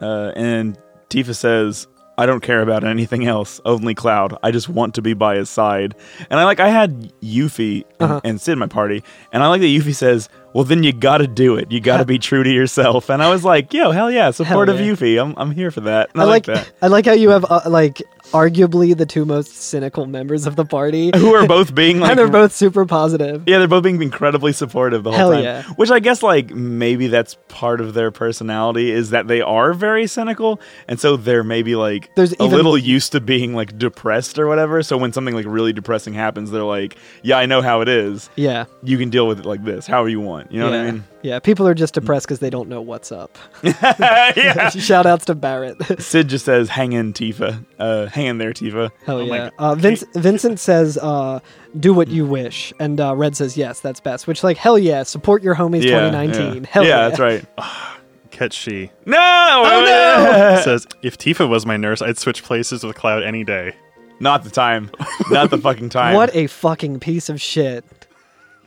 Speaker 2: Uh, and Tifa says, I don't care about anything else, only Cloud. I just want to be by his side. And I like, I had Yuffie and,
Speaker 1: Uh-huh.
Speaker 2: and Sid in my party, and I like that Yuffie says, Well, then you gotta do it. You gotta be true to yourself. And I was like, Yo, hell yeah, supportive
Speaker 1: yeah.
Speaker 2: Yuffie. I'm, I'm here for that. And
Speaker 1: I,
Speaker 2: I,
Speaker 1: like,
Speaker 2: that.
Speaker 1: I like how you have uh, like arguably the two most cynical members of the party,
Speaker 2: Who are both being like,
Speaker 1: and they're both super positive.
Speaker 2: yeah, they're both being incredibly supportive the whole
Speaker 1: Hell
Speaker 2: time.
Speaker 1: yeah.
Speaker 2: Which I guess, like, maybe that's part of their personality is that they are very cynical. And so they're maybe, like,
Speaker 1: There's
Speaker 2: a
Speaker 1: even-
Speaker 2: little used to being, like, depressed or whatever. So when something, like, really depressing happens, they're like, yeah, I know how it is.
Speaker 1: Yeah.
Speaker 2: You can deal with it like this, however you want. You know
Speaker 1: yeah.
Speaker 2: what I mean?
Speaker 1: Yeah, people are just depressed because they don't know what's up.
Speaker 2: yeah.
Speaker 1: Shout outs to Barrett.
Speaker 2: Sid just says, hang in, Tifa. Uh, hang in there, Tifa.
Speaker 1: Hell
Speaker 2: I'm
Speaker 1: yeah.
Speaker 2: like,
Speaker 1: Uh, Vince, Vincent says, uh, do what you wish. And uh, Red says, yes, that's best. Which, like, hell yeah, support your homies
Speaker 2: yeah,
Speaker 1: 2019.
Speaker 2: Yeah.
Speaker 1: Hell yeah.
Speaker 2: yeah, that's right.
Speaker 3: Ketchi
Speaker 2: No! Oh, no!
Speaker 3: says, "If Tifa was my nurse, I'd switch places with Cloud any day."
Speaker 2: Not the time. Not the fucking time.
Speaker 1: What a fucking piece of shit.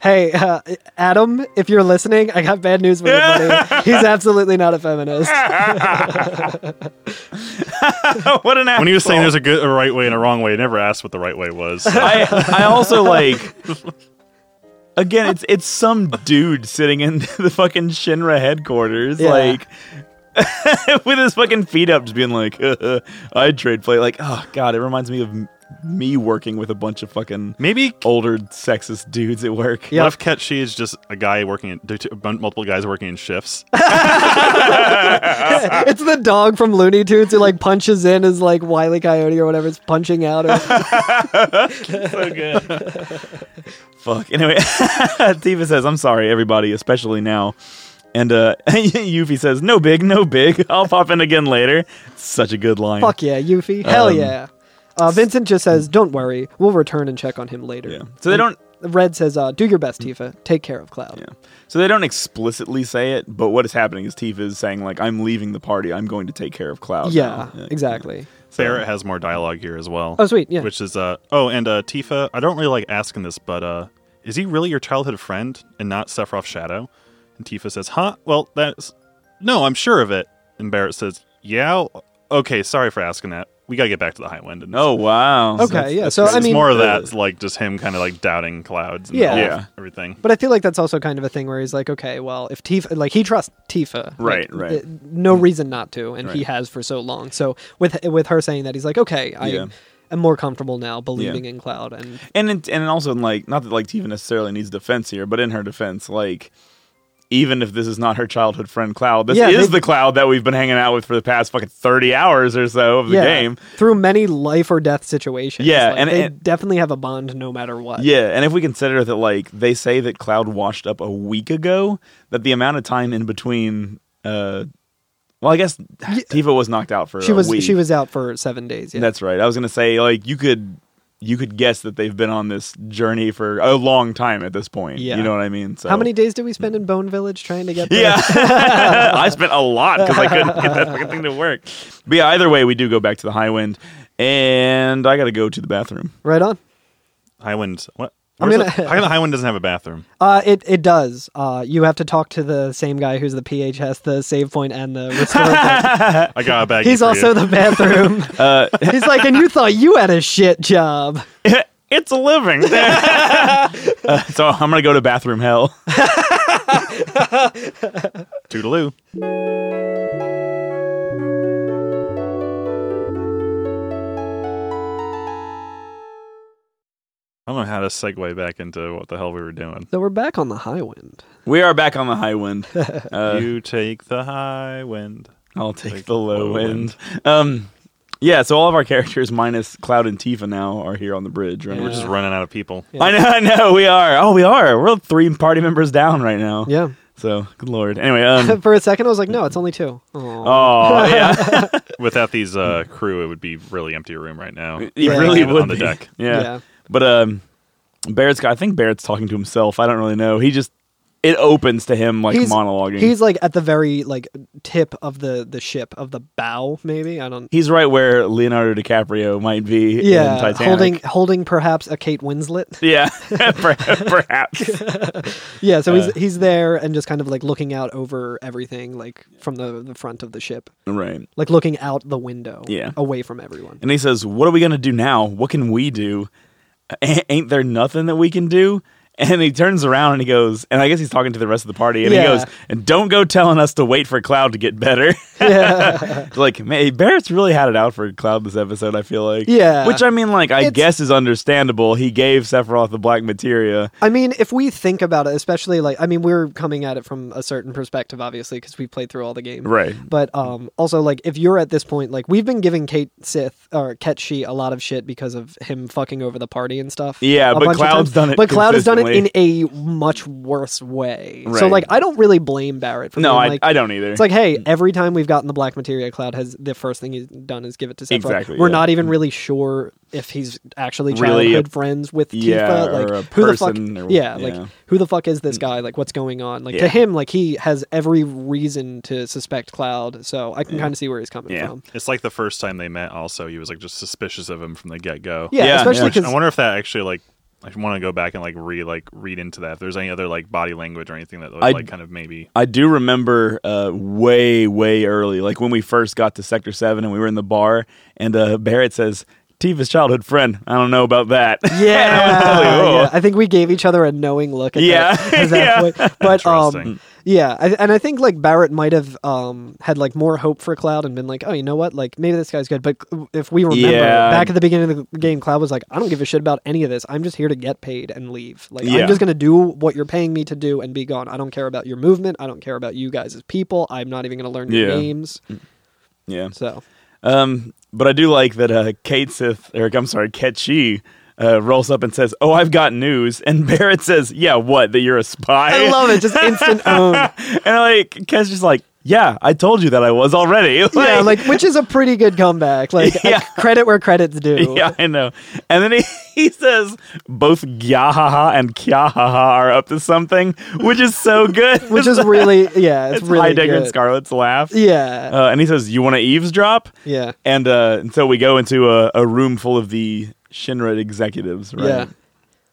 Speaker 1: Hey, uh, Adam, if you're listening, I got bad news for you, buddy. He's absolutely not a feminist.
Speaker 2: what an
Speaker 3: When he was saying
Speaker 2: asshole.
Speaker 3: there's a good, a right way, and a wrong way, he never asked what the right way was.
Speaker 2: I I also like again it's it's some dude sitting in the fucking Shinra headquarters
Speaker 1: Yeah.
Speaker 2: like with his fucking feet up just being like I'd trade play like oh god it reminds me of m- me working with a bunch of fucking
Speaker 3: Maybe
Speaker 2: older sexist dudes at work.
Speaker 1: Yeah.
Speaker 3: What if Ketchi is just a guy working, in, two- multiple guys working in shifts?
Speaker 1: it's the dog from Looney Tunes who, like, punches in as, like, Wiley Coyote or whatever is punching out. Or,
Speaker 2: so good. Fuck. Anyway, Tifa says, I'm sorry, everybody, especially now. And uh, Yuffie says, No big, no big. I'll pop in again later. Such a good line.
Speaker 1: Fuck yeah, Yuffie. Hell
Speaker 2: Um,
Speaker 1: yeah. Uh, Vincent just says, don't worry. We'll return and check on him later.
Speaker 2: Yeah. So they don't.
Speaker 1: Red says, uh, "Do your best, Tifa. Take care of Cloud."
Speaker 2: Yeah. So they don't explicitly say it, but what is happening is Tifa is saying like, "I'm leaving the party. I'm going to take care of Cloud."
Speaker 1: Yeah,
Speaker 2: now." Yeah.
Speaker 1: exactly.
Speaker 3: Barrett has more dialogue here as well.
Speaker 1: Oh, sweet, yeah.
Speaker 3: Which is uh oh, and uh Tifa. I don't really like asking this, but uh, is he really your childhood friend and not Sephiroth Shadow? And Tifa says, "Huh? Well, that's no. I'm sure of it." And Barrett says, "Yeah. Okay. Sorry for asking that. We gotta get back to the Highland." And
Speaker 2: Oh wow.
Speaker 1: Okay, yeah. So
Speaker 3: it's,
Speaker 1: I
Speaker 3: it's
Speaker 1: mean,
Speaker 3: more of that, it's like just him kind of like doubting clouds. And
Speaker 1: Yeah.
Speaker 3: all-
Speaker 2: Yeah.
Speaker 3: Everything.
Speaker 1: but I feel like that's also kind of a thing where he's like, "Okay, well, if Tifa, like he trusts Tifa, like,
Speaker 2: Right, right. Mm.
Speaker 1: th- no reason not to, and he has for so long." So with with her saying that, he's like, "Okay, I
Speaker 2: Yeah.
Speaker 1: am more comfortable now believing in Cloud." And
Speaker 2: and it, and also like not that like Tifa necessarily needs defense here, but in her defense, like even if this is not her childhood friend Cloud, this
Speaker 1: Yeah,
Speaker 2: is
Speaker 1: they-
Speaker 2: the Cloud that we've been hanging out with for the past fucking thirty hours or so of the
Speaker 1: yeah,
Speaker 2: game.
Speaker 1: through many life or death situations,
Speaker 2: Yeah,
Speaker 1: like,
Speaker 2: and-
Speaker 1: they
Speaker 2: and-
Speaker 1: definitely have a bond no matter what.
Speaker 2: Yeah, and if we consider that like they say that Cloud washed up a week ago, that the amount of time in between, uh, well, I guess Tifa was knocked out for
Speaker 1: she
Speaker 2: a
Speaker 1: was
Speaker 2: week.
Speaker 1: she was out for seven days. Yeah,
Speaker 2: That's right. I was gonna say like you could you could guess that they've been on this journey for a long time at this point.
Speaker 1: Yeah.
Speaker 2: You know what I mean? So
Speaker 1: how many days did we spend in Bone Village trying to get there?
Speaker 2: Yeah, I spent a lot because I couldn't get that fucking thing to work. But yeah, either way, we do go back to the high wind, and I got to go to the bathroom.
Speaker 1: right on.
Speaker 3: Highwind. What?
Speaker 1: I'm
Speaker 3: Where's
Speaker 1: gonna-
Speaker 3: the- how come the Highwind doesn't have a bathroom?
Speaker 1: Uh, it it does. Uh, you have to talk to the same guy who's the PH has the save point and the restore. point.
Speaker 3: I got a bag.
Speaker 1: He's
Speaker 3: for
Speaker 1: also
Speaker 3: you.
Speaker 1: the bathroom.
Speaker 2: Uh,
Speaker 1: He's like, and you thought you had a shit job.
Speaker 2: it's a living. Uh, so I'm gonna go to bathroom hell.
Speaker 3: Toodaloo. I don't know how to segue back into what the hell we were doing.
Speaker 1: So we're back on the high wind.
Speaker 2: We are back on the high wind. Uh,
Speaker 3: you take the high wind.
Speaker 2: I'll take
Speaker 3: Like
Speaker 2: the low
Speaker 3: low
Speaker 2: wind. Um, yeah. So all of our characters minus Cloud and Tifa now are here on the bridge. Right.
Speaker 1: Yeah.
Speaker 3: We're just running out of people.
Speaker 1: Yeah.
Speaker 2: I know. I know. We are. Oh, we are. We're three party members down right now.
Speaker 1: Yeah.
Speaker 2: So good lord. Anyway, um,
Speaker 1: For a second, I was like, no, it's only two. Aw.
Speaker 2: oh yeah,
Speaker 3: Without these uh, crew, it would be really empty room right now.
Speaker 2: it
Speaker 1: Yeah.
Speaker 2: really
Speaker 3: Even
Speaker 2: would
Speaker 3: on the
Speaker 2: be.
Speaker 3: deck.
Speaker 2: Yeah.
Speaker 1: Yeah.
Speaker 2: but um, Barrett's got. I think Barrett's talking to himself. I don't really know. He just it opens to him like monologuing.
Speaker 1: He's like at the very like tip of the the ship of the bow, maybe. I don't.
Speaker 2: He's right where Leonardo DiCaprio might be in
Speaker 1: Yeah,
Speaker 2: Titanic.
Speaker 1: holding holding perhaps a Kate Winslet.
Speaker 2: Yeah, per- perhaps.
Speaker 1: Yeah, so
Speaker 2: Uh,
Speaker 1: he's he's there and just kind of like looking out over everything, like from the the front of the ship,
Speaker 2: right.
Speaker 1: like looking out the window,
Speaker 2: Yeah.
Speaker 1: away from everyone.
Speaker 2: And he says, "What are we gonna do now? What can we do? A- ain't there nothing that we can do?" And he turns around and he goes, and I guess he's talking to the rest of the party, and
Speaker 1: Yeah.
Speaker 2: he goes, "And don't go telling us to wait for Cloud to get better."
Speaker 1: yeah,
Speaker 2: like, man, Barrett's really had it out for Cloud this episode. I feel like,
Speaker 1: Yeah.
Speaker 2: which I mean, like, I
Speaker 1: It's-
Speaker 2: guess is understandable. He gave Sephiroth the Black Materia.
Speaker 1: I mean, if we think about it, especially like I mean, we're coming at it from a certain perspective, obviously, because we played through all the games,
Speaker 2: Right.
Speaker 1: But um, also like if you're at this point, like we've been giving Kate Sith or Ketchi a lot of shit because of him fucking over the party and stuff.
Speaker 2: Yeah,
Speaker 1: a
Speaker 2: but
Speaker 1: bunch of
Speaker 2: Cloud's
Speaker 1: times.
Speaker 2: done it
Speaker 1: But Cloud has done it in
Speaker 2: consistently.
Speaker 1: a much worse way. So
Speaker 2: Right.
Speaker 1: like I don't really blame Barrett for
Speaker 2: No,
Speaker 1: being
Speaker 2: I,
Speaker 1: like,
Speaker 2: I don't either.
Speaker 1: It's like, hey, every time we've gotten the black materia, Cloud has the first thing he's done is give it to Sephiroth.
Speaker 2: Exactly,
Speaker 1: We're
Speaker 2: yeah.
Speaker 1: not even really sure if he's actually childhood
Speaker 2: Really a-
Speaker 1: friends with Tifa.
Speaker 2: Yeah,
Speaker 1: like
Speaker 2: or a
Speaker 1: who the fuck?
Speaker 2: person or-
Speaker 1: yeah, like
Speaker 2: yeah. Mm.
Speaker 1: who the fuck is this guy? Like what's going on? Like
Speaker 2: Yeah.
Speaker 1: to him, like he has every reason to suspect Cloud. So I can kind of see where he's coming
Speaker 2: Yeah.
Speaker 1: from.
Speaker 3: It's like the first time they met. Also, he was like just suspicious of him from the get go.
Speaker 1: Yeah,
Speaker 2: Yeah,
Speaker 1: especially
Speaker 2: yeah.
Speaker 1: because
Speaker 3: I wonder if that actually like I want to go back and like re like read into that. If there's any other like body language or anything that
Speaker 2: I-
Speaker 3: like kind of maybe
Speaker 2: I do remember uh, way, way early, like when we first got to Sector 7 and we were in the bar, and uh, Barrett says, Tifa's childhood friend. I don't know about that.
Speaker 1: Yeah,
Speaker 2: like, "Whoa."
Speaker 1: yeah. I think we gave each other a knowing look. At
Speaker 2: Yeah.
Speaker 1: that, at that point. but um,
Speaker 3: Interesting.
Speaker 1: yeah, I, and I think like Barrett might have um had like more hope for Cloud and been like, oh, you know what, like maybe this guy's good. But if we remember
Speaker 2: Yeah.
Speaker 1: back at the beginning of the game, Cloud was like, I don't give a shit about any of this. I'm just here to get paid and leave. Like
Speaker 2: Yeah.
Speaker 1: I'm just gonna do what you're paying me to do and be gone. I don't care about your movement. I don't care about you guys as people. I'm not even gonna learn your
Speaker 2: Yeah.
Speaker 1: names.
Speaker 2: yeah.
Speaker 1: So
Speaker 2: Um, but I do like that uh, Kate Sith, or I'm sorry, Ketchi, uh, rolls up and says, Oh, I've got news. And Barrett says, Yeah, what? That you're a spy?
Speaker 1: I love it. Just instant own.
Speaker 2: and like, Ket's just like, Yeah, I told you that I was already.
Speaker 1: Yeah, like which is a pretty good comeback. Like
Speaker 2: Yeah.
Speaker 1: credit where credit's due.
Speaker 2: Yeah, I know. And then he, he says both Gyahaha and Kyahaha are up to something, which is so good.
Speaker 1: which is really yeah, it's,
Speaker 2: it's
Speaker 1: really
Speaker 2: Heidegger and
Speaker 1: good.
Speaker 2: Scarlet's laugh.
Speaker 1: Yeah,
Speaker 2: Uh, and he says, "You want to eavesdrop?"
Speaker 1: yeah,
Speaker 2: And, uh, and so we go into a, a room full of the Shinra executives. Oh, Right?
Speaker 1: yeah.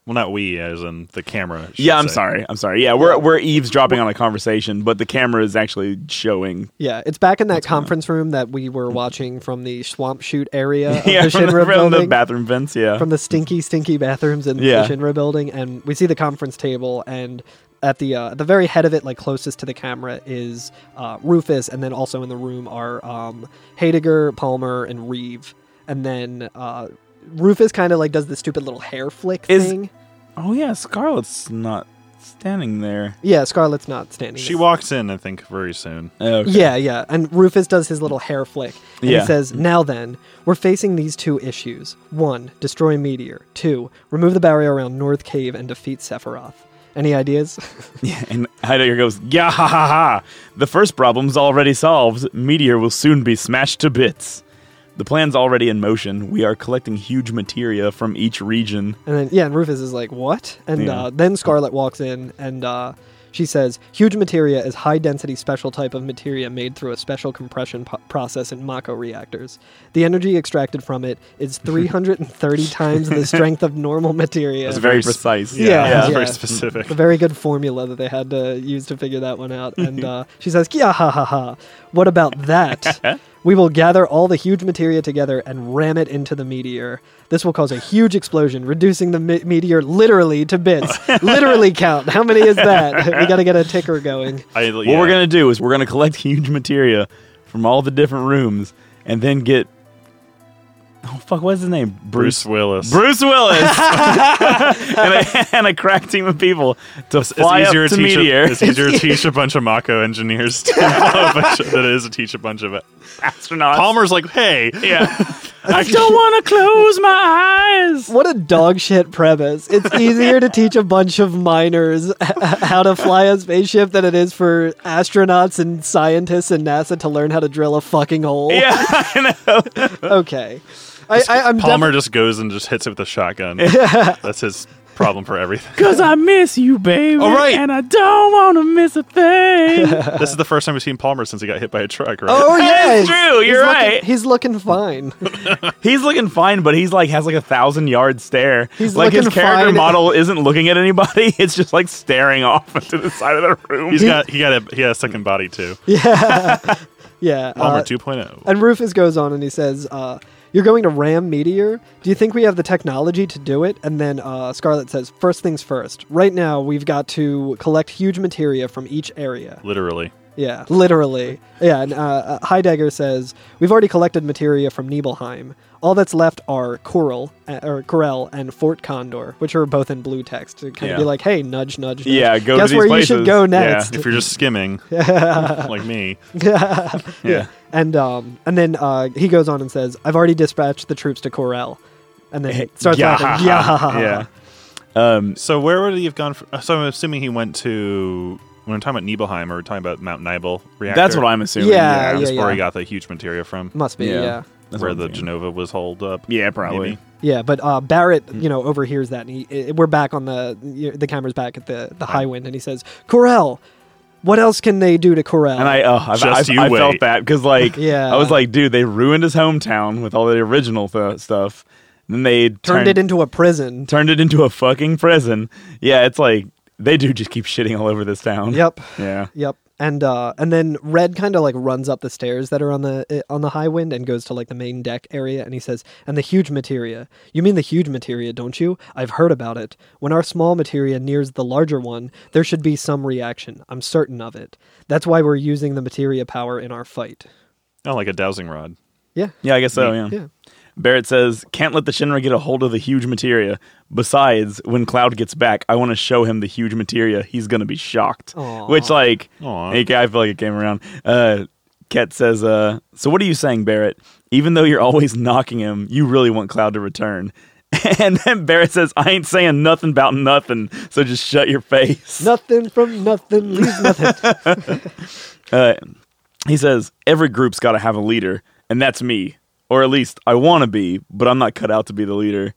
Speaker 3: well not we as in the camera. should
Speaker 2: Yeah, I'm
Speaker 3: say.
Speaker 2: sorry. I'm sorry. Yeah, we're we're eavesdropping on a conversation, but the camera is actually showing.
Speaker 1: Yeah, it's back in that conference room that we were watching from the swamp shoot area of
Speaker 2: yeah,
Speaker 1: the
Speaker 2: from,
Speaker 1: Shinra
Speaker 2: the, from the
Speaker 1: building,
Speaker 2: bathroom vents. Yeah,
Speaker 1: from the stinky, stinky bathrooms in
Speaker 2: Yeah.
Speaker 1: the Shinra building, and we see the conference table, and at the uh, at the very head of it, like closest to the camera, is uh, Rufus, and then also in the room are um, Heidegger, Palmer, and Reeve, and then uh, Rufus kind of like does this stupid little hair flick
Speaker 2: Is-
Speaker 1: thing.
Speaker 2: oh yeah, Scarlet's not standing there.
Speaker 1: Yeah, Scarlett's not standing.
Speaker 3: She
Speaker 1: there.
Speaker 3: walks in, I think, very soon.
Speaker 2: Okay.
Speaker 1: Yeah, yeah. And Rufus does his little hair flick. And
Speaker 2: Yeah.
Speaker 1: he says, Now then, we're facing these two issues. One, destroy Meteor. Two, remove the barrier around North Cave and defeat Sephiroth. Any ideas?
Speaker 2: And Heidegger goes, yeah, ha, ha, ha. The first problem's already solved. Meteor will soon be smashed to bits. The plan's already in motion. We are collecting huge materia from each region.
Speaker 1: and then, yeah, and Rufus is like, What? And
Speaker 2: Yeah.
Speaker 1: uh, then Scarlet walks in and uh, she says, Huge materia is high density special type of materia made through a special compression po- process in Mako reactors. The energy extracted from it is 330 times the strength of normal materia.
Speaker 2: That's very
Speaker 3: Very s-
Speaker 2: precise.
Speaker 1: Yeah,
Speaker 3: that's
Speaker 1: yeah.
Speaker 3: very specific.
Speaker 1: a very good formula that they had to use to figure that one out. And uh, she says, "Yeah, ha ha ha! What about that? we will gather all the huge materia together and ram it into the meteor. This will cause a huge explosion, reducing the me- meteor literally to bits. literally count. How many is that? we got to get a ticker going.
Speaker 3: I,
Speaker 2: What we're going to do is we're going to collect huge materia from all the different rooms and then get. Oh, fuck, what's his name?
Speaker 3: Bruce Willis.
Speaker 2: Bruce Willis and, a, and a crack team of people to fly
Speaker 3: it's
Speaker 2: up
Speaker 3: easier
Speaker 2: to
Speaker 3: teach
Speaker 2: Meteor.
Speaker 3: A, it's easier to teach a bunch of Mako engineers to, than it is to teach a bunch of
Speaker 2: astronauts.
Speaker 3: Palmer's like, hey,
Speaker 2: Yeah. I don't want to close my eyes.
Speaker 1: What a dog shit premise. It's easier to teach a bunch of minors how to fly a spaceship than it is for astronauts and scientists and NASA to learn how to drill a fucking hole.
Speaker 2: Yeah, I know.
Speaker 1: Okay. I, I, I'm
Speaker 3: Palmer
Speaker 1: defi-
Speaker 3: just goes and just hits it with a shotgun. That's his problem for everything.
Speaker 4: Cause I miss you, baby.
Speaker 3: All right.
Speaker 4: And I don't want to miss a thing.
Speaker 3: This is the first time we've seen Palmer since he got hit by a truck, right?
Speaker 1: Oh,
Speaker 2: That
Speaker 1: yes.
Speaker 2: is true,
Speaker 1: He's
Speaker 2: you're
Speaker 1: looking-
Speaker 2: right.
Speaker 1: he's looking fine.
Speaker 2: He's looking fine, but he's like has like a thousand yard stare.
Speaker 1: He's
Speaker 2: like his
Speaker 1: looking
Speaker 2: character
Speaker 1: fine.
Speaker 2: model isn't looking at anybody. It's just like staring off into the side of the room.
Speaker 3: He's got he got a he has a second body too.
Speaker 1: Yeah.
Speaker 3: Palmer oh,
Speaker 1: uh,
Speaker 3: 2.0.
Speaker 1: And Rufus goes on and he says, uh, You're going to ram Meteor? Do you think we have the technology to do it? And then uh, Scarlet says, First things first. Right now, we've got to collect huge materia from each area.
Speaker 3: Literally.
Speaker 1: Yeah, literally. Yeah, and uh, uh, Heidegger says, We've already collected materia from Nibelheim. All that's left are Coral, uh, or Corel and Fort Condor, which are both in blue text. To kind
Speaker 2: Yeah.
Speaker 1: of be like, hey, nudge, nudge. nudge.
Speaker 2: Yeah, go to
Speaker 1: Guess
Speaker 2: these
Speaker 1: where you
Speaker 2: places."
Speaker 1: should go
Speaker 2: Yeah.
Speaker 1: next.
Speaker 3: If you're just skimming, like me,
Speaker 1: Yeah. And um and then uh he goes on and says, I've already dispatched the troops to Corel. And then starts
Speaker 2: Yeah.
Speaker 1: laughing. Yeah.
Speaker 2: yeah. Um,
Speaker 3: So where would he have gone? For, so I'm assuming he went to. When I'm talking about Nibelheim, or talking about Mount Nibel reactor.
Speaker 2: that's what I'm assuming.
Speaker 1: Yeah,
Speaker 2: yeah,
Speaker 3: That's
Speaker 1: yeah,
Speaker 3: where he
Speaker 1: yeah.
Speaker 3: got the huge materia from.
Speaker 1: Must be,
Speaker 2: Yeah.
Speaker 1: yeah. yeah.
Speaker 2: That's
Speaker 3: where
Speaker 2: what
Speaker 3: the
Speaker 2: I'm thinking.
Speaker 3: Genova was holed up.
Speaker 2: Yeah, probably.
Speaker 3: Maybe.
Speaker 1: but uh, Barrett,
Speaker 2: Hmm.
Speaker 1: you know, overhears that, and he, i we're back on the you the camera's back at the the high wind, and he says, "Corel, what else can they do to Corel?"
Speaker 2: And I, oh, I've,
Speaker 3: Just
Speaker 2: I've-
Speaker 3: you
Speaker 2: I felt
Speaker 3: wait.
Speaker 2: that because, like,
Speaker 1: Yeah.
Speaker 2: I was like, dude, they ruined his hometown with all the original th- stuff. Then they turned,
Speaker 1: turned it into a prison.
Speaker 2: turned it into a fucking prison. Yeah, it's like they do just keep shitting all over this town.
Speaker 1: Yep.
Speaker 2: Yeah.
Speaker 1: Yep. And uh, and then Red kind of like runs up the stairs that are on the uh, on the high wind and goes to like the main deck area and he says, "And the huge materia. You mean the huge materia, don't you? I've heard about it. When our small materia nears the larger one, there should be some reaction. I'm certain of it. That's why we're using the materia power in our fight."
Speaker 3: Oh, like a dowsing rod.
Speaker 1: Yeah.
Speaker 2: Yeah, I guess so. Yeah.
Speaker 1: Yeah.
Speaker 2: Barrett says, can't let the Shinra get a hold of the huge materia. Besides, when Cloud gets back, I want to show him the huge materia. He's going to be shocked.
Speaker 1: Aw.
Speaker 2: Which, like,
Speaker 3: Aw.
Speaker 2: it- I feel like it came around. Uh, Ket says, uh, so what are you saying, Barrett? Even though you're always knocking him, you really want Cloud to return. And then Barrett says, I ain't saying nothing about nothing, so just shut your face.
Speaker 1: Nothing from nothing leaves nothing.
Speaker 2: Uh, he says, every group's got to have a leader, and that's me. Or at least I want to be, but I'm not cut out to be the leader.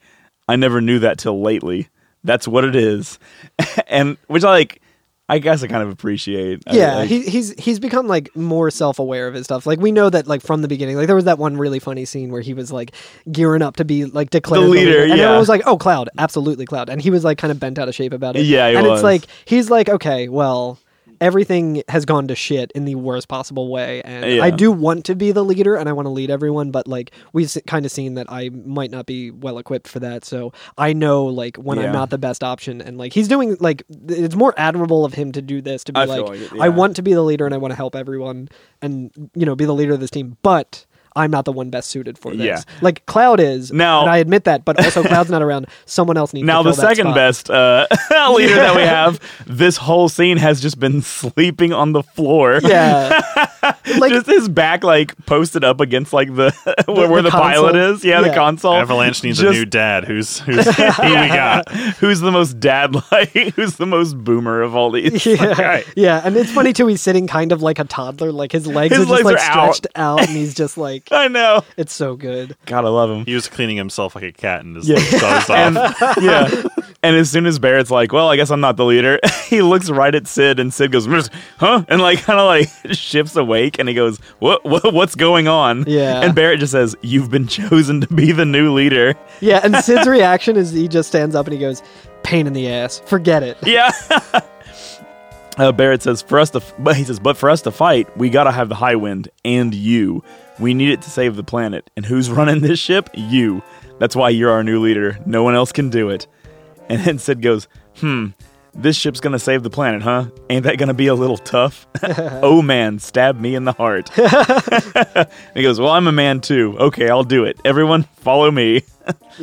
Speaker 2: I never knew that till lately. That's what it is. and which I like, I guess I kind of appreciate. I-
Speaker 1: yeah,
Speaker 2: I-
Speaker 1: he, he's he's become like more self-aware of his stuff. Like we know that like from the beginning. Like there was that one really funny scene where he was like gearing up to be like declared
Speaker 2: The leader,
Speaker 1: and
Speaker 2: yeah.
Speaker 1: everyone was like, "Oh, Cloud, absolutely Cloud," and he was like kind of bent out of shape about it.
Speaker 2: Yeah, he
Speaker 1: and
Speaker 2: was.
Speaker 1: it's like he's like, "Okay, well." Everything has gone to shit in the worst possible way, and
Speaker 2: Yeah.
Speaker 1: I do want to be the leader and I want to lead everyone, but like we've kind of seen that I might not be well equipped for that, so I know like when
Speaker 2: Yeah.
Speaker 1: I'm not the best option, and like he's doing like th- it's more admirable of him to do this to be
Speaker 2: I feel
Speaker 1: like,
Speaker 2: like it,
Speaker 1: I
Speaker 2: yeah.
Speaker 1: want to be the leader and I want to help everyone and you know be the leader of this team, but I'm not the one best suited for this.
Speaker 2: Yeah.
Speaker 1: Like Cloud is,
Speaker 2: Now-
Speaker 1: and I admit that, but also Cloud's not around. Someone else needs
Speaker 2: now
Speaker 1: to
Speaker 2: the
Speaker 1: fill that
Speaker 2: second
Speaker 1: spot.
Speaker 2: best uh, leader that we have. This whole scene has just been sleeping on the floor.
Speaker 1: Yeah, like
Speaker 2: just his back like posted up against like the where, where the,
Speaker 1: the
Speaker 2: pilot
Speaker 1: console.
Speaker 2: is. Yeah, the
Speaker 1: Yeah.
Speaker 2: console.
Speaker 3: Avalanche needs a
Speaker 2: Just-
Speaker 3: new dad. Who's who's who we got?
Speaker 2: who's the most dad like who's the most boomer of all these
Speaker 1: yeah,
Speaker 2: Like, I-
Speaker 1: yeah, and it's funny too. He's sitting kind of like a toddler. Like his legs
Speaker 2: His
Speaker 1: are just
Speaker 2: legs
Speaker 1: like
Speaker 2: are out.
Speaker 1: stretched out. and he's just like,
Speaker 2: I, know
Speaker 1: it's so good.
Speaker 2: god i love him
Speaker 3: He was cleaning himself like a cat and just
Speaker 2: Yeah.
Speaker 3: dozed
Speaker 2: and
Speaker 3: off.
Speaker 2: yeah and as soon as barrett's like well i guess i'm not the leader he looks right at sid and sid goes "Mrz, huh and like kind of like shifts awake and he goes what, what what's going on
Speaker 1: Yeah.
Speaker 2: and barrett just says you've been chosen to be the new leader
Speaker 1: Yeah, and Sid's reaction is he just stands up and he goes, "Pain in the ass. Forget it."
Speaker 2: Yeah. uh, Barrett says for us to, f- but he says, but for us to fight, we gotta have the high wind and you. We need it to save the planet. And who's running this ship? You. That's why you're our new leader. No one else can do it. And then Sid goes, hmm. This ship's gonna save the planet, huh? Ain't that gonna be a little tough? oh man, stab me in the heart. and he goes, Well, I'm a man too. Okay, I'll do it. Everyone, follow me.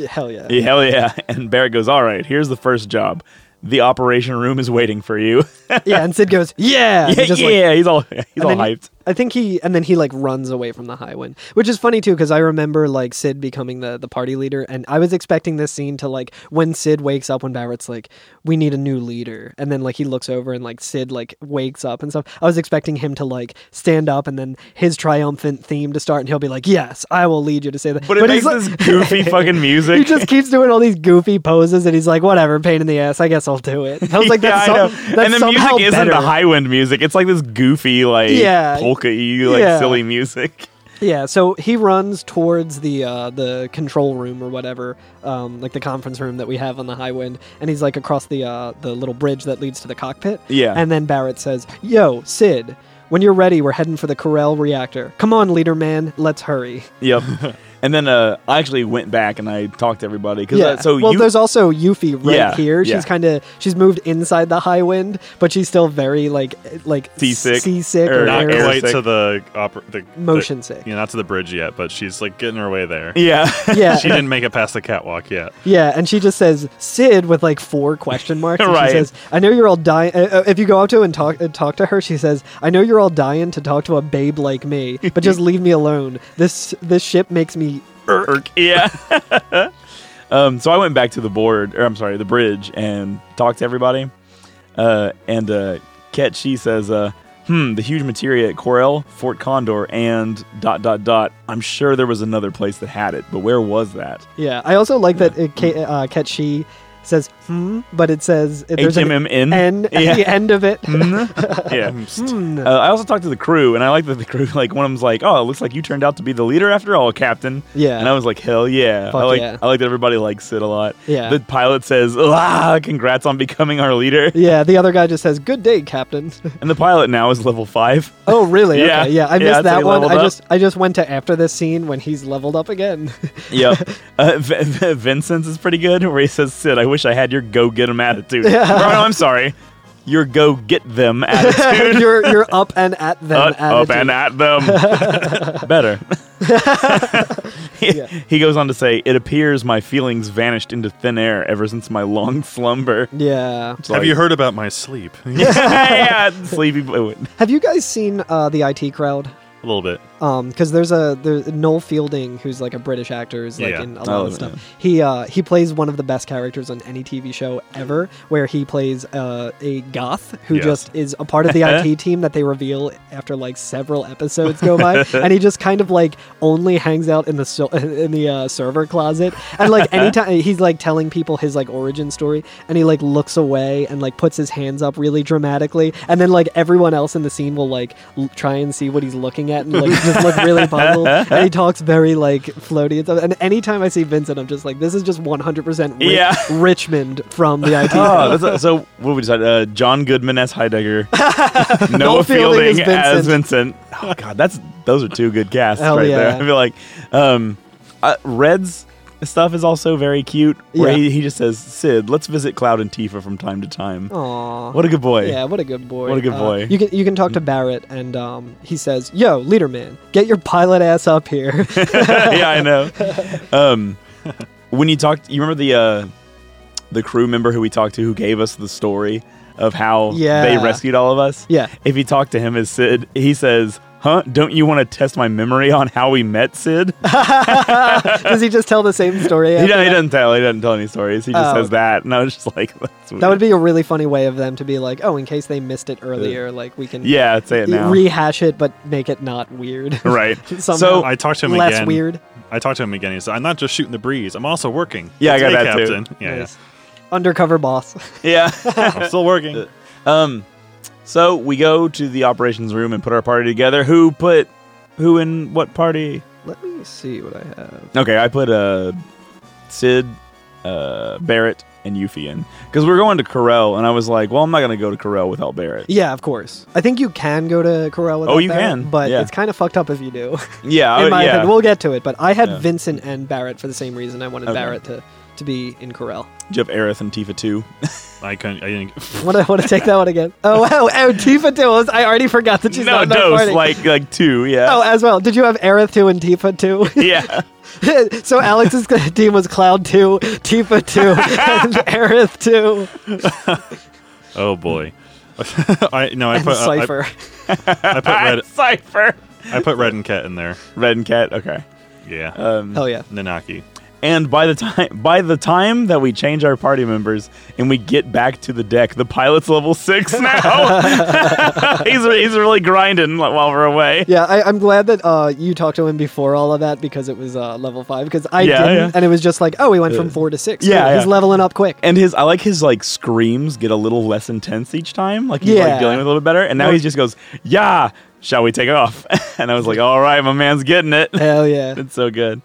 Speaker 1: Hell yeah.
Speaker 2: Yeah, Hell yeah. And Barrett goes, All right, here's the first job. The operation room is waiting for you.
Speaker 1: Yeah, and Sid goes, "Yeah." and
Speaker 2: yeah,
Speaker 1: just, like,
Speaker 2: yeah, he's all he's all
Speaker 1: and then-
Speaker 2: hyped.
Speaker 1: I think he and then he like runs away from the Highwind, which is funny too because I remember like Sid becoming the the party leader, and I was expecting this scene to like when Sid wakes up when Barrett's like, "We need a new leader," and then like he looks over and like Sid like wakes up and stuff. I was expecting him to like stand up and then his triumphant theme to start, and he'll be like, "Yes, I will lead you to say that."
Speaker 2: But it
Speaker 1: he's
Speaker 2: makes
Speaker 1: like-
Speaker 2: this goofy fucking music.
Speaker 1: He just keeps doing all these goofy poses, and he's like, "Whatever, pain in the ass. I guess I'll do it." I was like,
Speaker 2: Yeah,
Speaker 1: "That's,
Speaker 2: I know.
Speaker 1: some- that's
Speaker 2: and the
Speaker 1: somehow
Speaker 2: music isn't
Speaker 1: better.
Speaker 2: the high wind music. It's like this goofy, like
Speaker 1: Yeah.
Speaker 2: polka y, like
Speaker 1: Yeah.
Speaker 2: silly music.
Speaker 1: Yeah, so he runs towards the uh, the control room or whatever, um, like the conference room that we have on the high wind, and he's like across the uh, the little bridge that leads to the cockpit.
Speaker 2: Yeah.
Speaker 1: and then Barrett says, "Yo, Sid." When you're ready, we're heading for the Corel reactor. Come on, leader man, let's hurry.
Speaker 2: Yep. and then uh, I actually went back and I talked to everybody because
Speaker 1: Yeah.
Speaker 2: uh, so
Speaker 1: well,
Speaker 2: you
Speaker 1: there's also Yuffie right
Speaker 2: Yeah,
Speaker 1: here.
Speaker 2: yeah.
Speaker 1: She's kind of she's moved inside the high wind, but she's still very like eh, like
Speaker 2: Seasick.
Speaker 1: seasick
Speaker 2: Or
Speaker 1: or,
Speaker 2: not
Speaker 3: Not
Speaker 1: air-
Speaker 2: air-
Speaker 3: quite
Speaker 2: sick.
Speaker 3: to the, oper- the the-
Speaker 1: motion sick.
Speaker 3: yeah, not to the bridge yet, but she's like getting her way there.
Speaker 2: yeah.
Speaker 1: Yeah,
Speaker 3: She didn't make it past the catwalk yet.
Speaker 1: Yeah, and she just says Sid with like four question marks. And
Speaker 2: Right.
Speaker 1: She says, "I know you're all dying." Uh, uh, if you go up to and talk uh, talk to her, she says, "I know you're all dying to talk to a babe like me, but just leave me alone. This this ship makes me."
Speaker 2: Irk. Yeah. um, so I went back to the board, or I'm sorry, the bridge, and talked to everybody. Uh, and uh, Ket she says, uh, "Hmm, the huge materia at Corel, Fort Condor, and dot dot dot. I'm sure there was another place that had it, but where was that?
Speaker 1: Yeah, I also like that it, Ka- uh, Ket she says "hmm," but it says there's an
Speaker 2: HMMN.
Speaker 1: N at
Speaker 2: Yeah. Mm-hmm.
Speaker 1: the end of it.
Speaker 2: yeah.
Speaker 1: Hmm.
Speaker 2: Uh, I also talked to the crew, and I like that the crew, like one of them's like, "Oh, it looks like you turned out to be the leader after all, Captain."
Speaker 1: Yeah.
Speaker 2: and I was like, "Hell yeah!" I
Speaker 1: Fuck
Speaker 2: like,
Speaker 1: yeah.
Speaker 2: I like that everybody likes it a lot.
Speaker 1: Yeah.
Speaker 2: the pilot says, "Ah, congrats on becoming our leader,"
Speaker 1: yeah, the other guy just says "Good day, Captain."
Speaker 2: and the pilot now is level five.
Speaker 1: Oh really?
Speaker 2: Yeah.
Speaker 1: Okay, yeah. I
Speaker 2: Yeah,
Speaker 1: missed
Speaker 2: that's how he
Speaker 1: that one.
Speaker 2: leveled
Speaker 1: I
Speaker 2: up.
Speaker 1: just I just went to after this scene when he's leveled up again.
Speaker 2: Yeah, uh, v- v- Vincent's is pretty good, where he says, "Sid, I wish I had your go get 'em attitude." Or, no, I'm sorry, your go get them attitude.
Speaker 1: you're you're up and at them.
Speaker 2: Uh, up
Speaker 1: attitude.
Speaker 2: and at them. Better. he,
Speaker 1: Yeah.
Speaker 2: he goes on to say, It appears my feelings vanished into thin air ever since my long slumber.
Speaker 1: Yeah.
Speaker 2: It's
Speaker 3: Have
Speaker 2: like-
Speaker 3: you heard about my sleep? a
Speaker 2: yeah, sleepy boy.
Speaker 1: Have you guys seen uh, the IT crowd?
Speaker 3: little bit.
Speaker 1: Um, because there's a there's Noel Fielding, who's like a British actor, is like
Speaker 3: Yeah.
Speaker 1: in a lot
Speaker 2: Oh,
Speaker 1: of stuff. He uh, he plays one of the best characters on any TV show ever, where he plays uh, a goth who
Speaker 3: Yes.
Speaker 1: just is a part of the IT team that they reveal after like several episodes go by, and he just kind of like only hangs out in the so- in the uh, server closet, and like anytime he's like telling people his like origin story, and he like looks away and like puts his hands up really dramatically, and then like everyone else in the scene will like l- try and see what he's looking at and like just look really puzzled, and he talks very like floaty and stuff. And anytime I see Vincent, I'm just like, this is just 100 percent
Speaker 2: Yeah.
Speaker 1: Richmond from the IT.
Speaker 2: Oh, that's a- so what we decided? Uh, John Goodman as Heidegger, Noah
Speaker 1: Noel Fielding
Speaker 2: Fielding,
Speaker 1: as
Speaker 2: as Vincent. Oh God, that's those are two good casts
Speaker 1: Hell
Speaker 2: right there.
Speaker 1: yeah.
Speaker 2: I feel like um, uh, Red's stuff is also very cute. Where
Speaker 1: Yeah.
Speaker 2: he, he just says, "Sid, let's visit Cloud and Tifa from time to time."
Speaker 1: Aw.
Speaker 2: What a good boy.
Speaker 1: Yeah, what a good boy.
Speaker 2: What a good
Speaker 1: Uh,
Speaker 2: boy.
Speaker 1: you can you can talk to Barrett and um, he says, "Yo, leader man, get your pilot ass up here."
Speaker 2: yeah, I know. Um, when you talked, you remember the uh, the crew member who we talked to who gave us the story of how
Speaker 1: Yeah.
Speaker 2: they rescued all of us.
Speaker 1: Yeah.
Speaker 2: If you talk to him as Sid, he says, "Huh? Don't you want to test my memory on how we met, Sid?"
Speaker 1: Does he just tell the same story?
Speaker 2: he,
Speaker 1: after
Speaker 2: don't, he
Speaker 1: that?
Speaker 2: doesn't tell. He doesn't tell any stories. He just
Speaker 1: Oh,
Speaker 2: says
Speaker 1: okay.
Speaker 2: that, and I was just like, That's
Speaker 1: That would be a really funny way of them to be like, "Oh, in case they missed it earlier, like we can
Speaker 2: Yeah, say it now.
Speaker 1: rehash it, but make it not weird."
Speaker 2: right.
Speaker 1: Somehow.
Speaker 2: So
Speaker 3: I talked to him
Speaker 1: Less
Speaker 3: again.
Speaker 1: weird.
Speaker 3: I talked to him again. He said, "I'm not just shooting the breeze. I'm also working."
Speaker 2: Yeah, I got
Speaker 3: Hey,
Speaker 2: that too.
Speaker 3: Captain. Yeah,
Speaker 1: Nice. Undercover boss.
Speaker 2: yeah.
Speaker 3: yeah. I'm still working.
Speaker 2: Um, so we go to the operations room and put our party together. Who put who in what party?
Speaker 1: Let me see what I have.
Speaker 2: Okay, I put uh, Sid, uh, Barrett, and Yuffie in because we are going to Corel, and I was like, well, I'm not gonna go to Corel without Barrett.
Speaker 1: Yeah, of course. I think you can go to Corel without
Speaker 2: Oh, you
Speaker 1: Barrett,
Speaker 2: can.
Speaker 1: but
Speaker 2: Yeah.
Speaker 1: it's kind of fucked up if you do.
Speaker 2: Yeah, I-
Speaker 1: in my
Speaker 2: Oh, yeah.
Speaker 1: opinion. We'll get to it, but I had
Speaker 2: Yeah.
Speaker 1: Vincent and Barrett for the same reason. I wanted
Speaker 2: Okay.
Speaker 1: Barrett to, to be in Corel.
Speaker 2: Jeff Aerith and Tifa too.
Speaker 3: I couldn't. I didn't.
Speaker 1: Want to want to take that one again? Oh wow! Oh Tifa too. I was- I already forgot that she's
Speaker 2: no,
Speaker 1: not in that
Speaker 2: dose
Speaker 1: party.
Speaker 2: like like two. Yeah,
Speaker 1: oh as well. Did you have Aerith too and Tifa too?
Speaker 2: yeah.
Speaker 1: so Alex's team was Cloud two, Tifa two, and Aerith two.
Speaker 3: Oh boy. I no, I
Speaker 1: and
Speaker 3: put uh, I,
Speaker 1: Cipher.
Speaker 3: I put red
Speaker 2: Cipher.
Speaker 3: I put red and cat in there.
Speaker 2: Red and Cat. Okay.
Speaker 3: Yeah,
Speaker 2: Um, Mm.
Speaker 1: Hell yeah.
Speaker 3: Nanaki.
Speaker 2: And by the time by the time that we change our party members and we get back to the deck, the pilot's level six now. he's he's really grinding while we're away.
Speaker 1: Yeah, I, I'm glad that uh, you talked to him before all of that because it was uh, level five. Because I
Speaker 2: Yeah,
Speaker 1: didn't,
Speaker 2: yeah. Uh,
Speaker 1: and it was just like, oh, he went from four to six.
Speaker 2: yeah,
Speaker 1: Cool, he's
Speaker 2: yeah.
Speaker 1: leveling up quick.
Speaker 2: And his I like his like screams get a little less intense each time. Like he's
Speaker 1: Yeah.
Speaker 2: like dealing with it a little bit better. And now he just goes, "Yeah, shall we take off?" and I was like, "All right, my man's getting it.
Speaker 1: Hell yeah!
Speaker 2: it's so good."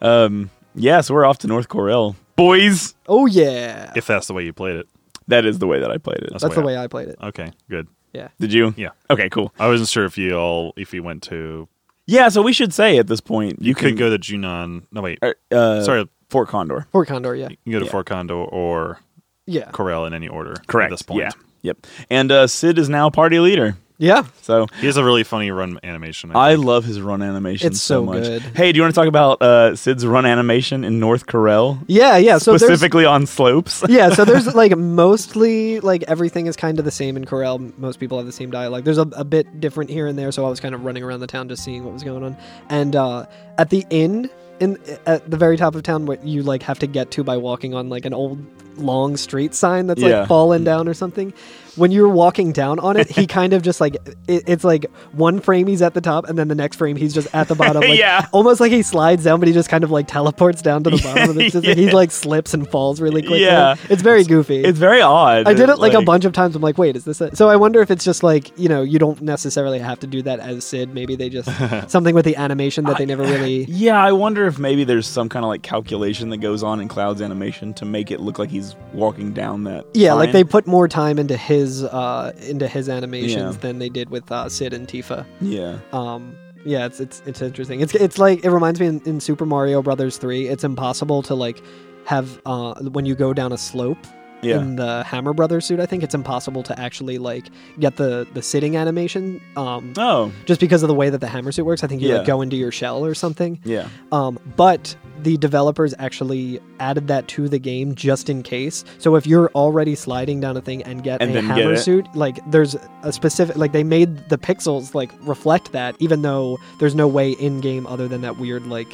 Speaker 2: Um, yeah, so we're off to North Corel, boys.
Speaker 1: Oh yeah!
Speaker 3: If that's the way you played it,
Speaker 2: That is the way that I played it.
Speaker 1: That's the
Speaker 3: way
Speaker 1: way I Uh, played it.
Speaker 3: okay, good.
Speaker 1: Yeah.
Speaker 2: Did you?
Speaker 3: Yeah.
Speaker 2: Okay, cool.
Speaker 3: I wasn't sure if you all if you went to
Speaker 2: Yeah, so we should say at this point you,
Speaker 3: you
Speaker 2: can
Speaker 3: could go to Junon. No wait,
Speaker 2: or, uh,
Speaker 3: sorry,
Speaker 2: Fort Condor.
Speaker 1: Poor Condor. Yeah.
Speaker 3: you can go to
Speaker 2: yeah.
Speaker 3: Fort Kondo or
Speaker 1: Yeah.
Speaker 3: Corel in any order.
Speaker 2: Correct.
Speaker 3: At this point,
Speaker 2: Yeah. Yep. And uh, Sid is now party leader.
Speaker 1: Yeah.
Speaker 2: So
Speaker 3: he has a really funny run animation. I,
Speaker 2: I
Speaker 3: think.
Speaker 2: love his run animation
Speaker 1: It's
Speaker 2: so,
Speaker 1: so
Speaker 2: much.
Speaker 1: good.
Speaker 2: Hey, do you want to talk about uh, Sid's run animation in North Corel?
Speaker 1: Yeah. Yeah. So there's-
Speaker 2: specifically on slopes.
Speaker 1: yeah, so there's like mostly like everything is kind of the same in Corel. Most people have the same dialect. There's a, a bit different here and there. So I was kind of running around the town just seeing what was going on. And uh, at the inn, in at the very top of town, what you like have to get to by walking on like an old long street sign that's
Speaker 2: Yeah.
Speaker 1: like fallen down or something. When you're walking down on it, he kind of just like it, it's like one frame he's at the top, and then the next frame he's just at the bottom. Like,
Speaker 2: Yeah.
Speaker 1: almost like he slides down, but he just kind of like teleports down to the bottom. And it's just like, he
Speaker 2: Yeah.
Speaker 1: like slips and falls really quickly.
Speaker 2: Yeah.
Speaker 1: it's very goofy.
Speaker 2: It's very odd.
Speaker 1: I did it like, a bunch of times. I'm like, wait, is this? A-? So I wonder if it's just like you know, you don't necessarily have to do that as Sid. Maybe they just something with the animation that they never really.
Speaker 2: Yeah, I wonder if maybe there's some kind of like calculation that goes on in Cloud's animation to make it look like he's walking down that.
Speaker 1: Yeah, like they
Speaker 2: line.
Speaker 1: put more time into his uh into his animations
Speaker 2: Yeah.
Speaker 1: than they did with uh, Sid and Tifa.
Speaker 2: Yeah.
Speaker 1: Um, yeah, it's it's it's interesting. It's it's like it reminds me in, in Super Mario Brothers three. It's impossible to like have uh when you go down a slope
Speaker 2: Yeah.
Speaker 1: in the Hammer Brothers suit. I think it's impossible to actually like get the the sitting animation. Um,
Speaker 2: Oh.
Speaker 1: just because of the way that the hammer suit works. I think you like
Speaker 2: Yeah.
Speaker 1: go into your shell or something.
Speaker 2: Yeah.
Speaker 1: Um, but the developers actually added that to the game just in case. So if you're already sliding down a thing and get
Speaker 2: And
Speaker 1: a
Speaker 2: then get
Speaker 1: hammer
Speaker 2: it.
Speaker 1: suit, like there's a specific like they made the pixels like reflect that, even though there's no way in game other than that weird like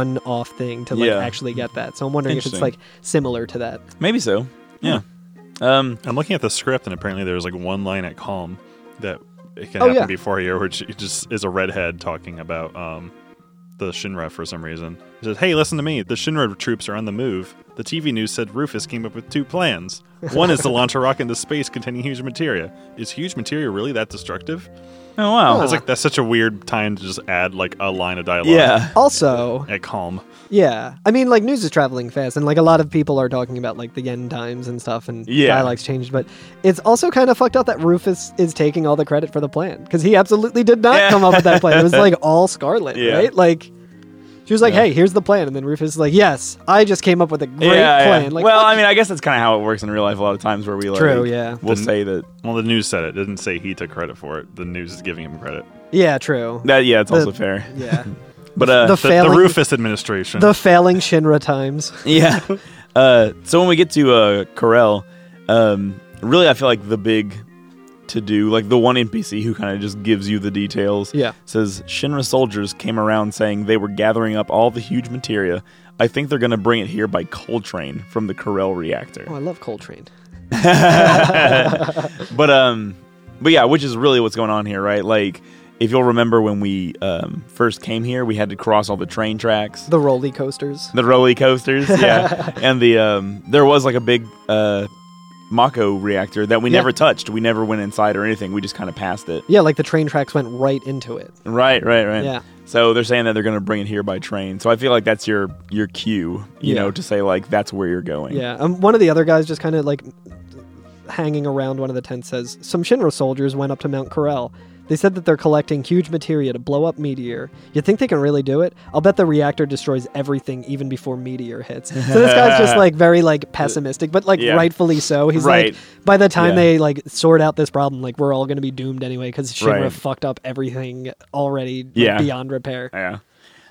Speaker 1: one off thing to like
Speaker 2: Yeah.
Speaker 1: actually get that. So I'm wondering if it's
Speaker 2: Interesting.
Speaker 1: like similar to that.
Speaker 2: Maybe so. Yeah. Um.
Speaker 3: I'm looking at the script, and apparently there's like one line at Calm that it can
Speaker 1: Oh,
Speaker 3: happen
Speaker 1: yeah.
Speaker 3: before here, which it just is a redhead talking about um, the Shinra for some reason. He says, "Hey, listen to me. The Shinra troops are on the move. The TV news said Rufus came up with two plans. One is to launch a rocket into space containing huge materia. Is huge materia really that destructive?
Speaker 2: Oh wow.
Speaker 3: That's like that's such a weird time to just add like a line of dialogue.
Speaker 2: Yeah.
Speaker 1: Also,
Speaker 3: At Calm.
Speaker 1: Yeah, I mean, like news is traveling fast, and like a lot of people are talking about like the yen times and stuff, and
Speaker 2: Yeah.
Speaker 1: dialects changed. But it's also kind of fucked up that Rufus is taking all the credit for the plan because he absolutely did not
Speaker 2: Yeah.
Speaker 1: come up with that plan. It was like all Scarlet,
Speaker 2: Yeah.
Speaker 1: right? Like she was like, "Hey, here's the plan," and then Rufus is like, "Yes, I just came up with a great
Speaker 2: yeah,
Speaker 1: plan."
Speaker 2: yeah.
Speaker 1: Like,
Speaker 2: well,
Speaker 1: fuck
Speaker 2: I mean, I guess that's kind of how it works in real life. A lot of times where we like,
Speaker 1: True, yeah.
Speaker 2: we'll
Speaker 3: The-
Speaker 2: say that.
Speaker 3: Well, the news said it. it. Didn't say he took credit for it. The news is giving him credit.
Speaker 1: yeah, true.
Speaker 2: That yeah, it's
Speaker 1: The-
Speaker 2: also fair.
Speaker 1: Yeah,
Speaker 2: But uh,
Speaker 1: the
Speaker 3: The, the
Speaker 1: Failing-
Speaker 3: Rufus administration.
Speaker 1: the failing Shinra times.
Speaker 2: yeah. Uh, so when we get to uh, Corel, um, really, I feel like the big to do, like the one NPC who kind of just gives you the details.
Speaker 1: Yeah.
Speaker 2: Says Shinra soldiers came around saying they were gathering up all the huge materia. I think they're going to bring it here by coal train from the Corel reactor.
Speaker 1: Oh, I love Coltrane.
Speaker 2: But um, but yeah, which is really what's going on here, right? Like, if you'll remember when we um, first came here, we had to cross all the train tracks, the,
Speaker 1: The roly coasters.
Speaker 2: roller coasters, yeah, and the um, there was like a big uh, Mako reactor that we
Speaker 1: Yeah.
Speaker 2: never touched. We never went inside or anything. We just kind of passed it.
Speaker 1: Yeah, like the train tracks went right into it.
Speaker 2: Right, right, right.
Speaker 1: Yeah.
Speaker 2: So they're saying that they're going to bring it here by train. So I feel like that's your your cue, you
Speaker 1: Yeah.
Speaker 2: know, to say like that's where you're going.
Speaker 1: Yeah, um, one of the other guys just kind of like hanging around one of the tents says, Some Shinra soldiers went up to Mount Corel. They said that they're collecting huge materia to blow up Meteor. You think they can really do it? I'll bet the reactor destroys everything even before Meteor hits. So this guy's just like very like pessimistic, but like
Speaker 2: Yeah.
Speaker 1: rightfully so. He's
Speaker 2: Right.
Speaker 1: like, by the time
Speaker 2: Yeah.
Speaker 1: they like sort out this problem, like we're all going to be doomed anyway because Shinra
Speaker 2: Right.
Speaker 1: fucked up everything already like,
Speaker 2: Yeah.
Speaker 1: beyond repair.
Speaker 2: Yeah.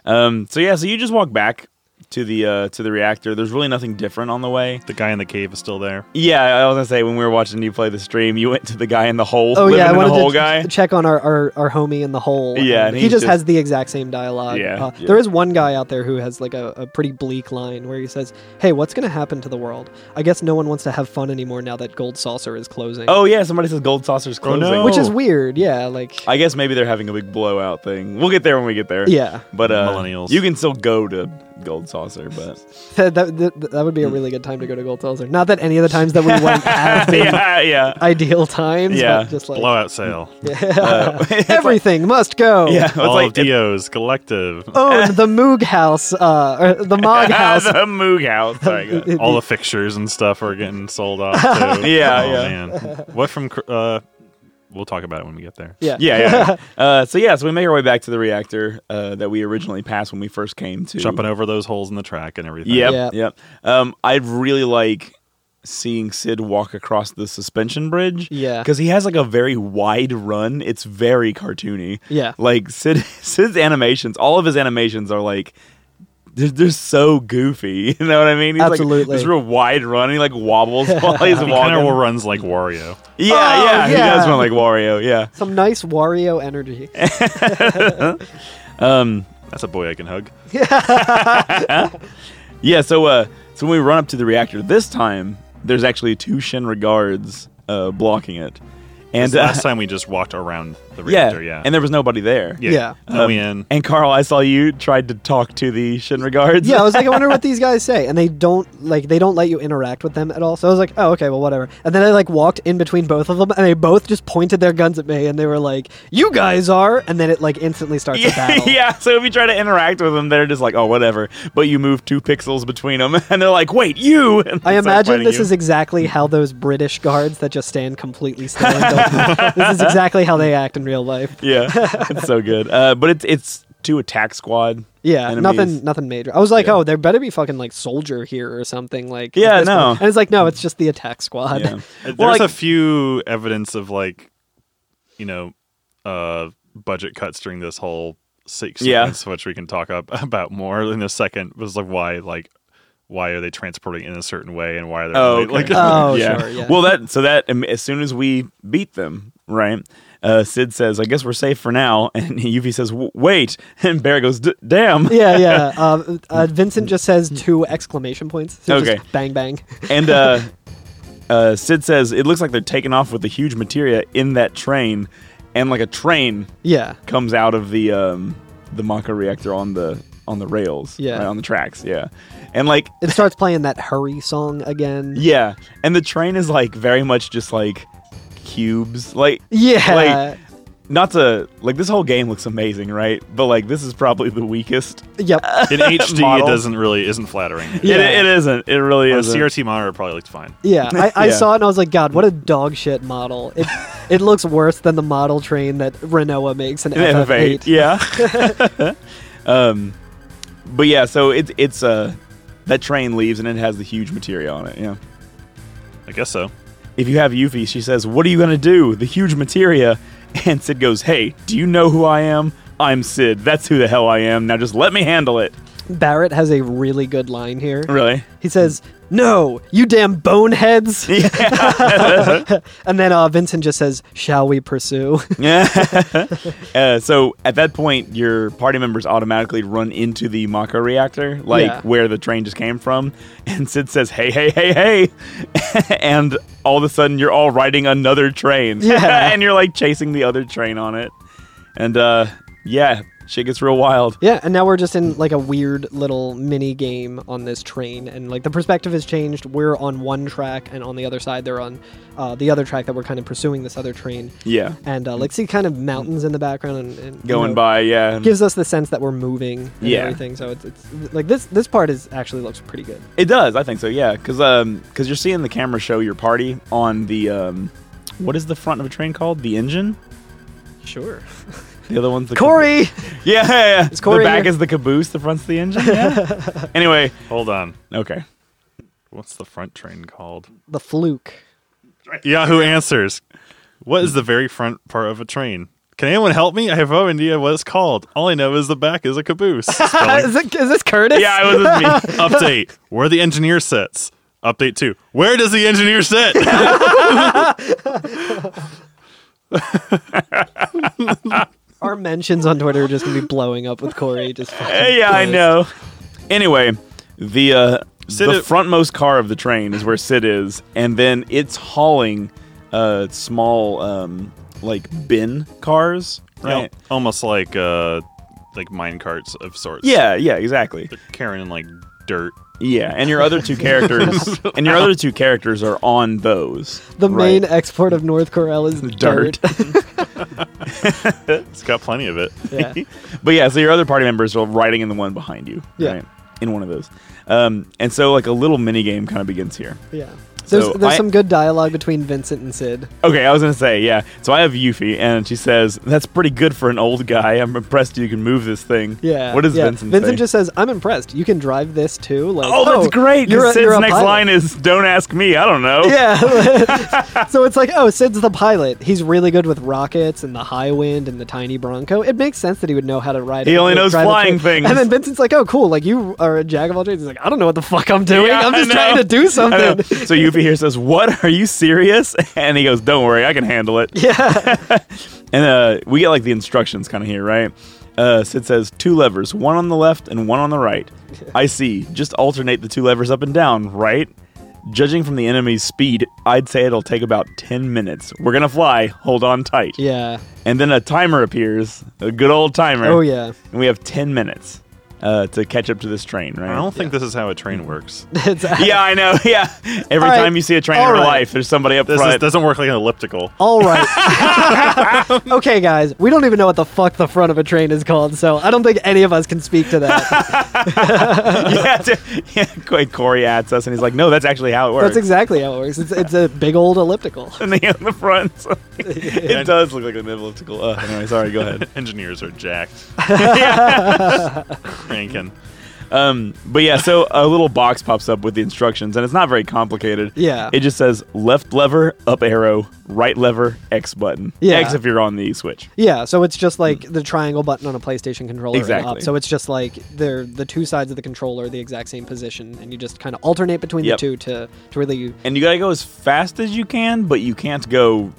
Speaker 2: Um, so yeah, so you just walk back to the uh, to the reactor. There's really nothing different on the way.
Speaker 3: The guy in the cave is still there.
Speaker 2: Yeah, I was gonna say when we were watching you play the stream, you went to the guy in the hole.
Speaker 1: Oh
Speaker 2: living
Speaker 1: yeah, I
Speaker 2: in the
Speaker 1: wanted
Speaker 2: hole
Speaker 1: to
Speaker 2: guy.
Speaker 1: ch- check on our, our, our homie in the hole. and
Speaker 2: Yeah, and
Speaker 1: he
Speaker 2: he's
Speaker 1: just,
Speaker 2: just-
Speaker 1: has the exact same dialogue.
Speaker 2: Yeah,
Speaker 1: Uh,
Speaker 2: yeah.
Speaker 1: there is one guy out there who has like a, a pretty bleak line where he says, "Hey, what's going to happen to the world? I guess no one wants to have fun anymore now that Gold Saucer is closing."
Speaker 2: oh yeah, somebody says gold saucer's
Speaker 3: Oh,
Speaker 2: closing.
Speaker 3: no.
Speaker 1: which is weird. Yeah, like
Speaker 2: I guess maybe they're having a big blowout thing. We'll get there when we get there.
Speaker 1: yeah,
Speaker 2: But uh,
Speaker 3: Millennials.
Speaker 2: you can still go to Gold Saucer, but
Speaker 1: that, that, that that would
Speaker 2: Hmm.
Speaker 1: be a really good time to go to Gold Saucer. Not that any of the times that we went have been
Speaker 2: yeah, yeah.
Speaker 1: ideal times.
Speaker 2: Yeah,
Speaker 1: but just like
Speaker 3: Blowout sale.
Speaker 2: Uh, it's like-
Speaker 1: everything must go.
Speaker 2: yeah, it's
Speaker 3: All
Speaker 2: like
Speaker 3: of Dio's collective.
Speaker 1: Oh, and the Moog House, uh, or the Mog House.
Speaker 2: the Moog House. uh, Sorry, go ahead.
Speaker 3: All the fixtures and stuff are getting sold off. Too.
Speaker 2: Yeah,
Speaker 3: oh,
Speaker 2: yeah.
Speaker 3: Man. What from? Cr- Uh, we'll talk about it when we get there.
Speaker 1: yeah,
Speaker 2: yeah, yeah. yeah. Uh, so yeah, so we make our way back to the reactor uh, that we originally passed when we first came to.
Speaker 3: Jumping over those holes in the track and everything.
Speaker 2: Yep,
Speaker 1: Yeah.
Speaker 2: yep. Um, I really like seeing Sid walk across the suspension bridge.
Speaker 1: Yeah.
Speaker 2: because he has like a very wide run. It's very cartoony.
Speaker 1: Yeah.
Speaker 2: like Sid, Sid's animations. All of his animations are like. They're, they're so goofy, you know what I mean? He's
Speaker 1: Absolutely.
Speaker 2: like, this real wide run. And he like wobbles while he's
Speaker 3: He
Speaker 2: walking.
Speaker 3: kind of runs like Wario.
Speaker 2: yeah,
Speaker 1: Oh,
Speaker 2: yeah, he
Speaker 1: yeah.
Speaker 2: does run like Wario. Yeah,
Speaker 1: Some nice Wario energy.
Speaker 2: um,
Speaker 3: That's a boy I can hug.
Speaker 2: yeah. So, uh, so when we run up to the reactor this time, there's actually two Shin regards uh, blocking it, and
Speaker 3: And
Speaker 2: uh,
Speaker 3: last time we just walked around the reactor. Yeah.
Speaker 2: And there was nobody there.
Speaker 1: Yeah.
Speaker 3: No
Speaker 2: Um,
Speaker 3: in.
Speaker 2: And Carl, I saw you tried to talk to the Shin Regards.
Speaker 1: yeah, I was like, I wonder what these guys say, and they don't like they don't let you interact with them at all. So I was like, oh, okay, well, whatever. And then I like walked in between both of them, and they both just pointed their guns at me, and they were like, "You guys are," and then it like instantly starts a
Speaker 2: yeah,
Speaker 1: battle.
Speaker 2: yeah. So if you try to interact with them, they're just like, oh, whatever. But you move two pixels between them, and they're like, wait, you. And
Speaker 1: I
Speaker 2: they start
Speaker 1: imagine
Speaker 2: fighting
Speaker 1: this
Speaker 2: you.
Speaker 1: is exactly how those British guards that just stand completely still. and don't- this is exactly how they act in real life.
Speaker 2: Yeah, it's so good. Uh, but it's it's two attack squad.
Speaker 1: Yeah,
Speaker 2: enemies.
Speaker 1: nothing, nothing major. I was like,
Speaker 2: Yeah.
Speaker 1: oh, there better be fucking like soldier here or something. Like, at
Speaker 2: Yeah,
Speaker 1: this
Speaker 2: no.
Speaker 1: point. and it's like, no, it's just the attack squad.
Speaker 2: Yeah.
Speaker 3: There's
Speaker 2: Well, like-
Speaker 3: a few evidence of like, you know, uh, budget cuts during this whole six
Speaker 2: Yeah.
Speaker 3: sequence, which we can talk up, about more in a second. Was like why like why are they transporting in a certain way and why are they
Speaker 2: Oh,
Speaker 3: like
Speaker 2: okay.
Speaker 1: Oh, sure, yeah.
Speaker 2: Well, that so that um, as soon as we beat them, right? Uh, Sid says, "I guess we're safe for now," and Yuffie says, "W- "Wait!" And Barry goes, D- "Damn!"
Speaker 1: yeah, yeah. Uh, uh, Vincent just says two exclamation points. So just
Speaker 2: Okay.
Speaker 1: bang bang.
Speaker 2: And uh, uh, Sid says it looks like they're taking off with the huge materia in that train, and like a train
Speaker 1: Yeah,
Speaker 2: comes out of the um, the Maka reactor on the on the rails,
Speaker 1: Yeah.
Speaker 2: right, on the tracks, yeah, and like
Speaker 1: it starts playing that hurry song again.
Speaker 2: yeah, and the train is like very much just like cubes, like
Speaker 1: Yeah.
Speaker 2: like. Not to like this whole game looks amazing, right? But like this is probably the weakest.
Speaker 1: yep.
Speaker 3: in HD
Speaker 2: Model.
Speaker 3: it doesn't really isn't flattering.
Speaker 1: Yeah.
Speaker 2: It, it isn't. It really
Speaker 3: On a
Speaker 2: is.
Speaker 3: CRT monitor it probably looked fine.
Speaker 1: Yeah. I, I
Speaker 2: Yeah.
Speaker 1: saw it and I was like, God, what a dog shit model. It it looks worse than the model train that Renoa makes in
Speaker 2: an
Speaker 1: FF8.
Speaker 2: Yeah. um, but yeah, so it's it's uh that train leaves and it has the huge materia on it. Yeah.
Speaker 3: I guess so.
Speaker 2: If you have Yuffie, she says, "What are you gonna do? The huge materia." And Sid goes, "Hey, do you know who I am? I'm Sid. That's who the hell I am. Now just let me handle it."
Speaker 1: Barrett has a really good line here.
Speaker 2: Really?
Speaker 1: He says, "No, you damn boneheads!" and then uh, Vincent just says, "Shall we pursue?"
Speaker 2: uh, so at that point, your party members automatically run into the Mako reactor, like
Speaker 1: Yeah.
Speaker 2: where the train just came from. And Sid says, "Hey, hey, hey, hey!" and all of a sudden, you're all riding another train,
Speaker 1: Yeah.
Speaker 2: and you're like chasing the other train on it. And uh, yeah, shit gets real wild.
Speaker 1: yeah, and now we're just in like a weird little mini game on this train, and like the perspective has changed. We're on one track, and on the other side, they're on uh, the other track that we're kind of pursuing this other train,
Speaker 2: Yeah,
Speaker 1: and uh, like see kind of mountains in the background and, and you
Speaker 2: going
Speaker 1: know,
Speaker 2: by. Yeah,
Speaker 1: gives us the sense that we're moving and
Speaker 2: Yeah.
Speaker 1: everything. So it's, it's like this this part is actually looks pretty good.
Speaker 2: It does, I think so. Yeah, because because you're seeing the camera show your party on the um, what is the front of a train called? The engine.
Speaker 1: Sure,
Speaker 2: The other one's the
Speaker 1: Corey.
Speaker 2: Yeah, yeah, yeah.
Speaker 1: Corey
Speaker 2: the back
Speaker 1: here?
Speaker 2: is the caboose, the front's the engine. Yeah. anyway,
Speaker 3: Hold on.
Speaker 2: okay.
Speaker 3: What's the front train called?
Speaker 1: the fluke.
Speaker 3: Yahoo answers. What is the very front part of a train? Can anyone help me? I have no idea what it's called. All I know is the back is a caboose. Spelling-
Speaker 1: is, it, is this Curtis?
Speaker 2: Yeah, it was me.
Speaker 3: Update: Where the engineer sits. Update two: Where does the engineer sit?
Speaker 1: Our mentions on Twitter are just gonna be blowing up with Corey. Just fucking
Speaker 2: Hey, yeah, I
Speaker 1: pissed.
Speaker 2: know. Anyway, the uh, the
Speaker 3: i-
Speaker 2: frontmost car of the train is where Sid is, and then it's hauling uh, small um, like bin cars, right?
Speaker 3: Almost like uh, like mine carts of sorts.
Speaker 2: Yeah, yeah, exactly.
Speaker 3: They're carrying like dirt.
Speaker 2: Yeah, and your other two characters, and your other two characters are on those.
Speaker 1: The
Speaker 2: right?
Speaker 1: main export of North Corel is
Speaker 2: Dirt.
Speaker 1: dirt.
Speaker 3: It's got plenty of it.
Speaker 1: yeah.
Speaker 2: but yeah, so your other party members are riding in the one behind you,
Speaker 1: Yeah.
Speaker 2: right? In one of those, um, and so like a little mini game kind of begins here.
Speaker 1: Yeah. There's,
Speaker 2: So
Speaker 1: there's
Speaker 2: I-
Speaker 1: some good dialogue between Vincent and Sid.
Speaker 2: Okay, I was gonna say, yeah. So I have Yuffie, and she says, "That's pretty good for an old guy. I'm impressed you can move this thing."
Speaker 1: Yeah.
Speaker 2: What does
Speaker 1: yeah.
Speaker 2: Vincent?
Speaker 1: Vincent
Speaker 2: say?
Speaker 1: just says, "I'm impressed. You can drive this too." Like,
Speaker 2: Oh, that's great.
Speaker 1: You're a,
Speaker 2: Because Sid's
Speaker 1: you're a
Speaker 2: next
Speaker 1: pilot."
Speaker 2: line is, "Don't ask me. I don't know."
Speaker 1: Yeah. so it's like, oh, Sid's the pilot. He's really good with rockets and the high wind and the tiny Bronco. It makes sense that he would know how to ride.
Speaker 2: He
Speaker 1: a-
Speaker 2: only knows
Speaker 1: drive a
Speaker 2: flying
Speaker 1: plane.
Speaker 2: things.
Speaker 1: And then Vincent's like, oh, cool. Like you are a jack of all trades. He's like, I don't know what the fuck I'm doing.
Speaker 2: Yeah,
Speaker 1: I'm just
Speaker 2: I
Speaker 1: trying
Speaker 2: know.
Speaker 1: to do
Speaker 2: I know.
Speaker 1: something.
Speaker 2: So Yuffie here says, "What? Are you serious?" And he goes, "Don't worry, I can handle it."
Speaker 1: Yeah.
Speaker 2: And uh, we get like the instructions kind of here, right? Uh, Sid says two levers, one on the left and one on the right. I see. Just alternate the two levers up and down, right? Judging from the enemy's speed, I'd say it'll take about 10 minutes. We're going to fly. Hold on tight.
Speaker 1: Yeah.
Speaker 2: And then a timer appears, a good old timer.
Speaker 1: Oh yeah.
Speaker 2: And we have 10 minutes uh, to catch up to this train, right?
Speaker 3: I don't think this is how a train works.
Speaker 1: It's,
Speaker 2: yeah, I know. Yeah. Every
Speaker 1: All right.
Speaker 2: time you see a train
Speaker 1: All
Speaker 2: in real
Speaker 1: right.
Speaker 2: life, there's somebody up
Speaker 3: This
Speaker 2: front.
Speaker 3: is, doesn't work like an elliptical.
Speaker 1: All right. okay, guys, we don't even know what the fuck the front of a train is called, so I don't think any of us can speak to that.
Speaker 2: yeah, t- yeah, Corey- Corey adds us, and he's like, no, that's actually how it works.
Speaker 1: That's exactly how it works. It's, it's a big old elliptical.
Speaker 2: and the on the front. So it does look like an elliptical. Uh, anyway, sorry. Go ahead.
Speaker 3: Engineers are jacked. Cranking.
Speaker 2: Um, but yeah, so a little box pops up with the instructions, and it's not very complicated.
Speaker 1: Yeah.
Speaker 2: it just says left lever, up arrow, right lever, X button.
Speaker 1: Yeah.
Speaker 2: X if you're on the switch.
Speaker 1: Yeah, so it's just like the triangle button on a PlayStation controller. and
Speaker 2: Exactly.
Speaker 1: Up. So it's just like they're the two sides of the controller are the exact same position, and you just kind of alternate between
Speaker 2: Yep.
Speaker 1: the two to to really.
Speaker 2: And you gotta go as fast as you can, but you can't go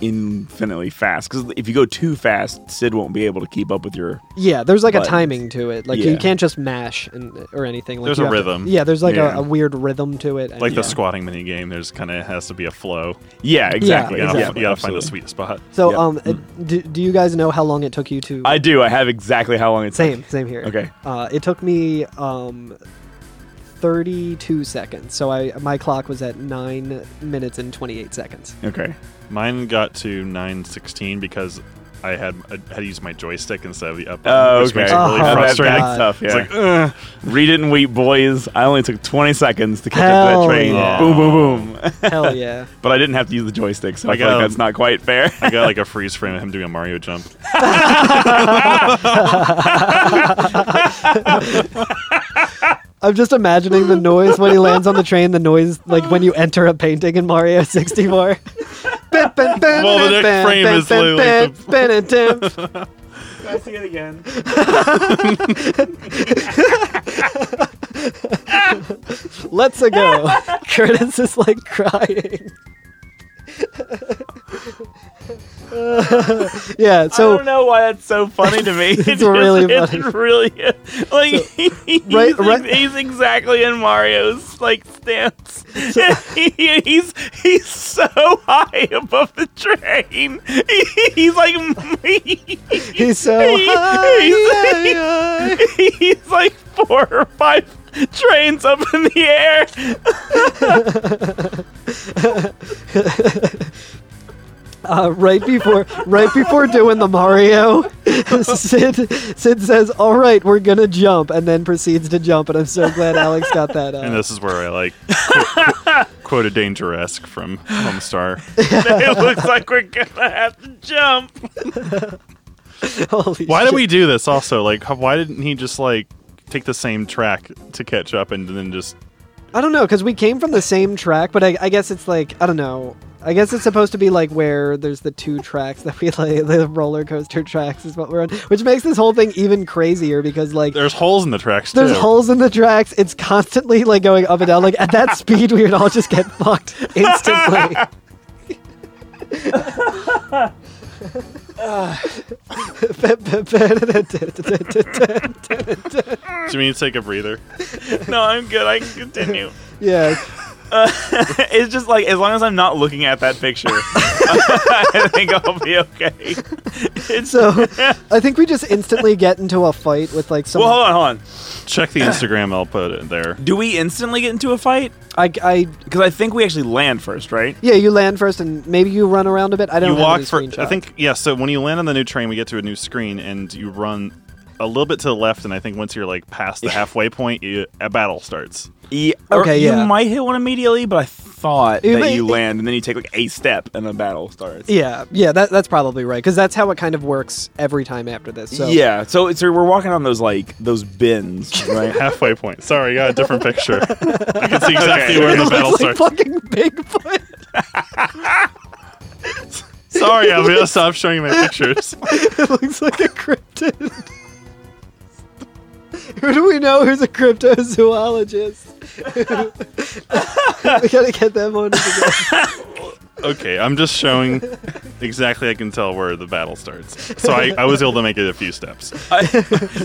Speaker 2: infinitely fast because if you go too fast, Sid won't be able to keep up with your.
Speaker 1: Yeah, there's like
Speaker 2: Buttons.
Speaker 1: a timing to it. Like
Speaker 2: Yeah.
Speaker 1: you can't just mash and or anything. Like
Speaker 3: There's
Speaker 1: you
Speaker 3: a
Speaker 1: have to-
Speaker 3: rhythm.
Speaker 1: yeah, there's like
Speaker 2: Yeah.
Speaker 1: A, a weird rhythm to it. and-
Speaker 3: Like the
Speaker 1: yeah.
Speaker 3: squatting mini game, there's kind of has to be a flow.
Speaker 2: Yeah, exactly.
Speaker 3: You gotta,
Speaker 1: Exactly.
Speaker 3: you gotta find the
Speaker 2: absolutely.
Speaker 3: sweet spot.
Speaker 1: So
Speaker 2: yeah.
Speaker 1: um, uh, do, do you guys know how long it took you to?
Speaker 2: I do. I have exactly how long it's
Speaker 1: Same, same here.
Speaker 2: Okay.
Speaker 1: Uh, it took me um, 32 seconds. So I my clock was at 9 minutes and 28 seconds.
Speaker 2: Okay.
Speaker 3: Mine got to 916 because I had I had used my joystick instead of the up. button,
Speaker 2: Oh,
Speaker 3: which
Speaker 2: okay.
Speaker 3: makes it really
Speaker 1: Oh, that-
Speaker 3: frustrating.
Speaker 1: that's
Speaker 2: tough. Yeah.
Speaker 3: It's like, "Ugh."
Speaker 2: Read it and weep, boys. I only took 20 seconds to catch up to
Speaker 1: Hell
Speaker 2: that train.
Speaker 1: yeah.
Speaker 2: Boom, boom, boom.
Speaker 1: Hell yeah.
Speaker 2: but I didn't have to use the joystick, so I,
Speaker 3: I
Speaker 2: feel like um,
Speaker 3: got-
Speaker 2: that's not quite fair.
Speaker 3: I got like a freeze frame of him doing a Mario jump.
Speaker 1: I'm just imagining the noise when he lands on the train, the noise like when you enter a painting in Mario 64. well,
Speaker 3: Well, the next frame is
Speaker 1: literally.
Speaker 2: I see it again.
Speaker 1: Let's go. Curtis is like crying. yeah,
Speaker 2: I
Speaker 1: so
Speaker 2: don't know why that's so funny to me. It's,
Speaker 1: really
Speaker 2: it's
Speaker 1: funny.
Speaker 2: really like he's,
Speaker 1: right- right-
Speaker 2: he's exactly in Mario's like stance. He- he's he's so high above the train. he's like
Speaker 1: he's so
Speaker 2: He-
Speaker 1: high.
Speaker 2: he's- he's like four or five trains up in the air.
Speaker 1: uh, right before right before doing the Mario, Sid Sid says, "All right, we're gonna jump," and then proceeds to jump. And I'm so glad Alex got that. Uh,
Speaker 3: And this is where I like qu- qu- quoted Danger esque from Homestar.
Speaker 2: it looks like we're gonna have to jump.
Speaker 1: uh, holy
Speaker 3: Why
Speaker 1: shit.
Speaker 3: did we do this? Also, like, how- why didn't he just like take the same track to catch up and then just
Speaker 1: I don't know because we came from the same track, but I, I guess it's like I don't know. I guess it's supposed to be like where there's the two tracks that we like the roller coaster tracks is what we're on, which makes this whole thing even crazier because like
Speaker 3: There's holes in the tracks
Speaker 1: there's
Speaker 3: too.
Speaker 1: holes in the tracks. It's constantly like going up and down. Like at that speed, we would all just get fucked instantly.
Speaker 3: Do you need to take a breather?
Speaker 2: no, I'm good. I can continue.
Speaker 1: yeah,
Speaker 2: it's just like as long as I'm not looking at that picture, I think I'll be okay. It's
Speaker 1: so I think we just instantly get into a fight with like some.
Speaker 2: well, hold on, hold on.
Speaker 3: Check the Instagram. I'll put it there.
Speaker 2: Do we instantly get into a fight?
Speaker 1: I, I,
Speaker 2: Because I think we actually land first, right?
Speaker 1: yeah, you land first, and maybe you run around a bit. I don't.
Speaker 3: You
Speaker 1: have
Speaker 3: walk
Speaker 1: any
Speaker 3: for. I
Speaker 1: screenshots.
Speaker 3: think yeah. So when you land on the new train, we get to a new screen, and you run a little bit to the left. And I think once you're like past the halfway point, you, a battle starts.
Speaker 2: Yeah,
Speaker 1: Okay, yeah.
Speaker 2: E, You might hit one immediately, but I thought
Speaker 1: You
Speaker 2: that
Speaker 1: may-
Speaker 2: you land and then you take like a step and the battle starts.
Speaker 1: Yeah, yeah, that, that's probably right because that's how it kind of works every time after this. So.
Speaker 2: Yeah, so so we're walking on those like those bins, right?
Speaker 3: Halfway point. Sorry, I got a different picture. I can see exactly where the
Speaker 1: It
Speaker 3: battle
Speaker 1: looks like
Speaker 3: starts.
Speaker 1: fucking Bigfoot.
Speaker 3: Sorry, I'm gonna stop showing my pictures.
Speaker 1: It looks like a cryptid. Who do we know who's a cryptozoologist? we gotta get them on. together.
Speaker 3: Okay, I'm just showing exactly. I can tell where the battle starts. So I, I was able to make it a few steps.
Speaker 2: I-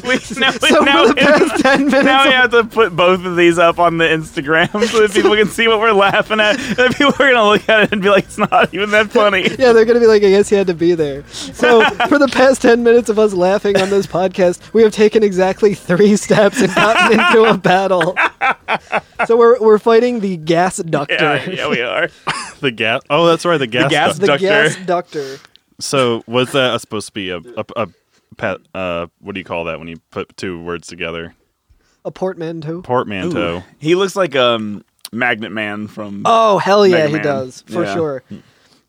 Speaker 2: we, now,
Speaker 1: So
Speaker 2: now,
Speaker 1: for the past ten minutes,
Speaker 2: now we
Speaker 1: I'm-
Speaker 2: have to put both of these up on the Instagram so that people can see what we're laughing at. And people are gonna look at it and be like, "It's not even that funny."
Speaker 1: yeah, they're gonna be like, I guess he had to be there. So for the past ten minutes of us laughing on this podcast, we have taken exactly three steps and gotten into a battle. So we're we're fighting the gas ductor.
Speaker 2: Yeah, yeah, we are.
Speaker 3: The gas. Oh, that's right. The gas.
Speaker 2: gas
Speaker 3: duct.
Speaker 1: the
Speaker 2: ductor.
Speaker 1: gas ductor.
Speaker 3: So was that supposed to be a a, a pat, uh what do you call that when you put two words together?
Speaker 1: A portmanteau.
Speaker 3: Portmanteau.
Speaker 2: He looks like um Magnet Man from.
Speaker 1: Oh hell yeah,
Speaker 2: Mega
Speaker 1: he
Speaker 2: Man.
Speaker 1: does for
Speaker 2: Yeah.
Speaker 1: sure.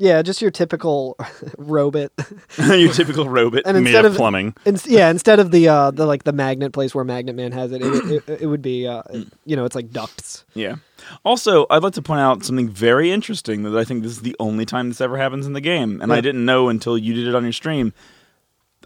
Speaker 1: Yeah, just your typical robot.
Speaker 2: your typical robot.
Speaker 1: And
Speaker 3: Made
Speaker 1: instead
Speaker 3: of
Speaker 1: of
Speaker 3: plumbing.
Speaker 1: ins- yeah, instead of the uh, the like the magnet place where Magnet Man has it, it, it, it would be uh, you know it's like ducts.
Speaker 2: Yeah. Also, I'd like to point out something very interesting that I think this is the only time this ever happens in the game, and I
Speaker 1: Yeah.
Speaker 2: didn't know until you did it on your stream.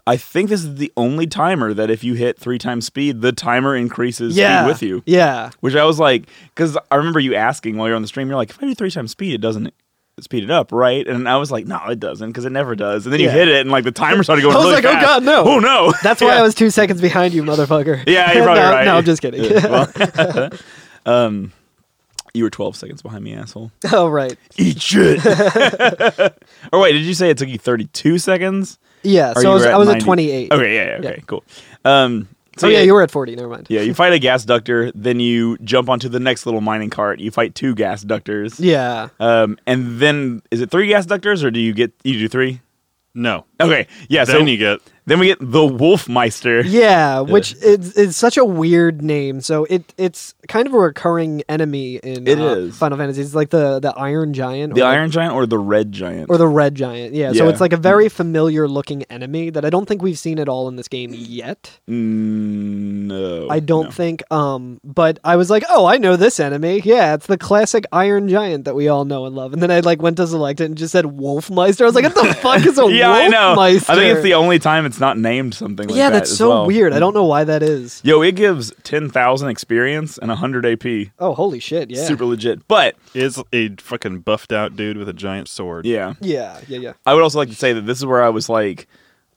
Speaker 2: I think this is the only timer that if you hit three times speed, the timer increases
Speaker 1: Yeah,
Speaker 2: speed with you.
Speaker 1: Yeah,
Speaker 2: Which I was like, because I remember you asking while you're on the stream, you're like, if I do three times speed, it doesn't speed it up, right? And I was like, no, it doesn't, because it never does. And then
Speaker 1: Yeah.
Speaker 2: you hit it, and like the timer started going.
Speaker 1: I was
Speaker 2: really
Speaker 1: like, oh,
Speaker 2: fast.
Speaker 1: God, no.
Speaker 2: oh no.
Speaker 1: that's why
Speaker 2: Yeah.
Speaker 1: I was two seconds behind you, motherfucker.
Speaker 2: Yeah, you're probably
Speaker 1: no,
Speaker 2: right.
Speaker 1: No, I'm just kidding.
Speaker 2: Yeah, well, um, you were 12 seconds behind me, asshole.
Speaker 1: oh right.
Speaker 2: Eat shit. or wait, did you say it took you 32 seconds?
Speaker 1: Yeah.
Speaker 2: Or
Speaker 1: So
Speaker 2: you
Speaker 1: I was,
Speaker 2: were
Speaker 1: I was at
Speaker 2: 90?
Speaker 1: 28.
Speaker 2: Okay, yeah, yeah okay,
Speaker 1: Yeah.
Speaker 2: cool. Um, so
Speaker 1: oh yeah, you were at 40. Never mind.
Speaker 2: Yeah, you fight a gas ductor, then you jump onto the next little mining cart. You fight two gas ductors.
Speaker 1: Yeah.
Speaker 2: Um, and then is it three gas ductors or do you get you do three?
Speaker 3: No.
Speaker 2: Okay, yeah. so
Speaker 3: then you get
Speaker 2: then we get the Wolfmeister.
Speaker 1: Yeah, which is, is such a weird name. So it it's kind of a recurring enemy in
Speaker 2: It
Speaker 1: uh,
Speaker 2: is.
Speaker 1: Final Fantasy. It's like the the Iron Giant, or
Speaker 2: The Iron Giant or the Red Giant?
Speaker 1: or the Red Giant. Yeah, so
Speaker 2: Yeah.
Speaker 1: it's like a very familiar looking enemy that I don't think we've seen at all in this game yet.
Speaker 2: Mm, no,
Speaker 1: I don't
Speaker 2: no.
Speaker 1: think. Um, but I was like, oh, I know this enemy. Yeah, it's the classic Iron Giant that we all know and love. And then I like went to select it and just said Wolfmeister. I was like, what the fuck is a
Speaker 2: Yeah,
Speaker 1: Wolfmeister?
Speaker 2: I know. I think it's the only time it's not named something. like
Speaker 1: yeah,
Speaker 2: that
Speaker 1: that's
Speaker 2: as
Speaker 1: so
Speaker 2: well.
Speaker 1: weird. I don't know why that is.
Speaker 2: Yo, it gives 10,000 experience and 100 AP.
Speaker 1: Oh, holy shit! Yeah.
Speaker 2: Super legit. But
Speaker 3: is a fucking buffed out dude with a giant sword.
Speaker 2: yeah,
Speaker 1: Yeah, yeah, yeah.
Speaker 2: I would also like to say that this is where I was like,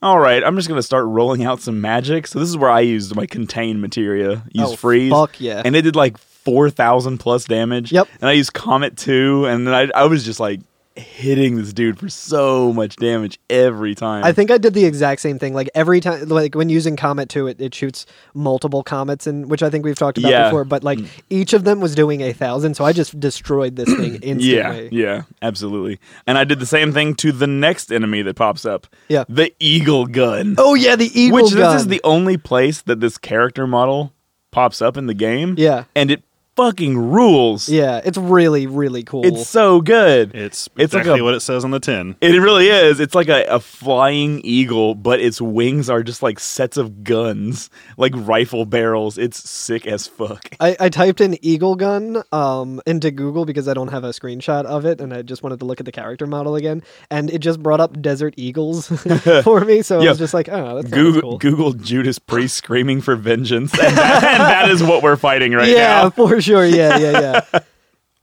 Speaker 2: all right, I'm just going to start rolling out some magic. So this is where I used my contain materia, used
Speaker 1: Oh,
Speaker 2: freeze.
Speaker 1: fuck yeah.
Speaker 2: And it did like 4,000 plus damage.
Speaker 1: Yep.
Speaker 2: And I used Comet 2. And then I, I was just like hitting this dude for so much damage every time.
Speaker 1: I think I did the exact same thing. Like every time, like when using Comet 2, it, it shoots multiple comets, and which I think we've talked about
Speaker 2: Yeah. Mm.
Speaker 1: before. But like each of them was doing a thousand, so I just destroyed this thing instantly.
Speaker 2: Yeah, yeah, absolutely. And I did the same thing to the next enemy that pops up.
Speaker 1: Yeah.
Speaker 2: The Eagle Gun.
Speaker 1: Oh yeah, the eagle
Speaker 2: Which
Speaker 1: gun.
Speaker 2: this is the only place that this character model pops up in the game.
Speaker 1: Yeah.
Speaker 2: And it fucking rules.
Speaker 1: Yeah, it's really really cool.
Speaker 2: It's so good.
Speaker 3: It's
Speaker 2: It's like
Speaker 3: exactly
Speaker 2: a-
Speaker 3: what it says on the tin.
Speaker 2: It really is. It's like a, a flying eagle, but its wings are just like sets of guns, like rifle barrels. It's sick as fuck.
Speaker 1: I, I typed in eagle gun um, into Google because I don't have a screenshot of it, and I just wanted to look at the character model again, and it just brought up desert eagles for me. So I
Speaker 2: Yeah.
Speaker 1: was just like, oh, that's
Speaker 2: Google,
Speaker 1: cool.
Speaker 2: Google Judas Priest screaming for vengeance, and that, and that is what we're fighting right
Speaker 1: yeah,
Speaker 2: now.
Speaker 1: for sure. Yeah, yeah, yeah.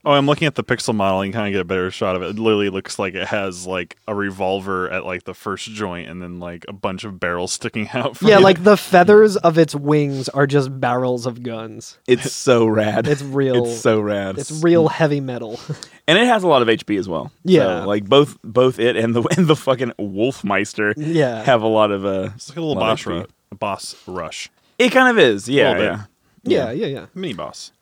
Speaker 3: Oh, I'm looking at the pixel model and kind of get a better shot of it. It literally looks like it has like a revolver at like the first joint and then like a bunch of barrels sticking out. From
Speaker 1: Yeah,
Speaker 3: it.
Speaker 1: like the feathers of its wings are just barrels of guns.
Speaker 2: It's so rad.
Speaker 1: It's real.
Speaker 2: It's so rad.
Speaker 1: It's real heavy metal.
Speaker 2: and it has a lot of HP as well.
Speaker 1: Yeah.
Speaker 2: So, like both both it and the and the fucking Wolfmeister.
Speaker 1: Yeah.
Speaker 2: have a lot of uh.
Speaker 3: it's like a little
Speaker 2: lot of
Speaker 3: boss
Speaker 2: HP.
Speaker 3: rush. Boss rush.
Speaker 2: It kind of is. Yeah,
Speaker 3: Little bit.
Speaker 2: yeah.
Speaker 1: yeah, yeah, yeah.
Speaker 3: Mini boss.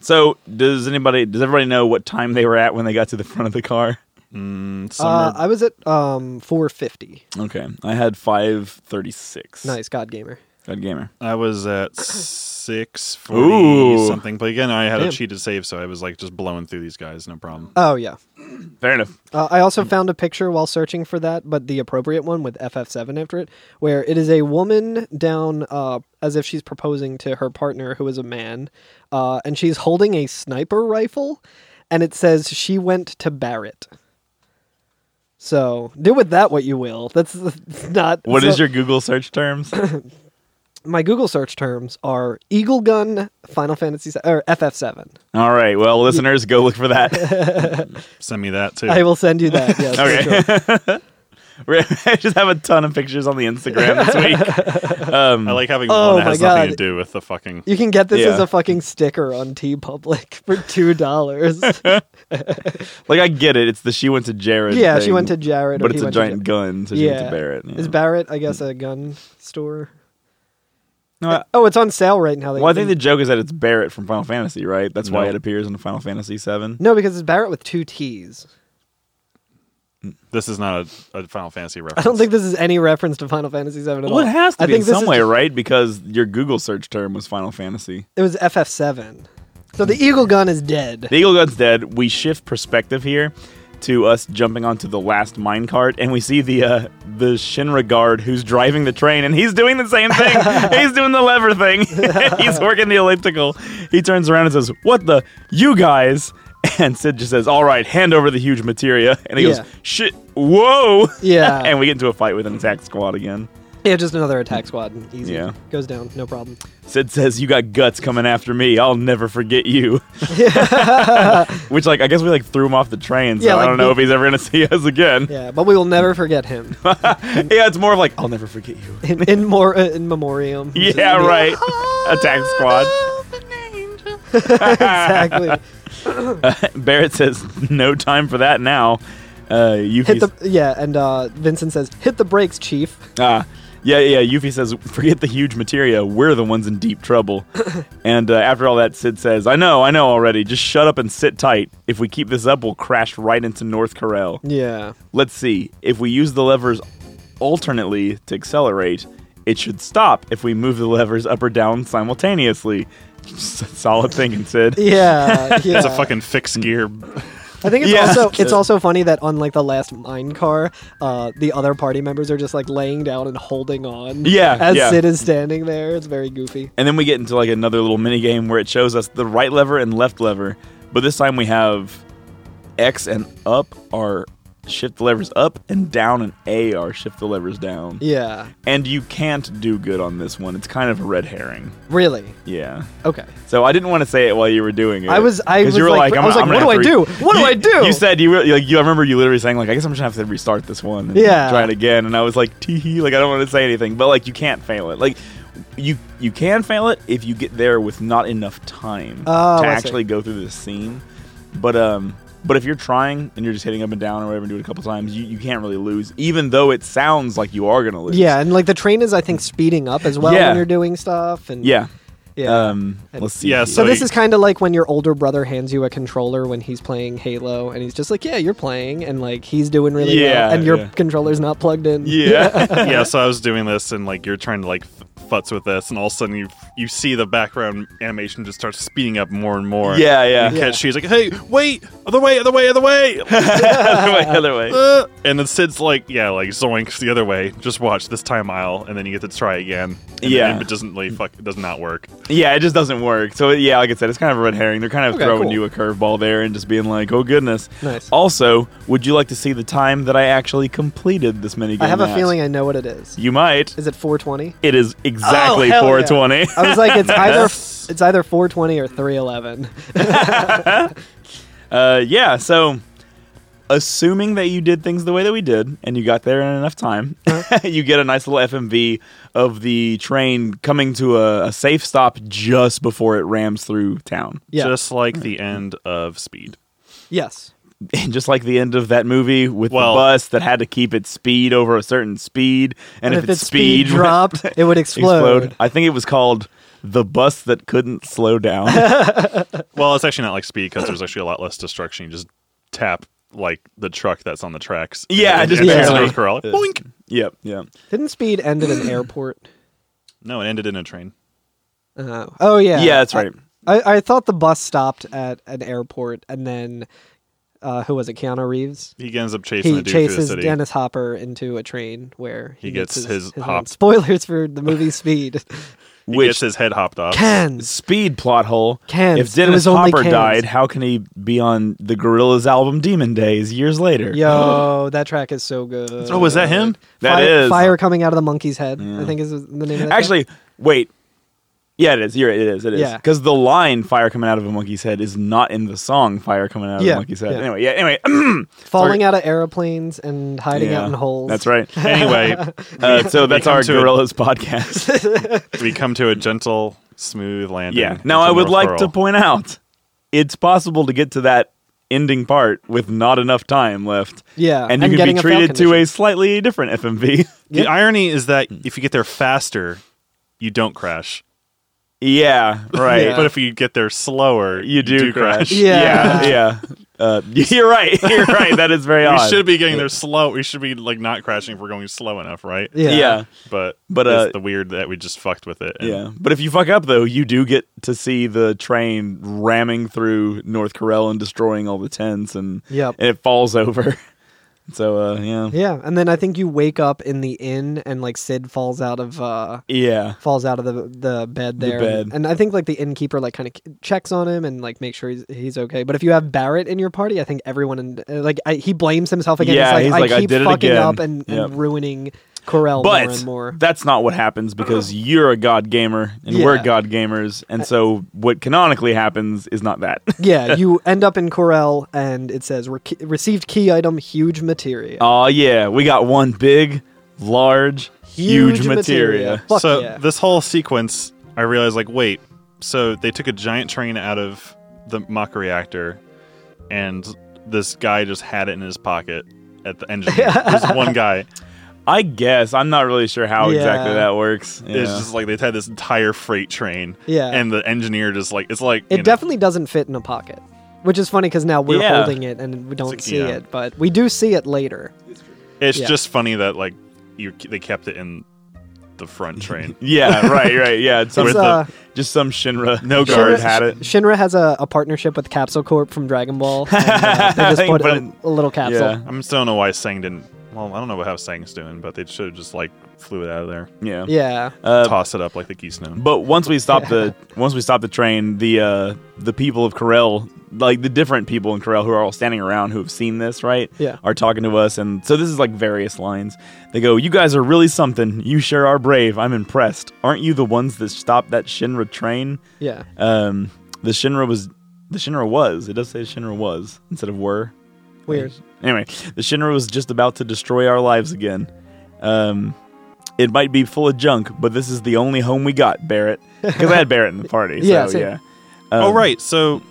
Speaker 2: So does anybody? Does everybody know what time they were at when they got to the front of the car?
Speaker 3: And some
Speaker 1: Uh,
Speaker 3: are-
Speaker 1: I was at um 450.
Speaker 2: Okay, I had five thirty six.
Speaker 1: Nice, God Gamer.
Speaker 2: God gamer.
Speaker 3: I was at six
Speaker 2: Ooh.
Speaker 3: forty something, but again, I had
Speaker 1: Damn.
Speaker 3: a cheated save, so I was like just blowing through these guys, no problem.
Speaker 1: Oh yeah.
Speaker 2: Fair enough.
Speaker 1: Uh, I
Speaker 2: Hmm.
Speaker 1: also found a picture while searching for that, but the appropriate one with FF7 after it, where it is a woman down uh, as if she's proposing to her partner, who is a man, uh, and she's holding a sniper rifle, and it says she went to Barrett. So do with that what you will. That's that's not.
Speaker 2: What is
Speaker 1: so-
Speaker 2: your Google search terms?
Speaker 1: my Google search terms are Eagle Gun, Final Fantasy se- or FF7.
Speaker 2: All right. Well, listeners, go look for that.
Speaker 3: Send me that too.
Speaker 1: I will send you that. Yes, for
Speaker 2: Okay.
Speaker 1: sure.
Speaker 2: We're- I just have a ton of pictures on the Instagram this week. Um,
Speaker 3: I like having
Speaker 1: Oh
Speaker 3: one that
Speaker 1: my
Speaker 3: has nothing
Speaker 1: God.
Speaker 3: to do with the fucking.
Speaker 1: You can get this
Speaker 2: Yeah.
Speaker 1: as a fucking sticker on T Public for two dollars.
Speaker 2: Like I get it. It's the she went to Jared.
Speaker 1: yeah, she
Speaker 2: thing,
Speaker 1: went to Jared, or
Speaker 2: But
Speaker 1: he
Speaker 2: it's a
Speaker 1: went to
Speaker 2: giant
Speaker 1: Jared.
Speaker 2: gun, so she went to Barrett. yeah. Hmm.
Speaker 1: Is Barrett, I guess, a gun store?
Speaker 2: No, I-
Speaker 1: Oh, it's on sale right now. They-
Speaker 2: well, I think the joke is that it's Barrett from Final Fantasy, right? That's why
Speaker 3: No.
Speaker 2: it appears in Final Fantasy Seven.
Speaker 1: no, because it's Barrett with two T's.
Speaker 3: This is not a, a Final Fantasy reference.
Speaker 1: I don't think this is any reference to Final Fantasy VII at all.
Speaker 2: Well, it has to
Speaker 1: I
Speaker 2: be
Speaker 1: think
Speaker 2: in
Speaker 1: this
Speaker 2: some
Speaker 1: is
Speaker 2: way,
Speaker 1: just-
Speaker 2: right? Because your Google search term was Final Fantasy.
Speaker 1: It was FF7. So the Eagle Gun is dead.
Speaker 2: The Eagle Gun's dead. We shift perspective here to us jumping onto the last minecart, and we see the uh, the Shinra guard who's driving the train, and he's doing the same thing. he's doing the lever thing. he's working the elliptical. He turns around and says, "What the you guys?" And Sid just says, "All right, hand over the huge materia." And he
Speaker 1: Yeah.
Speaker 2: goes, "Shit, whoa!"
Speaker 1: Yeah.
Speaker 2: and we get into a fight with an attack squad again.
Speaker 1: Yeah, just another attack squad. Easy.
Speaker 2: Yeah.
Speaker 1: Goes down, no problem.
Speaker 2: Sid says, "You got guts coming after me. I'll never forget you." Which, like, I guess we like threw him off the train, so
Speaker 1: Yeah,
Speaker 2: I
Speaker 1: like,
Speaker 2: don't know
Speaker 1: we-
Speaker 2: if he's ever gonna see us again. Yeah.
Speaker 1: Yeah, but we will never forget him.
Speaker 2: it's more of like, "I'll never forget you."
Speaker 1: In, in more uh, in memoriam.
Speaker 2: yeah, right. Attack squad.
Speaker 1: exactly.
Speaker 2: Barrett says, "No time for that now." Uh,
Speaker 1: Hit
Speaker 2: Yuffie.
Speaker 1: the yeah, and uh, Vincent says, "Hit the brakes, Chief."
Speaker 2: Ah, yeah, yeah. Yuffie says, "Forget the huge materia. We're the ones in deep trouble." and uh, after all that, Sid says, "I know, I know already. Just shut up and sit tight. If we keep this up, we'll crash right into North Corel."
Speaker 1: Yeah.
Speaker 2: Let's see. If we use the levers alternately to accelerate, it should stop if we move the levers up or down simultaneously. Solid thinking, Sid.
Speaker 1: Yeah, yeah.
Speaker 3: It's a fucking fixed gear.
Speaker 1: I think it's
Speaker 2: Yeah.
Speaker 1: also it's also funny that on like the last mine car, uh, the other party members are just like laying down and holding on.
Speaker 2: Yeah,
Speaker 1: as
Speaker 2: yeah.
Speaker 1: Sid is standing there, it's very goofy.
Speaker 2: And then we get into like another little mini game where it shows us the right lever and left lever, but this time we have X and up are shift the levers up and down and A are shift the levers down.
Speaker 1: Yeah,
Speaker 2: And you can't do good on this one. It's kind of a red herring.
Speaker 1: really.
Speaker 2: Yeah.
Speaker 1: Okay.
Speaker 2: So I didn't want to say it while you were doing it.
Speaker 1: I was- I
Speaker 2: 'Cause
Speaker 1: was
Speaker 2: you were
Speaker 1: like-
Speaker 2: like,
Speaker 1: I
Speaker 2: I'm-
Speaker 1: was like,
Speaker 2: I'm gonna
Speaker 1: what do I
Speaker 2: have to
Speaker 1: do? What do
Speaker 2: you-
Speaker 1: I do?
Speaker 2: You said you were like, you. I remember you literally saying like, I guess I'm just gonna have to restart this one. And
Speaker 1: Yeah.
Speaker 2: Try it again, and I was like, tee hee, like I don't want to say anything, but like you can't fail it. Like you you can fail it if you get there with not enough time
Speaker 1: Oh,
Speaker 2: to
Speaker 1: I see.
Speaker 2: actually go through this scene. But um. But if you're trying and you're just hitting up and down or whatever and do it a couple times, you, you can't really lose, even though it sounds like you are going to lose.
Speaker 1: Yeah, and like the train is I think speeding up as well
Speaker 2: Yeah.
Speaker 1: when you're doing stuff. And
Speaker 2: Yeah.
Speaker 1: Yeah.
Speaker 2: Um, let's see.
Speaker 3: Yeah,
Speaker 2: here.
Speaker 1: so
Speaker 3: so
Speaker 1: this
Speaker 3: you-
Speaker 1: is kind of like when your older brother hands you a controller when he's playing Halo, and he's just like, "Yeah, you're playing," and like he's doing really
Speaker 2: Yeah,
Speaker 1: well, and your
Speaker 2: yeah.
Speaker 1: controller's not plugged in.
Speaker 2: yeah.
Speaker 3: yeah, so I was doing this, and like you're trying to like f- futz with this, and all of a sudden you you see the background animation just starts speeding up more and more.
Speaker 2: Yeah, yeah.
Speaker 3: And Kat- she's like, "Hey, wait! Other way! Other way! Other way!"
Speaker 2: other way, other way.
Speaker 3: Uh, and then Sid's like, "Yeah, like zoinks the other way. Just watch this time I'll." And then you get to try again. And
Speaker 2: Yeah.
Speaker 3: then it doesn't really fuck. It does not work.
Speaker 2: Yeah, it just doesn't work. So yeah, like I said, it's kind of a red herring. They're kind of
Speaker 1: Okay,
Speaker 2: throwing
Speaker 1: cool.
Speaker 2: you a curveball there and just being like, "Oh goodness."
Speaker 1: Nice.
Speaker 2: Also, would you like to see the time that I actually completed this minigame?
Speaker 1: I have a
Speaker 2: at?
Speaker 1: feeling I know what it is.
Speaker 2: you might.
Speaker 1: Is it 420?
Speaker 2: It is exactly
Speaker 1: hell yeah.
Speaker 2: 420.
Speaker 1: I was like, it's either
Speaker 3: Yes.
Speaker 1: it's either 420 or 311.
Speaker 2: Uh, yeah, so assuming that you did things the way that we did and you got there in enough time,
Speaker 1: Uh-huh.
Speaker 2: you get a nice little FMV of the train coming to a, a safe stop just before it rams through town.
Speaker 1: Yeah.
Speaker 3: Just like the end of Speed.
Speaker 1: yes.
Speaker 2: And just like the end of that movie with
Speaker 3: Well-
Speaker 2: the bus that had to keep its speed over a certain speed, and, if,
Speaker 1: if,
Speaker 2: its
Speaker 1: its speed,
Speaker 2: went-
Speaker 1: dropped, it would explode.
Speaker 2: explode, I think it was called the bus that couldn't slow down.
Speaker 3: Well, it's actually not like Speed because there's actually a lot less destruction. You just tap like the truck that's on the tracks.
Speaker 2: Yeah,
Speaker 3: and,
Speaker 2: just
Speaker 3: and it's
Speaker 2: barely. Uh,
Speaker 3: a curl. Boink.
Speaker 2: yep, yep.
Speaker 1: Didn't speed end at an airport?
Speaker 3: No, it ended in a train.
Speaker 1: Uh, oh yeah.
Speaker 2: Yeah, that's right.
Speaker 1: I, I thought the bus stopped at an airport, and then uh, who was it? Keanu Reeves.
Speaker 3: He ends up chasing
Speaker 1: He
Speaker 3: the dude through the
Speaker 1: chases
Speaker 3: city.
Speaker 1: Dennis Hopper into a train where he,
Speaker 3: He gets his
Speaker 1: own-
Speaker 3: hop-
Speaker 1: Spoilers for the movie Speed.
Speaker 3: he
Speaker 2: Which
Speaker 3: gets his head hopped off.
Speaker 1: Cans.
Speaker 2: Speed plot hole.
Speaker 1: Cans.
Speaker 2: If
Speaker 1: It
Speaker 2: Dennis
Speaker 1: was only
Speaker 2: Hopper
Speaker 1: cans.
Speaker 2: died, how can he be on the Gorillas album Demon Days years later?
Speaker 1: Yo, that track is so good.
Speaker 3: Oh, was that him?
Speaker 2: That
Speaker 1: fire,
Speaker 2: is-
Speaker 1: fire coming out of the monkey's head. I think is the name of that.
Speaker 2: Actually, wait. Yeah, it is. You're right. It is. It is.
Speaker 1: Yeah.
Speaker 2: Because the line "Fire coming out of a monkey's head" is not in the song "Fire coming out of
Speaker 1: Yeah,
Speaker 2: a monkey's head."
Speaker 1: yeah.
Speaker 2: Anyway, yeah. Anyway,
Speaker 1: track. falling out of aeroplanes and hiding
Speaker 2: yeah,
Speaker 1: out in holes.
Speaker 2: That's right.
Speaker 3: Anyway,
Speaker 2: Uh, so that's
Speaker 3: come
Speaker 2: our
Speaker 3: to it.
Speaker 2: Gorillas podcast.
Speaker 3: we come to a gentle, smooth landing.
Speaker 2: yeah. Now I
Speaker 3: into
Speaker 2: would
Speaker 3: North
Speaker 2: like
Speaker 3: Pearl.
Speaker 2: to point out, it's possible to get to that ending part with not enough time left.
Speaker 1: Yeah,
Speaker 2: And you
Speaker 1: and
Speaker 2: can
Speaker 1: getting
Speaker 2: be
Speaker 1: a
Speaker 2: treated
Speaker 1: Falcon
Speaker 2: to a
Speaker 1: issue.
Speaker 2: slightly different FMV.
Speaker 3: The irony is that if you get there faster, you don't crash.
Speaker 2: yeah. Right.
Speaker 1: Yeah.
Speaker 3: But if you get there slower,
Speaker 2: You do, crash.
Speaker 1: Yeah.
Speaker 2: yeah. yeah. Uh, you're right. You're right. That is very
Speaker 3: We
Speaker 2: odd.
Speaker 3: should be getting there slow. We should be like not crashing if we're going slow enough, right?
Speaker 1: Yeah.
Speaker 2: Yeah.
Speaker 3: But
Speaker 2: But,
Speaker 3: it's
Speaker 2: uh,
Speaker 3: the weird that we just fucked with it. and-
Speaker 2: Yeah. But if you fuck up though, you do get to see the train ramming through North Corell and destroying all the tents, and
Speaker 1: Yep.
Speaker 2: and it falls over. So uh, yeah,
Speaker 1: Yeah, and then I think you wake up in the inn, and like Sid falls out of uh
Speaker 2: yeah,
Speaker 1: falls out of the the bed
Speaker 2: The
Speaker 1: there,
Speaker 2: bed.
Speaker 1: and I think like the innkeeper like kind of checks on him and like makes sure he's he's okay. But if you have Barrett in your party, I think everyone in uh, like I, he blames himself again.
Speaker 2: Yeah,
Speaker 1: he's
Speaker 2: he's
Speaker 1: like,
Speaker 2: like,
Speaker 1: I
Speaker 2: "I
Speaker 1: keep
Speaker 2: did it
Speaker 1: fucking
Speaker 2: again."
Speaker 1: up and,
Speaker 2: Yep.
Speaker 1: and ruining Corel more and more.
Speaker 2: But that's not what happens because you're a god gamer and
Speaker 1: Yeah.
Speaker 2: we're god gamers, and so what canonically happens is not that.
Speaker 1: yeah, you end up in Corel, and it says "Re- received key item, huge material.
Speaker 2: Oh yeah, we got one big, large, huge, materia.
Speaker 1: Fuck
Speaker 3: so
Speaker 1: yeah.
Speaker 3: this whole sequence, I realized like, wait, so they took a giant train out of the mock reactor, and this guy just had it in his pocket at the engine. There's one guy.
Speaker 2: I guess I'm not really sure how exactly
Speaker 1: Yeah.
Speaker 2: that works. Yeah.
Speaker 3: It's just like they had this entire freight train.
Speaker 1: Yeah.
Speaker 3: And the engineer just like it's like
Speaker 1: it
Speaker 3: you know,
Speaker 1: definitely doesn't fit in a pocket, which is funny because now we're
Speaker 2: Yeah.
Speaker 1: holding it and we don't
Speaker 3: like,
Speaker 1: see
Speaker 3: yeah.
Speaker 1: it, but we do see it later.
Speaker 3: It's
Speaker 1: yeah.
Speaker 3: just funny that like you they kept it in the front train.
Speaker 2: yeah, right, right, yeah. It's some,
Speaker 1: It's, uh,
Speaker 2: just some Shinra
Speaker 3: No
Speaker 2: guard
Speaker 3: guard.
Speaker 2: had it.
Speaker 1: Shinra has a, a partnership with Capsule Corp from Dragon Ball. And, uh, they just
Speaker 2: They
Speaker 1: put,
Speaker 2: put
Speaker 1: a-
Speaker 2: it-
Speaker 1: a, little capsule.
Speaker 2: Yeah.
Speaker 3: I'm still don't know why Sang didn't. Well, I don't know how Sang's doing, but they should have just like flew it out of there,
Speaker 2: Yeah,
Speaker 1: Yeah.
Speaker 2: Uh,
Speaker 3: toss it up like the Keystone.
Speaker 2: But once we stop the once we stop the train, the uh, the people of Corel, like the different people in Corel who are all standing around who have seen this, right?
Speaker 1: Yeah.
Speaker 2: Are talking to us, and so this is like various lines. They go, "You guys are really something. You sure are brave. I'm impressed. Aren't you the ones that stopped that Shinra train?
Speaker 1: Yeah.
Speaker 2: Um, the Shinra was the Shinra was. It does say Shinra was instead of were.
Speaker 1: Weird.
Speaker 2: Anyway, the Shinra was just about to destroy our lives again. Um, it might be full of junk, but this is the only home we got, Barrett. Because I had Barrett in the party.
Speaker 1: Yeah,
Speaker 3: Um,
Speaker 2: so,
Speaker 1: same.
Speaker 2: yeah.
Speaker 3: oh right, so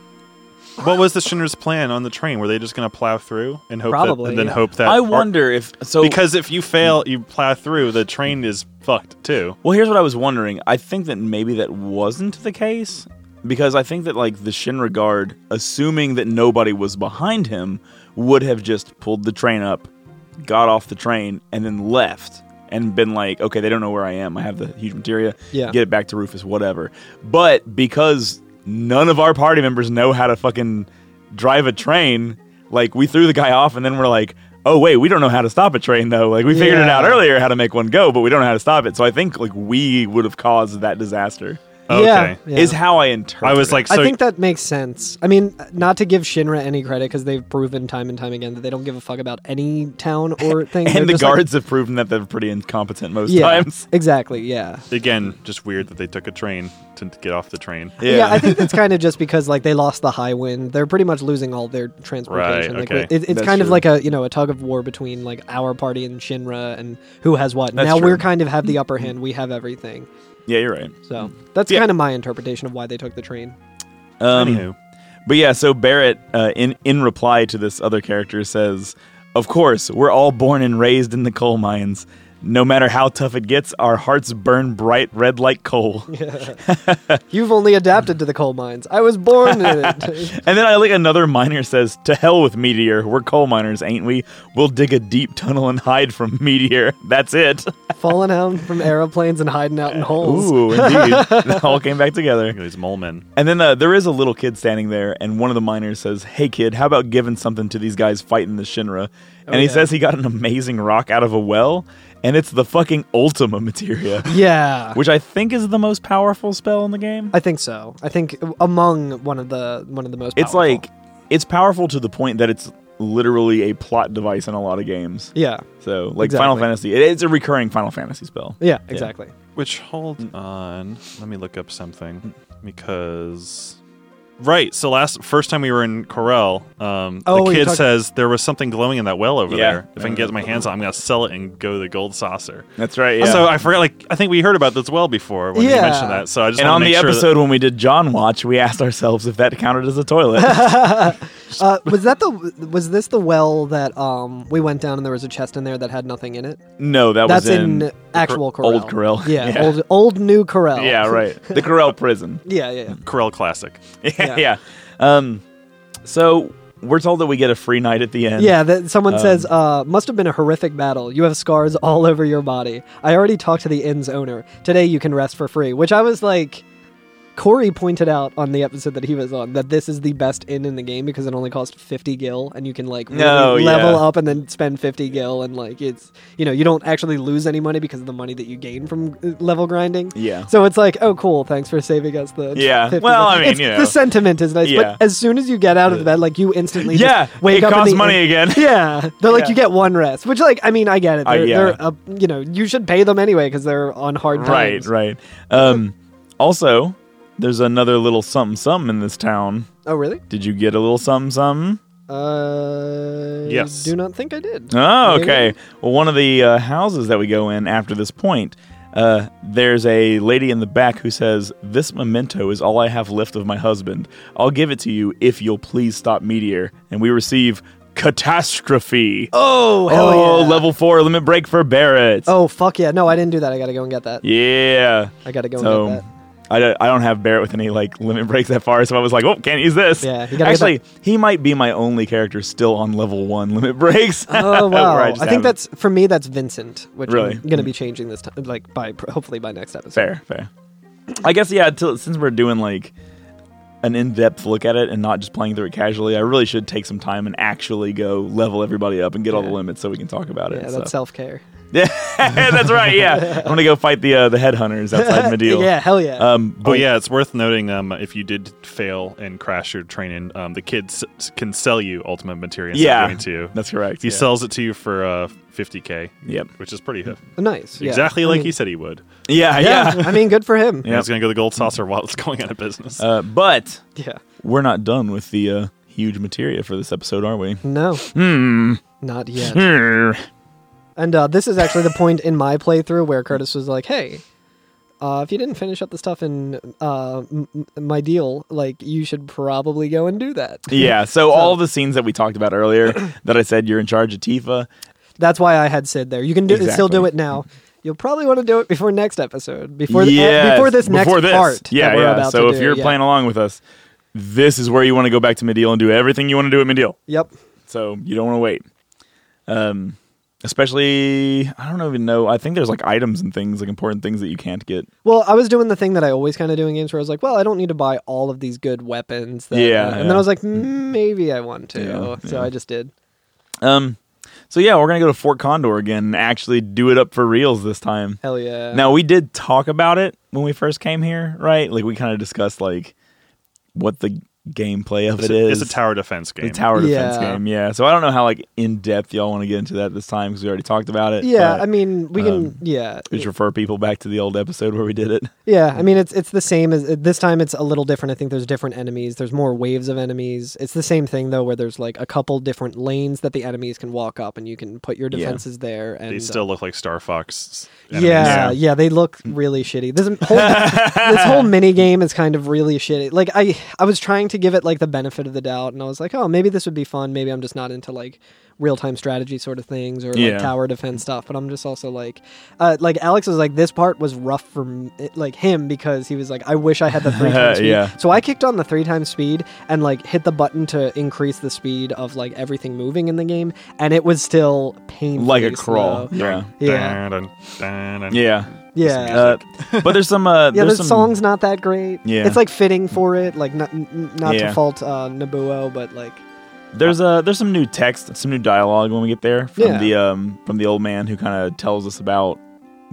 Speaker 3: What was the Shinner's plan on the train? Were they just going to plow through and hope
Speaker 1: Probably,
Speaker 3: that, and then
Speaker 1: yeah.
Speaker 3: hope that
Speaker 2: I
Speaker 3: or-
Speaker 2: wonder if so
Speaker 3: because if you fail, you plow through, the train is fucked too.
Speaker 2: Well, here's what I was wondering. I think that maybe that wasn't the case because I think that like the Shinra guard, assuming that nobody was behind him, would have just pulled the train up, got off the train, and then left and been like, okay, they don't know where I am. I have the huge materia.
Speaker 1: Yeah.
Speaker 2: Get it back to Rufus, whatever. But because none of our party members know how to fucking drive a train, like we threw the guy off and then we're like, oh wait, we don't know how to stop a train though. Like we figured it
Speaker 1: Yeah.
Speaker 2: out earlier earlier how to make one go, but we don't know how to stop it. So I think like we would have caused that disaster.
Speaker 3: Okay.
Speaker 1: Yeah, yeah.
Speaker 2: Is how I interpret.
Speaker 3: I was like, so
Speaker 1: I think that makes sense. I mean, not to give Shinra any credit because they've proven time and time again that they don't give a fuck about any town or thing. They're
Speaker 2: and the
Speaker 1: just like-
Speaker 2: guards have proven that they're pretty incompetent most
Speaker 1: yeah,
Speaker 2: times.
Speaker 1: exactly. Yeah.
Speaker 3: again, just weird that they took a train to to get off the train.
Speaker 1: yeah, I think that's kind of just because like they lost the high wind. They're pretty much losing all their transportation.
Speaker 3: Right,
Speaker 1: Like,
Speaker 3: okay.
Speaker 1: it- it's
Speaker 2: That's
Speaker 1: kind of
Speaker 2: true.
Speaker 1: like a you know a tug of war between like our party and Shinra and who has what.
Speaker 2: That's
Speaker 1: now
Speaker 2: true.
Speaker 1: we're kind of have the upper hand. We have everything.
Speaker 2: yeah, you're right.
Speaker 1: So that's
Speaker 2: Yeah.
Speaker 1: kind of my interpretation of why they took the train.
Speaker 2: Um,
Speaker 3: Anywho,
Speaker 2: But yeah, so Barrett, uh, in in reply to this other character, says, "Of course, we're all born and raised in the coal mines. No matter how tough it gets, our hearts burn bright red like coal."
Speaker 1: You've only adapted to the coal mines. I was born in it.
Speaker 2: And then I like another miner says, "To hell with meteor. We're coal miners, ain't we? We'll dig a deep tunnel and hide from meteor. That's it."
Speaker 1: Falling out from aeroplanes and hiding out in holes.
Speaker 2: Ooh, indeed. It all came back together.
Speaker 3: these mole men.
Speaker 2: And then uh, there is a little kid standing there, and one of the miners says, Hey, kid, how about giving something to these guys fighting the Shinra?
Speaker 3: Oh,
Speaker 2: And he
Speaker 1: yeah.
Speaker 2: says he got an amazing rock out of a well, and it's the fucking Ultima Materia,
Speaker 1: Yeah.
Speaker 2: which I think is the most powerful spell in the game.
Speaker 1: I think so. I think among one of the one of the most.
Speaker 2: It's
Speaker 1: powerful.
Speaker 2: like, it's powerful to the point that it's literally a plot device in a lot of games.
Speaker 1: yeah,
Speaker 2: So, like
Speaker 1: Exactly.
Speaker 2: Final Fantasy, it- it's a recurring Final Fantasy spell.
Speaker 1: yeah, exactly.
Speaker 3: Which hold on, let me look up something because right. So last first time we were in Corel, um,
Speaker 1: Oh,
Speaker 3: the
Speaker 1: you
Speaker 3: kid
Speaker 1: talked-
Speaker 3: says there was something glowing in that well over
Speaker 2: Yeah.
Speaker 3: there. If I can get my hands on, it, I'm gonna sell it and go to the gold saucer.
Speaker 2: That's right.
Speaker 3: So I forgot. Like I think we heard about this well before when you
Speaker 1: Yeah.
Speaker 3: mentioned that. So I just
Speaker 2: and
Speaker 3: wanna
Speaker 2: on
Speaker 3: make
Speaker 2: the
Speaker 3: sure that-
Speaker 2: episode when we did John Watch, we asked ourselves if that counted as a toilet.
Speaker 1: Uh, was that the was this the well that um we went down and there was a chest in there that had nothing in it?
Speaker 2: No, that
Speaker 1: That's
Speaker 2: was in,
Speaker 1: in, actual Corel.
Speaker 2: old Corel.
Speaker 1: Yeah,
Speaker 2: Yeah.
Speaker 1: old old new Corel.
Speaker 2: yeah, right. The Corel prison.
Speaker 1: yeah, yeah, yeah.
Speaker 3: Corel Classic.
Speaker 2: Yeah,
Speaker 1: Yeah.
Speaker 2: yeah. Um, so we're told that we get a free night at the end.
Speaker 1: Yeah, that
Speaker 2: Um,
Speaker 1: someone says, uh, must have been a horrific battle. You have scars all over your body. I already talked to the inn's owner. Today you can rest for free. Which I was like, Corey pointed out on the episode that he was on that this is the best inn in the game because it only costs 50 gil and you can like really
Speaker 2: No, yeah.
Speaker 1: level up and then spend 50 gil and like it's, you know, you don't actually lose any money because of the money that you gain from uh, level grinding.
Speaker 2: Yeah.
Speaker 1: So it's like, oh, cool. Thanks for saving us the.
Speaker 2: Yeah.
Speaker 1: 50
Speaker 2: Well,
Speaker 1: gil."
Speaker 2: I mean,
Speaker 1: It's-
Speaker 2: you know.
Speaker 1: the sentiment is nice,
Speaker 2: Yeah.
Speaker 1: but as soon as you get out of bed, like you instantly just
Speaker 2: Yeah,
Speaker 1: wake
Speaker 2: it
Speaker 1: up in
Speaker 2: costs
Speaker 1: the
Speaker 2: money
Speaker 1: inn-
Speaker 2: again.
Speaker 1: yeah, they're like
Speaker 2: Yeah.
Speaker 1: you get one rest, which like I mean I get it.
Speaker 2: Uh,
Speaker 1: They're,
Speaker 2: yeah.
Speaker 1: they're uh, you know you should pay them anyway because they're on hard
Speaker 2: Right,
Speaker 1: times.
Speaker 2: right. Um, also, there's another little something something in this town.
Speaker 1: Oh really?
Speaker 2: Did you get a little something something?
Speaker 1: Uh,
Speaker 3: Yes.
Speaker 1: Do not think I did.
Speaker 2: Oh,
Speaker 1: Maybe.
Speaker 2: okay. Well, one of the uh, houses that we go in after this point, uh, there's a lady in the back who says, This memento is all I have left of my husband. I'll give it to you if you'll please stop Meteor. And we receive Catastrophe.
Speaker 1: Oh hell
Speaker 2: Oh,
Speaker 1: yeah.
Speaker 2: level four limit break for Barrett.
Speaker 1: Oh fuck yeah! No, I didn't do that. I gotta go and get that.
Speaker 2: Yeah.
Speaker 1: I gotta go
Speaker 2: So,
Speaker 1: and get that.
Speaker 2: I don't, I don't have Barrett with any like limit breaks that far, so I was like, oh, can't use this.
Speaker 1: Yeah, you gotta get
Speaker 2: Actually, he might be my only character still on level one limit breaks.
Speaker 1: Oh
Speaker 2: where
Speaker 1: wow!
Speaker 2: I
Speaker 1: I,
Speaker 2: just
Speaker 1: think
Speaker 2: haven't-
Speaker 1: that's for me. That's Vincent, which
Speaker 2: Really?
Speaker 1: I'm gonna be changing this time, like by hopefully by next episode.
Speaker 2: Fair, fair. I guess yeah. Till, since we're doing like an in-depth look at it and not just playing through it casually, I really should take some time and actually go level everybody up and get all the
Speaker 1: Yeah.
Speaker 2: limits so we can talk about it.
Speaker 1: Yeah,
Speaker 2: so.
Speaker 1: that's self care.
Speaker 2: yeah, that's right. Yeah, I'm gonna go fight the uh, the headhunters outside Medeal.
Speaker 1: yeah, hell yeah.
Speaker 2: Um,
Speaker 3: Oh
Speaker 2: but
Speaker 3: yeah, it's worth noting um, if you did fail and crash your training, um, the kid s- can sell you ultimate material. instead of
Speaker 2: yeah,
Speaker 3: giving it to you.
Speaker 2: that's correct.
Speaker 3: He
Speaker 2: yeah.
Speaker 3: sells it to you for uh, 50k.
Speaker 2: Yep.
Speaker 3: which is pretty hip.
Speaker 1: nice. yeah.
Speaker 3: Exactly
Speaker 1: I
Speaker 3: like
Speaker 1: mean-
Speaker 3: he said he would.
Speaker 2: Yeah, yeah.
Speaker 1: I mean, good for him.
Speaker 3: And he's going to go to the gold saucer while it's going out of business.
Speaker 2: Uh, but
Speaker 1: yeah.
Speaker 2: we're not done with the uh, huge materia for this episode, are we?
Speaker 1: No.
Speaker 2: Hmm.
Speaker 1: Not yet.
Speaker 3: Hmm.
Speaker 1: And uh, this is actually the point in my playthrough where Curtis was like, hey, uh, if you didn't finish up the stuff in uh, m- m- my deal, like you should probably go and do that.
Speaker 2: Yeah, so, all the scenes that we talked about earlier that I said you're in charge of Tifa,
Speaker 1: That's why I had Sid there. You can do still do
Speaker 2: Exactly.
Speaker 1: it now. You'll probably want to do it before next episode, before the, uh,
Speaker 2: Yes,
Speaker 1: before this next part. that
Speaker 2: Yeah,
Speaker 1: we're
Speaker 2: yeah.
Speaker 1: About
Speaker 2: so
Speaker 1: to
Speaker 2: if
Speaker 1: do,
Speaker 2: you're
Speaker 1: yeah.
Speaker 2: playing along with us, this is where you want to go back to Mediel and do everything you want to do at Mediel.
Speaker 1: yep.
Speaker 2: So you don't want to wait. Um, especially I don't even know. I think there's like items and things like important things that you can't get.
Speaker 1: Well, I was doing the thing that I always kind of do in games where I was like, well, I don't need to buy all of these good weapons. That, uh,"
Speaker 2: Yeah,
Speaker 1: and
Speaker 2: yeah. Mm-hmm.
Speaker 1: then I was like, "Mm, maybe I want to.
Speaker 2: Yeah,
Speaker 1: so I just did.
Speaker 2: Um, so yeah, we're gonna go to Fort Condor again and actually do it up for reals this time.
Speaker 1: Hell yeah.
Speaker 2: Now we did talk about it when we first came here, right? Like we kind of discussed like what the gameplay of
Speaker 3: It's,
Speaker 2: it
Speaker 3: a,
Speaker 2: is.
Speaker 3: it's a tower defense game.
Speaker 2: The tower defense
Speaker 1: Yeah.
Speaker 2: game, yeah. So I don't know how like in depth y'all want to get into that this time because we already talked about it.
Speaker 1: yeah,
Speaker 2: but um,
Speaker 1: I mean, we can. yeah,
Speaker 2: we just refer people back to the old episode where we did it.
Speaker 1: yeah. I mean, it's it's the same as this time. It's a little different. I think there's different enemies. There's more waves of enemies. It's the same thing though, where there's like a couple different lanes that the enemies can walk up, and you can put your
Speaker 2: Yeah.
Speaker 1: defenses there. And
Speaker 3: they
Speaker 1: uh,
Speaker 3: still look like Star Fox.
Speaker 1: Yeah,
Speaker 3: enemies.
Speaker 1: yeah, they look really shitty. This whole this whole mini game is kind of really shitty. Like I I was trying to give it like the benefit of the doubt and I was like, "Oh, maybe this would be fun. Maybe I'm just not into like real-time strategy sort of things or
Speaker 2: Yeah.
Speaker 1: like tower defense stuff." But I'm just also like uh like Alex was like this part was rough for m- it- like him because he was like, "I wish I had the 3 times speed."
Speaker 2: Yeah.
Speaker 1: So I kicked on the 3 times speed and like hit the button to increase the speed of like everything moving in the game and it was still painful.
Speaker 2: Like a crawl, yeah,
Speaker 1: Yeah.
Speaker 3: Dun, dun, dun, dun.
Speaker 2: yeah.
Speaker 1: Yeah.
Speaker 2: Uh, but there's some uh,
Speaker 1: Yeah,
Speaker 2: there's
Speaker 1: the
Speaker 2: some
Speaker 1: song's not that great.
Speaker 2: Yeah.
Speaker 1: it's like fitting for it, like not n- n- not
Speaker 2: Yeah.
Speaker 1: to fault uh, Nabuo, but like
Speaker 2: there's uh, there's some new text, some new dialogue when we get there from
Speaker 1: Yeah.
Speaker 2: the um from the old man who kind of tells us about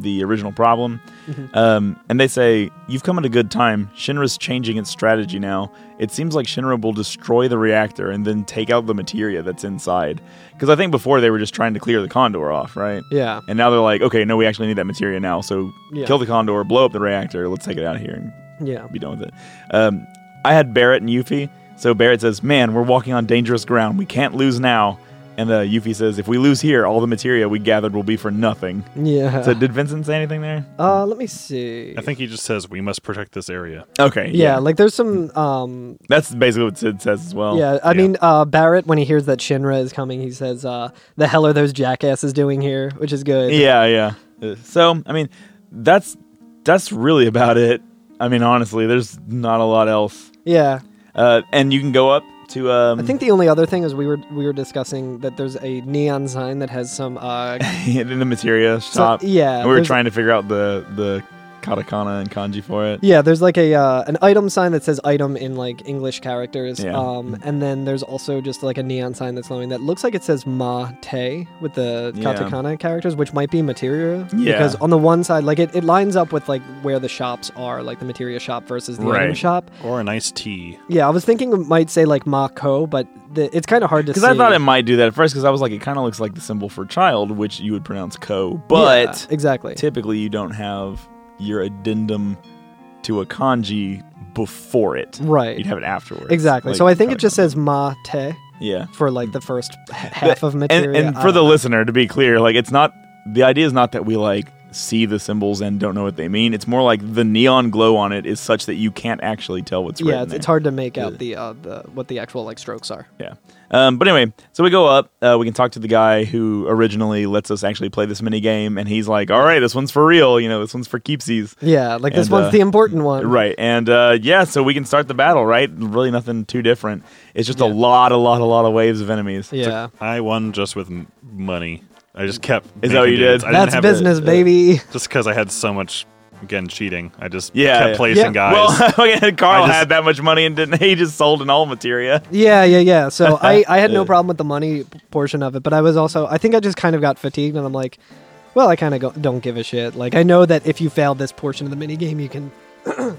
Speaker 2: the original problem.
Speaker 1: Mm-hmm.
Speaker 2: Um, and they say you've come at a good time. Shinra's changing its strategy now. It seems like Shinra will destroy the reactor and then take out the materia that's inside. Because I think before they were just trying to clear the condor off, right?
Speaker 1: yeah,
Speaker 2: And now they're like, okay, no, we actually need that materia now. So
Speaker 1: Yeah.
Speaker 2: kill the condor, blow up the reactor. Let's take it out of here and
Speaker 1: yeah,
Speaker 2: be done with it. Um, I had Barrett and Yuffie. So Barrett says, "Man, we're walking on dangerous ground. We can't lose now." And uh, Yuffie says, "If we lose here, all the materia we gathered will be for nothing."
Speaker 1: yeah.
Speaker 2: So did Vincent say anything there?
Speaker 1: uh, let me see.
Speaker 3: I think he just says we must protect this area.
Speaker 2: Okay,
Speaker 1: yeah, like there's some um
Speaker 2: That's basically what Sid says as well.
Speaker 1: yeah, I
Speaker 3: yeah.
Speaker 1: mean uh Barrett when he hears that Shinra is coming, he says uh the hell are those jackasses doing here, which is good.
Speaker 2: Yeah, yeah. Uh, So, I mean, that's that's really about it. I mean, honestly, there's not a lot else.
Speaker 1: Yeah.
Speaker 2: Uh, and you can go up to um
Speaker 1: I think the only other thing is we were we were discussing that there's a neon sign that has some uh
Speaker 2: in the materia
Speaker 1: so-
Speaker 2: shop.
Speaker 1: yeah,
Speaker 2: And we were
Speaker 1: there's-
Speaker 2: trying to figure out the the katakana and kanji for it.
Speaker 1: Yeah, there's like a uh, an item sign that says item in like English characters.
Speaker 2: Yeah. Mm-hmm.
Speaker 1: Um, and then there's also just like a neon sign that's glowing that looks like it says ma te with the
Speaker 2: Yeah.
Speaker 1: katakana characters, which might be materia.
Speaker 2: Yeah.
Speaker 1: Because on the one side, like it, it lines up with like where the shops are, like the materia shop versus the item
Speaker 2: Right.
Speaker 1: shop.
Speaker 3: Or a nice tea.
Speaker 1: Yeah, I was thinking it might say like ma ko, but the, it's kind of hard to see.
Speaker 2: Because I thought it might do that at first, because I was like, it kind of looks like the symbol for child, which you would pronounce co, but
Speaker 1: Yeah, exactly.
Speaker 2: typically you don't have your addendum to a kanji before it.
Speaker 1: Right.
Speaker 2: You'd have it afterwards.
Speaker 1: Exactly.
Speaker 2: Like,
Speaker 1: so I think it just
Speaker 2: katakana.
Speaker 1: says ma te
Speaker 2: Yeah.
Speaker 1: for like the first h- half of
Speaker 2: And,
Speaker 1: materia.
Speaker 2: and
Speaker 1: I
Speaker 2: for
Speaker 1: don't
Speaker 2: the listener, to be clear, like, it's not, the idea is not that we, like, see the symbols and don't know what they mean. It's more like the neon glow on it is such that you can't actually tell what's
Speaker 1: yeah,
Speaker 2: written
Speaker 1: it's,
Speaker 2: there.
Speaker 1: it's hard to make out the uh, the what the actual like strokes are.
Speaker 2: Yeah. Um, but anyway, so we go up. Uh, we can talk to the guy who originally lets us actually play this mini game, and he's like, "All right, this one's for real. You know, this one's for keepsies."
Speaker 1: Yeah, like this
Speaker 2: And,
Speaker 1: one's
Speaker 2: uh,
Speaker 1: the important one.
Speaker 2: Right. And uh, yeah, so we can start the battle. Right. Really, nothing too different. It's just a lot, a lot, a lot of waves of enemies.
Speaker 1: Yeah.
Speaker 3: I won just with m- money. I just kept.
Speaker 2: Is that what
Speaker 3: making
Speaker 2: you
Speaker 3: dudes.
Speaker 2: did?
Speaker 3: I didn't
Speaker 1: That's
Speaker 3: have
Speaker 1: business, baby.
Speaker 3: It, just because I had so much, again, cheating. I just
Speaker 2: Yeah,
Speaker 3: kept
Speaker 2: yeah.
Speaker 3: placing
Speaker 1: Yeah.
Speaker 3: guys.
Speaker 2: Well, fucking Carl
Speaker 3: I just-
Speaker 2: had that much money and didn't. He just sold an all materia.
Speaker 1: Yeah, yeah, yeah. So I, I had no problem with the money p- portion of it, but I was also I think I just kind of got fatigued and I'm like, well, I kind of go, don't give a shit. Like I know that if you fail this portion of the mini game, you can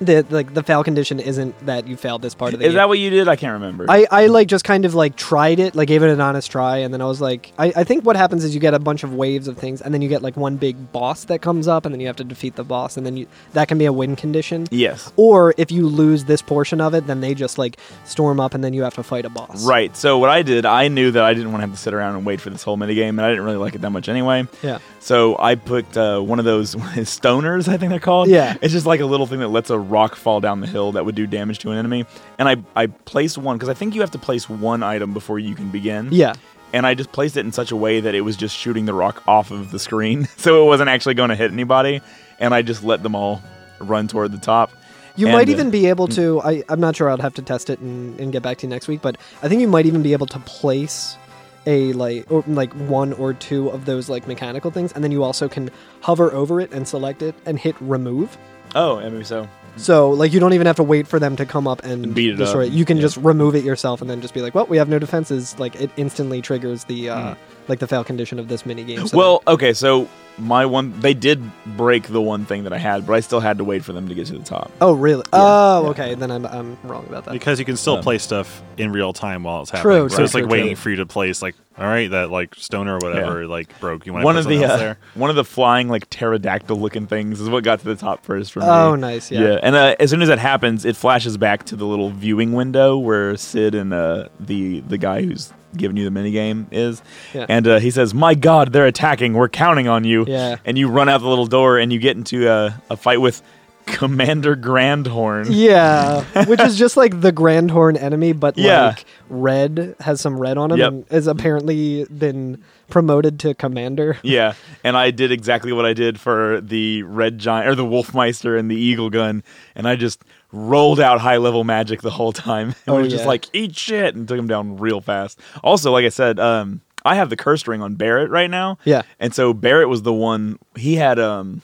Speaker 1: the like the fail condition isn't that you failed this part of the
Speaker 2: Is
Speaker 1: game.
Speaker 2: that what you did? I can't remember.
Speaker 1: I, I like just kind of like tried it, like gave it an honest try, and then I was like, I, I think what happens is you get a bunch of waves of things, and then you get like one big boss that comes up, and then you have to defeat the boss, and then you that can be a win condition.
Speaker 2: yes.
Speaker 1: Or if you lose this portion of it, then they just like storm up, and then you have to fight a boss.
Speaker 2: Right. So what I did, I knew that I didn't want to have to sit around and wait for this whole minigame, and I didn't really like it that much anyway.
Speaker 1: Yeah.
Speaker 2: So I picked uh, one of those stoners, I think they're called.
Speaker 1: Yeah.
Speaker 2: It's just like a little thing that lets a rock fall down the hill that would do damage to an enemy. And I, I placed one because I think you have to place one item before you can begin.
Speaker 1: Yeah.
Speaker 2: And I just placed it in such a way that it was just shooting the rock off of the screen, so it wasn't actually going to hit anybody. And I just let them all run toward the top.
Speaker 1: You
Speaker 2: And,
Speaker 1: might
Speaker 2: uh,
Speaker 1: even be able to. I, I'm not sure. I'd have to test it and, and get back to you next week. But I think you might even be able to place a like or like one or two of those like mechanical things, and then you also can hover over it and select it and hit remove.
Speaker 2: Oh, I mean, so
Speaker 1: So like you don't even have to wait for them to come up and
Speaker 2: Beat it
Speaker 1: destroy it.
Speaker 2: up.
Speaker 1: You can
Speaker 2: Yeah.
Speaker 1: just remove it yourself and then just be like, well, we have no defenses. Like it instantly triggers the uh, like the fail condition of this mini game. So
Speaker 2: Hmm. well, okay, so my one they did break the one thing that I had, but I still had to wait for them to get to the top.
Speaker 1: oh really? oh
Speaker 2: yeah.
Speaker 1: okay. Then I'm I'm wrong about that.
Speaker 3: because you can still
Speaker 2: Um,
Speaker 3: play stuff in real time while it's
Speaker 1: True,
Speaker 3: happening. so
Speaker 1: true,
Speaker 3: it's like
Speaker 1: true,
Speaker 3: waiting
Speaker 1: true.
Speaker 3: for you to place like all right that like stoner or whatever like broke. You want
Speaker 2: One of the
Speaker 3: else
Speaker 2: uh,
Speaker 3: there?
Speaker 2: one of the flying like pterodactyl looking things is what got to the top first for me.
Speaker 1: Oh, nice, yeah.
Speaker 2: and uh, as soon as that happens, it flashes back to the little viewing window where Sid and uh, the the guy who's giving you the minigame is,
Speaker 1: Yeah.
Speaker 2: and uh, he says, "My God, they're attacking! We're counting on you!"
Speaker 1: Yeah.
Speaker 2: and you run out the little door and you get into a, a fight with Commander Grandhorn.
Speaker 1: Yeah, which is just like the Grand Horn enemy, but
Speaker 2: Yeah.
Speaker 1: like red has some red on him
Speaker 2: Yep.
Speaker 1: and has apparently been promoted to commander.
Speaker 2: yeah, and I did exactly what I did for the red giant or the wolfmeister and the eagle gun, and I just rolled out high level magic the whole time. And
Speaker 1: Oh,
Speaker 2: was just
Speaker 1: yeah.
Speaker 2: like eat shit and took him down real fast. Also, like I said, um, I have the curse ring on Barrett right now.
Speaker 1: Yeah.
Speaker 2: and so Barrett was the one he had um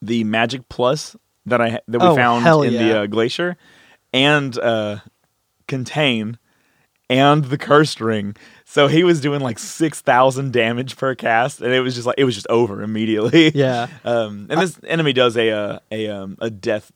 Speaker 2: the magic plus that I that we
Speaker 1: Oh, hell
Speaker 2: found in
Speaker 1: yeah.
Speaker 2: the uh, glacier and uh contain and the cursed ring. So he was doing like six thousand damage per cast, and it was just like it was just over immediately.
Speaker 1: Yeah.
Speaker 2: Um, and this enemy does a uh, a um, a death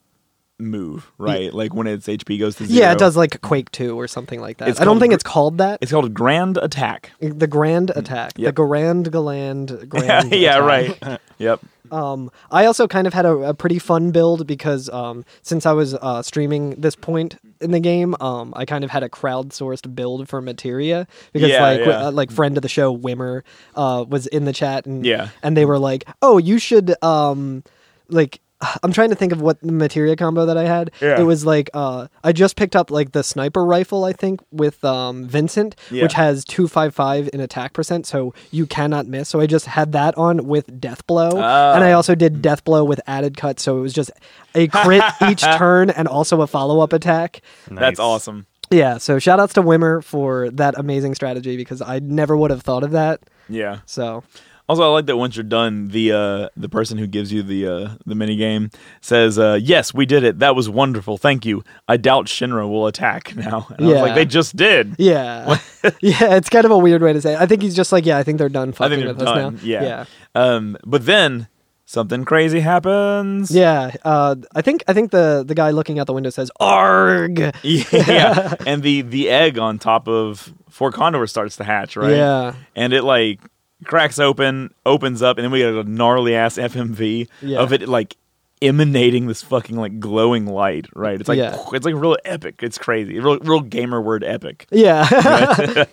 Speaker 2: move, right? Like when its HP goes to zero.
Speaker 1: Yeah, it does like Quake 2 or something like that.
Speaker 2: It's
Speaker 1: I don't
Speaker 2: called
Speaker 1: think
Speaker 2: gr-
Speaker 1: it's called that.
Speaker 2: It's called Grand Attack.
Speaker 1: the Grand Attack.
Speaker 2: yep.
Speaker 1: The Grand Galand Grand
Speaker 2: yeah,
Speaker 1: Attack.
Speaker 2: right. yep.
Speaker 1: Um, I also kind of had a, a pretty fun build because um, since I was uh, streaming this point in the game, um, I kind of had a crowdsourced build for Materia because
Speaker 2: Yeah,
Speaker 1: like
Speaker 2: yeah.
Speaker 1: uh, like friend of the show Wimmer uh, was in the chat and
Speaker 2: Yeah.
Speaker 1: and they were like, oh, you should um, like. I'm trying to think of what the materia combo that I had.
Speaker 2: Yeah.
Speaker 1: It was like uh, I just picked up like the sniper rifle, I think, with um, Vincent,
Speaker 2: Yeah.
Speaker 1: which has two five five in attack percent, so you cannot miss. So I just had that on with death blow,
Speaker 2: Ah.
Speaker 1: and I also did death blow with added cut, so it was just a crit each turn and also a follow up attack.
Speaker 2: That's
Speaker 3: Nice.
Speaker 2: awesome.
Speaker 1: Yeah, so shout outs to Wimmer for that amazing strategy because I never would have thought of that.
Speaker 2: Yeah.
Speaker 1: So
Speaker 2: Also, I like that once you're done, the uh, the person who gives you the uh, the mini game says, uh, "Yes, we did it. That was wonderful. Thank you. I doubt Shinra will attack now." And I was
Speaker 1: Yeah.
Speaker 2: like, "They just did."
Speaker 1: yeah, yeah, it's kind of a weird way to say. It. I think he's just like, yeah, I think they're done
Speaker 2: I
Speaker 1: fucking
Speaker 2: think they're
Speaker 1: with
Speaker 2: done.
Speaker 1: us now.
Speaker 2: Yeah. Um, but then something crazy happens.
Speaker 1: Yeah, uh, I think I think the the guy looking out the window says "arg."
Speaker 2: yeah. And the the egg on top of Four Condor starts to hatch, right?
Speaker 1: Yeah.
Speaker 2: And it like cracks open, opens up, and then we get a gnarly ass FMV
Speaker 1: Yeah.
Speaker 2: of it like emanating this fucking like glowing light, right? It's like
Speaker 1: Yeah.
Speaker 2: it's like real epic. It's crazy. Real real gamer word epic.
Speaker 1: Yeah,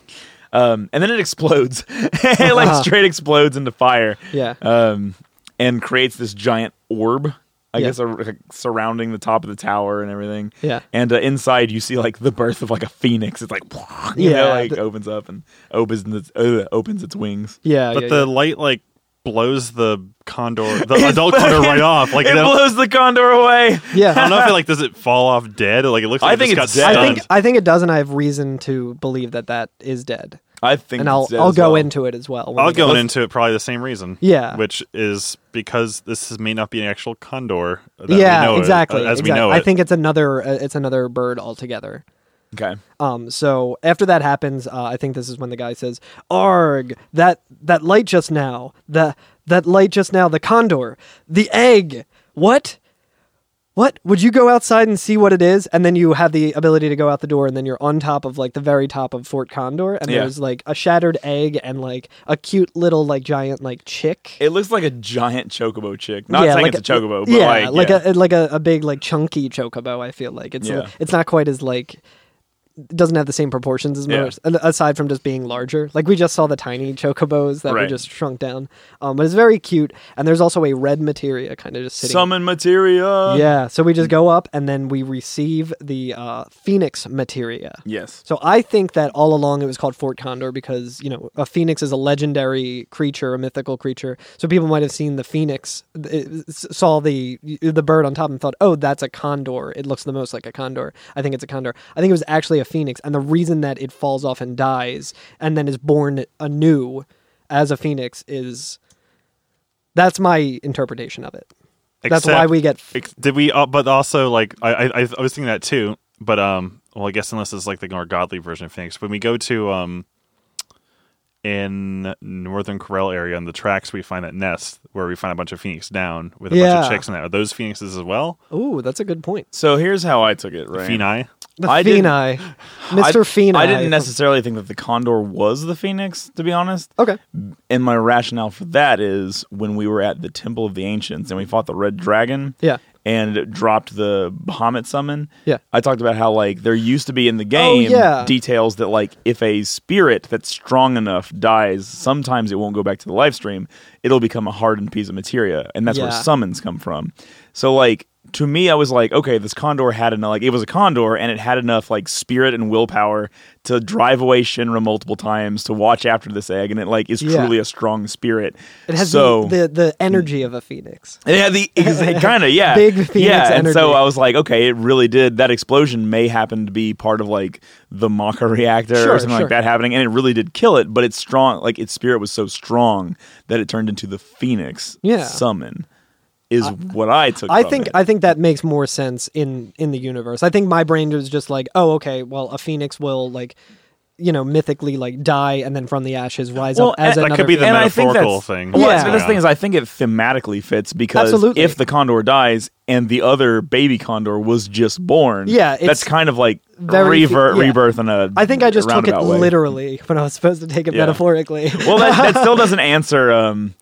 Speaker 2: Um and then it explodes. it like straight explodes into fire.
Speaker 1: yeah,
Speaker 2: Um and creates this giant orb. I
Speaker 1: Yeah.
Speaker 2: guess ar- like, surrounding the top of the tower and everything.
Speaker 1: yeah.
Speaker 2: And uh, inside, you see like the birth of like a phoenix. It's like, you
Speaker 1: Yeah,
Speaker 2: know, like
Speaker 1: the-
Speaker 2: opens up and opens its, uh, opens its wings.
Speaker 1: Yeah,
Speaker 3: But
Speaker 1: yeah,
Speaker 3: the
Speaker 1: yeah.
Speaker 3: light like blows the condor, the adult condor right off. Like
Speaker 2: it
Speaker 3: I don't-
Speaker 2: blows the condor away.
Speaker 1: yeah.
Speaker 3: I don't know if it like does it fall off dead. Like it looks like
Speaker 2: I
Speaker 3: it
Speaker 2: think
Speaker 3: just
Speaker 2: it's
Speaker 3: got
Speaker 2: dead.
Speaker 1: I
Speaker 3: stunned.
Speaker 1: think I think it does, and I have reason to believe that that is dead.
Speaker 2: I think,
Speaker 1: And I'll
Speaker 2: it's dead
Speaker 1: I'll
Speaker 2: as
Speaker 1: go
Speaker 2: well.
Speaker 1: into it as well. when
Speaker 3: uh, I'll
Speaker 1: we get-
Speaker 3: go into it probably the same reason.
Speaker 1: Yeah.
Speaker 3: which is because this is, may not be an actual condor. That uh, we know
Speaker 1: Yeah,
Speaker 3: it-
Speaker 1: exactly.
Speaker 3: as
Speaker 1: exactly.
Speaker 3: we know it.
Speaker 1: I think it's another uh, it's another bird altogether.
Speaker 2: Okay.
Speaker 1: Um, so after that happens, uh, I think this is when the guy says, "Arg! That that light just now, the that light just now, the condor, the egg. What? what would you go outside and see what it is and then you have the ability to go out the door and then you're on top of like the very top of fort condor and
Speaker 2: Yeah.
Speaker 1: there's like a shattered egg and like a cute little like giant like chick
Speaker 2: It looks like a giant chocobo chick. Not
Speaker 1: Yeah,
Speaker 2: saying
Speaker 1: like
Speaker 2: it's a chocobo, but
Speaker 1: yeah,
Speaker 2: like,
Speaker 1: like a
Speaker 2: yeah.
Speaker 1: like a, a big like chunky chocobo. I feel like it's
Speaker 2: Yeah.
Speaker 1: it's not quite as like doesn't have the same proportions as
Speaker 2: Yeah.
Speaker 1: most a- aside from just being larger. Like we just saw the tiny chocobos that were
Speaker 2: Right.
Speaker 1: just shrunk down. Um, but it's very cute, and there's also a red materia kind of just sitting.
Speaker 2: summon materia.
Speaker 1: yeah, so we just go up and then we receive the uh, phoenix materia.
Speaker 2: Yes.
Speaker 1: So I think that all along it was called Fort Condor because, you know, a phoenix is a legendary creature, a mythical creature. So people might have seen the phoenix, th- saw the the bird on top and thought, "Oh, that's a condor. It looks the most like a condor. I think it's a condor." I think it was actually a phoenix, and the reason that it falls off and dies and then is born anew as a phoenix is that's my interpretation of it. that's why
Speaker 3: Except-
Speaker 1: we get
Speaker 3: Ex- Did we? Uh, but also, like, I, I I was thinking that too. But um, well, I guess unless it's like the more godly version of Phoenix. When we go to um, in northern Corel area on the tracks, we find that nest where we find a bunch of Phoenix down with a bunch
Speaker 1: Yeah.
Speaker 3: of chicks in there. Are those Phoenixes as well?
Speaker 1: Ooh, that's a good point.
Speaker 2: So here's how I took it, right?
Speaker 3: Phoenix.
Speaker 1: The
Speaker 2: I didn't-
Speaker 1: Phoenix,
Speaker 2: I-
Speaker 1: Mr. Phoenix.
Speaker 2: I didn't necessarily think that the condor was the phoenix, to be honest.
Speaker 1: Okay.
Speaker 2: And my rationale for that is when we were at the Temple of the Ancients and we fought the Red Dragon.
Speaker 1: Yeah.
Speaker 2: And dropped the Bahamut summon.
Speaker 1: Yeah. Oh,
Speaker 2: I talked about how like there used to be in the game
Speaker 1: yeah.
Speaker 2: details that like if a spirit that's strong enough dies, sometimes it won't go back to the live stream. It'll become a hardened piece of materia, and that's where
Speaker 1: Yeah.
Speaker 2: summons come from. So like to me, I was like, okay, this condor had enough. Like it was a condor, and it had enough like spirit and willpower to drive away Shinra multiple times to watch after this egg, and it like is
Speaker 1: Yeah.
Speaker 2: truly a strong spirit.
Speaker 1: It has
Speaker 2: so
Speaker 1: the, the the energy of a phoenix.
Speaker 2: it had the exa- kind of yeah,
Speaker 1: Big Phoenix
Speaker 2: yeah. And so
Speaker 1: energy.
Speaker 2: I was like, okay, it really did. That explosion may happen to be part of like the Maka reactor
Speaker 1: Sure,
Speaker 2: or something
Speaker 1: sure.
Speaker 2: like that happening, and it really did kill it. But it's strong, like its spirit was so strong that it turned into the Phoenix
Speaker 1: Yeah.
Speaker 2: summon. Is what I took.
Speaker 1: I
Speaker 2: from
Speaker 1: think
Speaker 2: it.
Speaker 1: I think that makes more sense in in the universe. I think my brain was just like, oh, okay, well, a phoenix will like, you know, mythically like die and then from the ashes rise up as
Speaker 2: and-
Speaker 1: another.
Speaker 3: that could be the
Speaker 1: phoenix.
Speaker 2: and I think
Speaker 3: metaphorical
Speaker 2: that's-
Speaker 3: thing.
Speaker 2: Well,
Speaker 1: Yeah.
Speaker 2: that's- that's the thing is, I think it thematically fits because
Speaker 1: Absolutely.
Speaker 2: if the condor dies and the other baby condor was just born,
Speaker 1: Yeah, it's
Speaker 2: that's kind of like
Speaker 1: very-
Speaker 2: revert,
Speaker 1: yeah.
Speaker 2: rebirth in a.
Speaker 1: I think I just took it
Speaker 2: roundabout way.
Speaker 1: literally when I was supposed to take it
Speaker 2: Yeah.
Speaker 1: metaphorically.
Speaker 2: Well, that, that still doesn't answer um,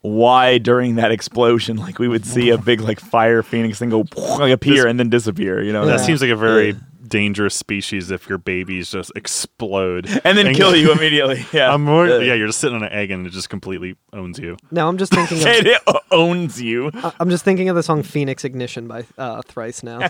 Speaker 2: why during that explosion, like we would see a big like fire phoenix thing go like appear and then disappear. You know,
Speaker 1: Yeah.
Speaker 3: That seems like a very dangerous species if your babies just explode
Speaker 2: and then kill you immediately. Yeah,
Speaker 3: I'm more,
Speaker 2: Uh,
Speaker 3: yeah, you're just sitting on an egg and it just completely owns you.
Speaker 1: now I'm just thinking. Of,
Speaker 2: It owns you.
Speaker 1: I- I'm just thinking of the song "Phoenix Ignition" by uh, Thrice now.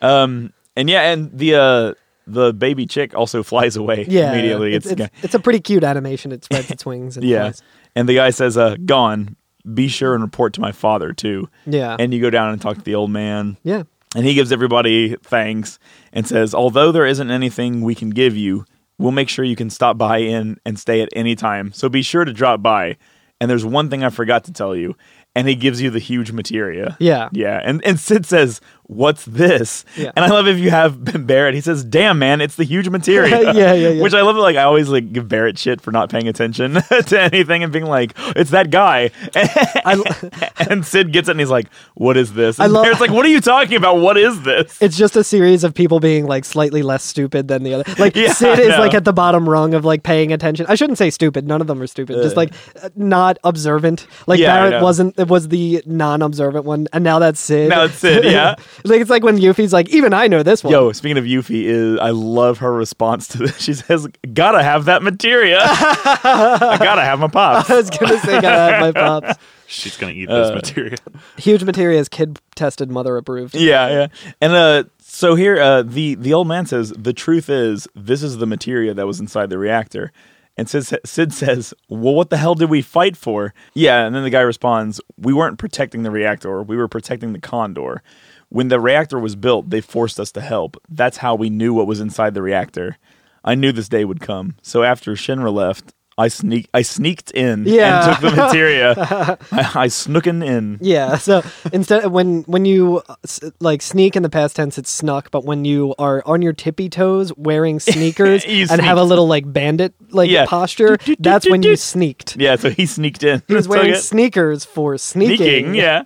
Speaker 2: Um, and yeah, and the uh, the baby chick also flies away
Speaker 1: Yeah,
Speaker 2: immediately.
Speaker 1: It's, it's, it's a pretty cute animation. It spreads its wings and
Speaker 2: yeah,
Speaker 1: flies.
Speaker 2: and the guy says, "Uh, gone. Be sure and report to my father too."
Speaker 1: Yeah.
Speaker 2: and you go down and talk to the old man.
Speaker 1: yeah.
Speaker 2: And he gives everybody thanks and says, Although there isn't anything we can give you, we'll make sure you can stop by in and stay at any time. So be sure to drop by. And there's one thing I forgot to tell you. And he gives you the huge materia.
Speaker 1: Yeah.
Speaker 2: Yeah. And, and Sid says, What's this?
Speaker 1: Yeah.
Speaker 2: And I love if you have Barrett. He says, Damn, man, it's the huge materia.
Speaker 1: Yeah, yeah, yeah.
Speaker 2: Which I love. Like, I always like give Barrett shit for not paying attention to anything and being like, It's that guy.
Speaker 1: I,
Speaker 2: And Sid gets it and he's like, What is this?
Speaker 1: I
Speaker 2: And
Speaker 1: love-
Speaker 2: Barrett's like, What are you talking about? What is this?
Speaker 1: it's just a series of people being like slightly less stupid than the other. Like
Speaker 2: Yeah,
Speaker 1: Sid
Speaker 2: I
Speaker 1: is
Speaker 2: know.
Speaker 1: like at the bottom rung of like paying attention. I shouldn't say stupid. None of them are stupid. just like uh, not observant. Like
Speaker 2: Yeah, I
Speaker 1: Barrett
Speaker 2: know.
Speaker 1: wasn't. It was the non-observant one, and now that's Sid.
Speaker 2: Now it's Sid, yeah.
Speaker 1: like it's like when Yuffie's like, even I know this one.
Speaker 2: Yo, speaking of Yuffie, is I love her response to this. She says, "Gotta have that materia. I gotta have my pop."
Speaker 1: I was gonna say, gotta have my pops.
Speaker 3: She's gonna eat
Speaker 2: Uh.
Speaker 3: this material.
Speaker 1: Huge materia is kid tested, mother approved.
Speaker 2: Yeah, yeah. And uh, so here, uh, the the old man says, "The truth is, this is the materia that was inside the reactor." And Sid, Sid says, "Well, what the hell did we fight for?" Yeah, and then the guy responds, "We weren't protecting the reactor. We were protecting the condor. When the reactor was built, they forced us to help. That's how we knew what was inside the reactor. I knew this day would come. So after Shinra left, I sneak I sneaked in
Speaker 1: Yeah.
Speaker 2: and took the materia. I, I snooken in.
Speaker 1: Yeah. So instead, when when you uh, s- like sneak in the past tense, it's snuck. But when you are on your tippy toes wearing sneakers
Speaker 2: You
Speaker 1: and have a
Speaker 2: sneaked.
Speaker 1: little like bandit like
Speaker 2: Yeah.
Speaker 1: posture, that's when you sneaked.
Speaker 2: Yeah, so he sneaked in.
Speaker 1: He was
Speaker 2: Took
Speaker 1: wearing
Speaker 2: it.
Speaker 1: sneakers for sneaking.
Speaker 2: sneaking. Yeah,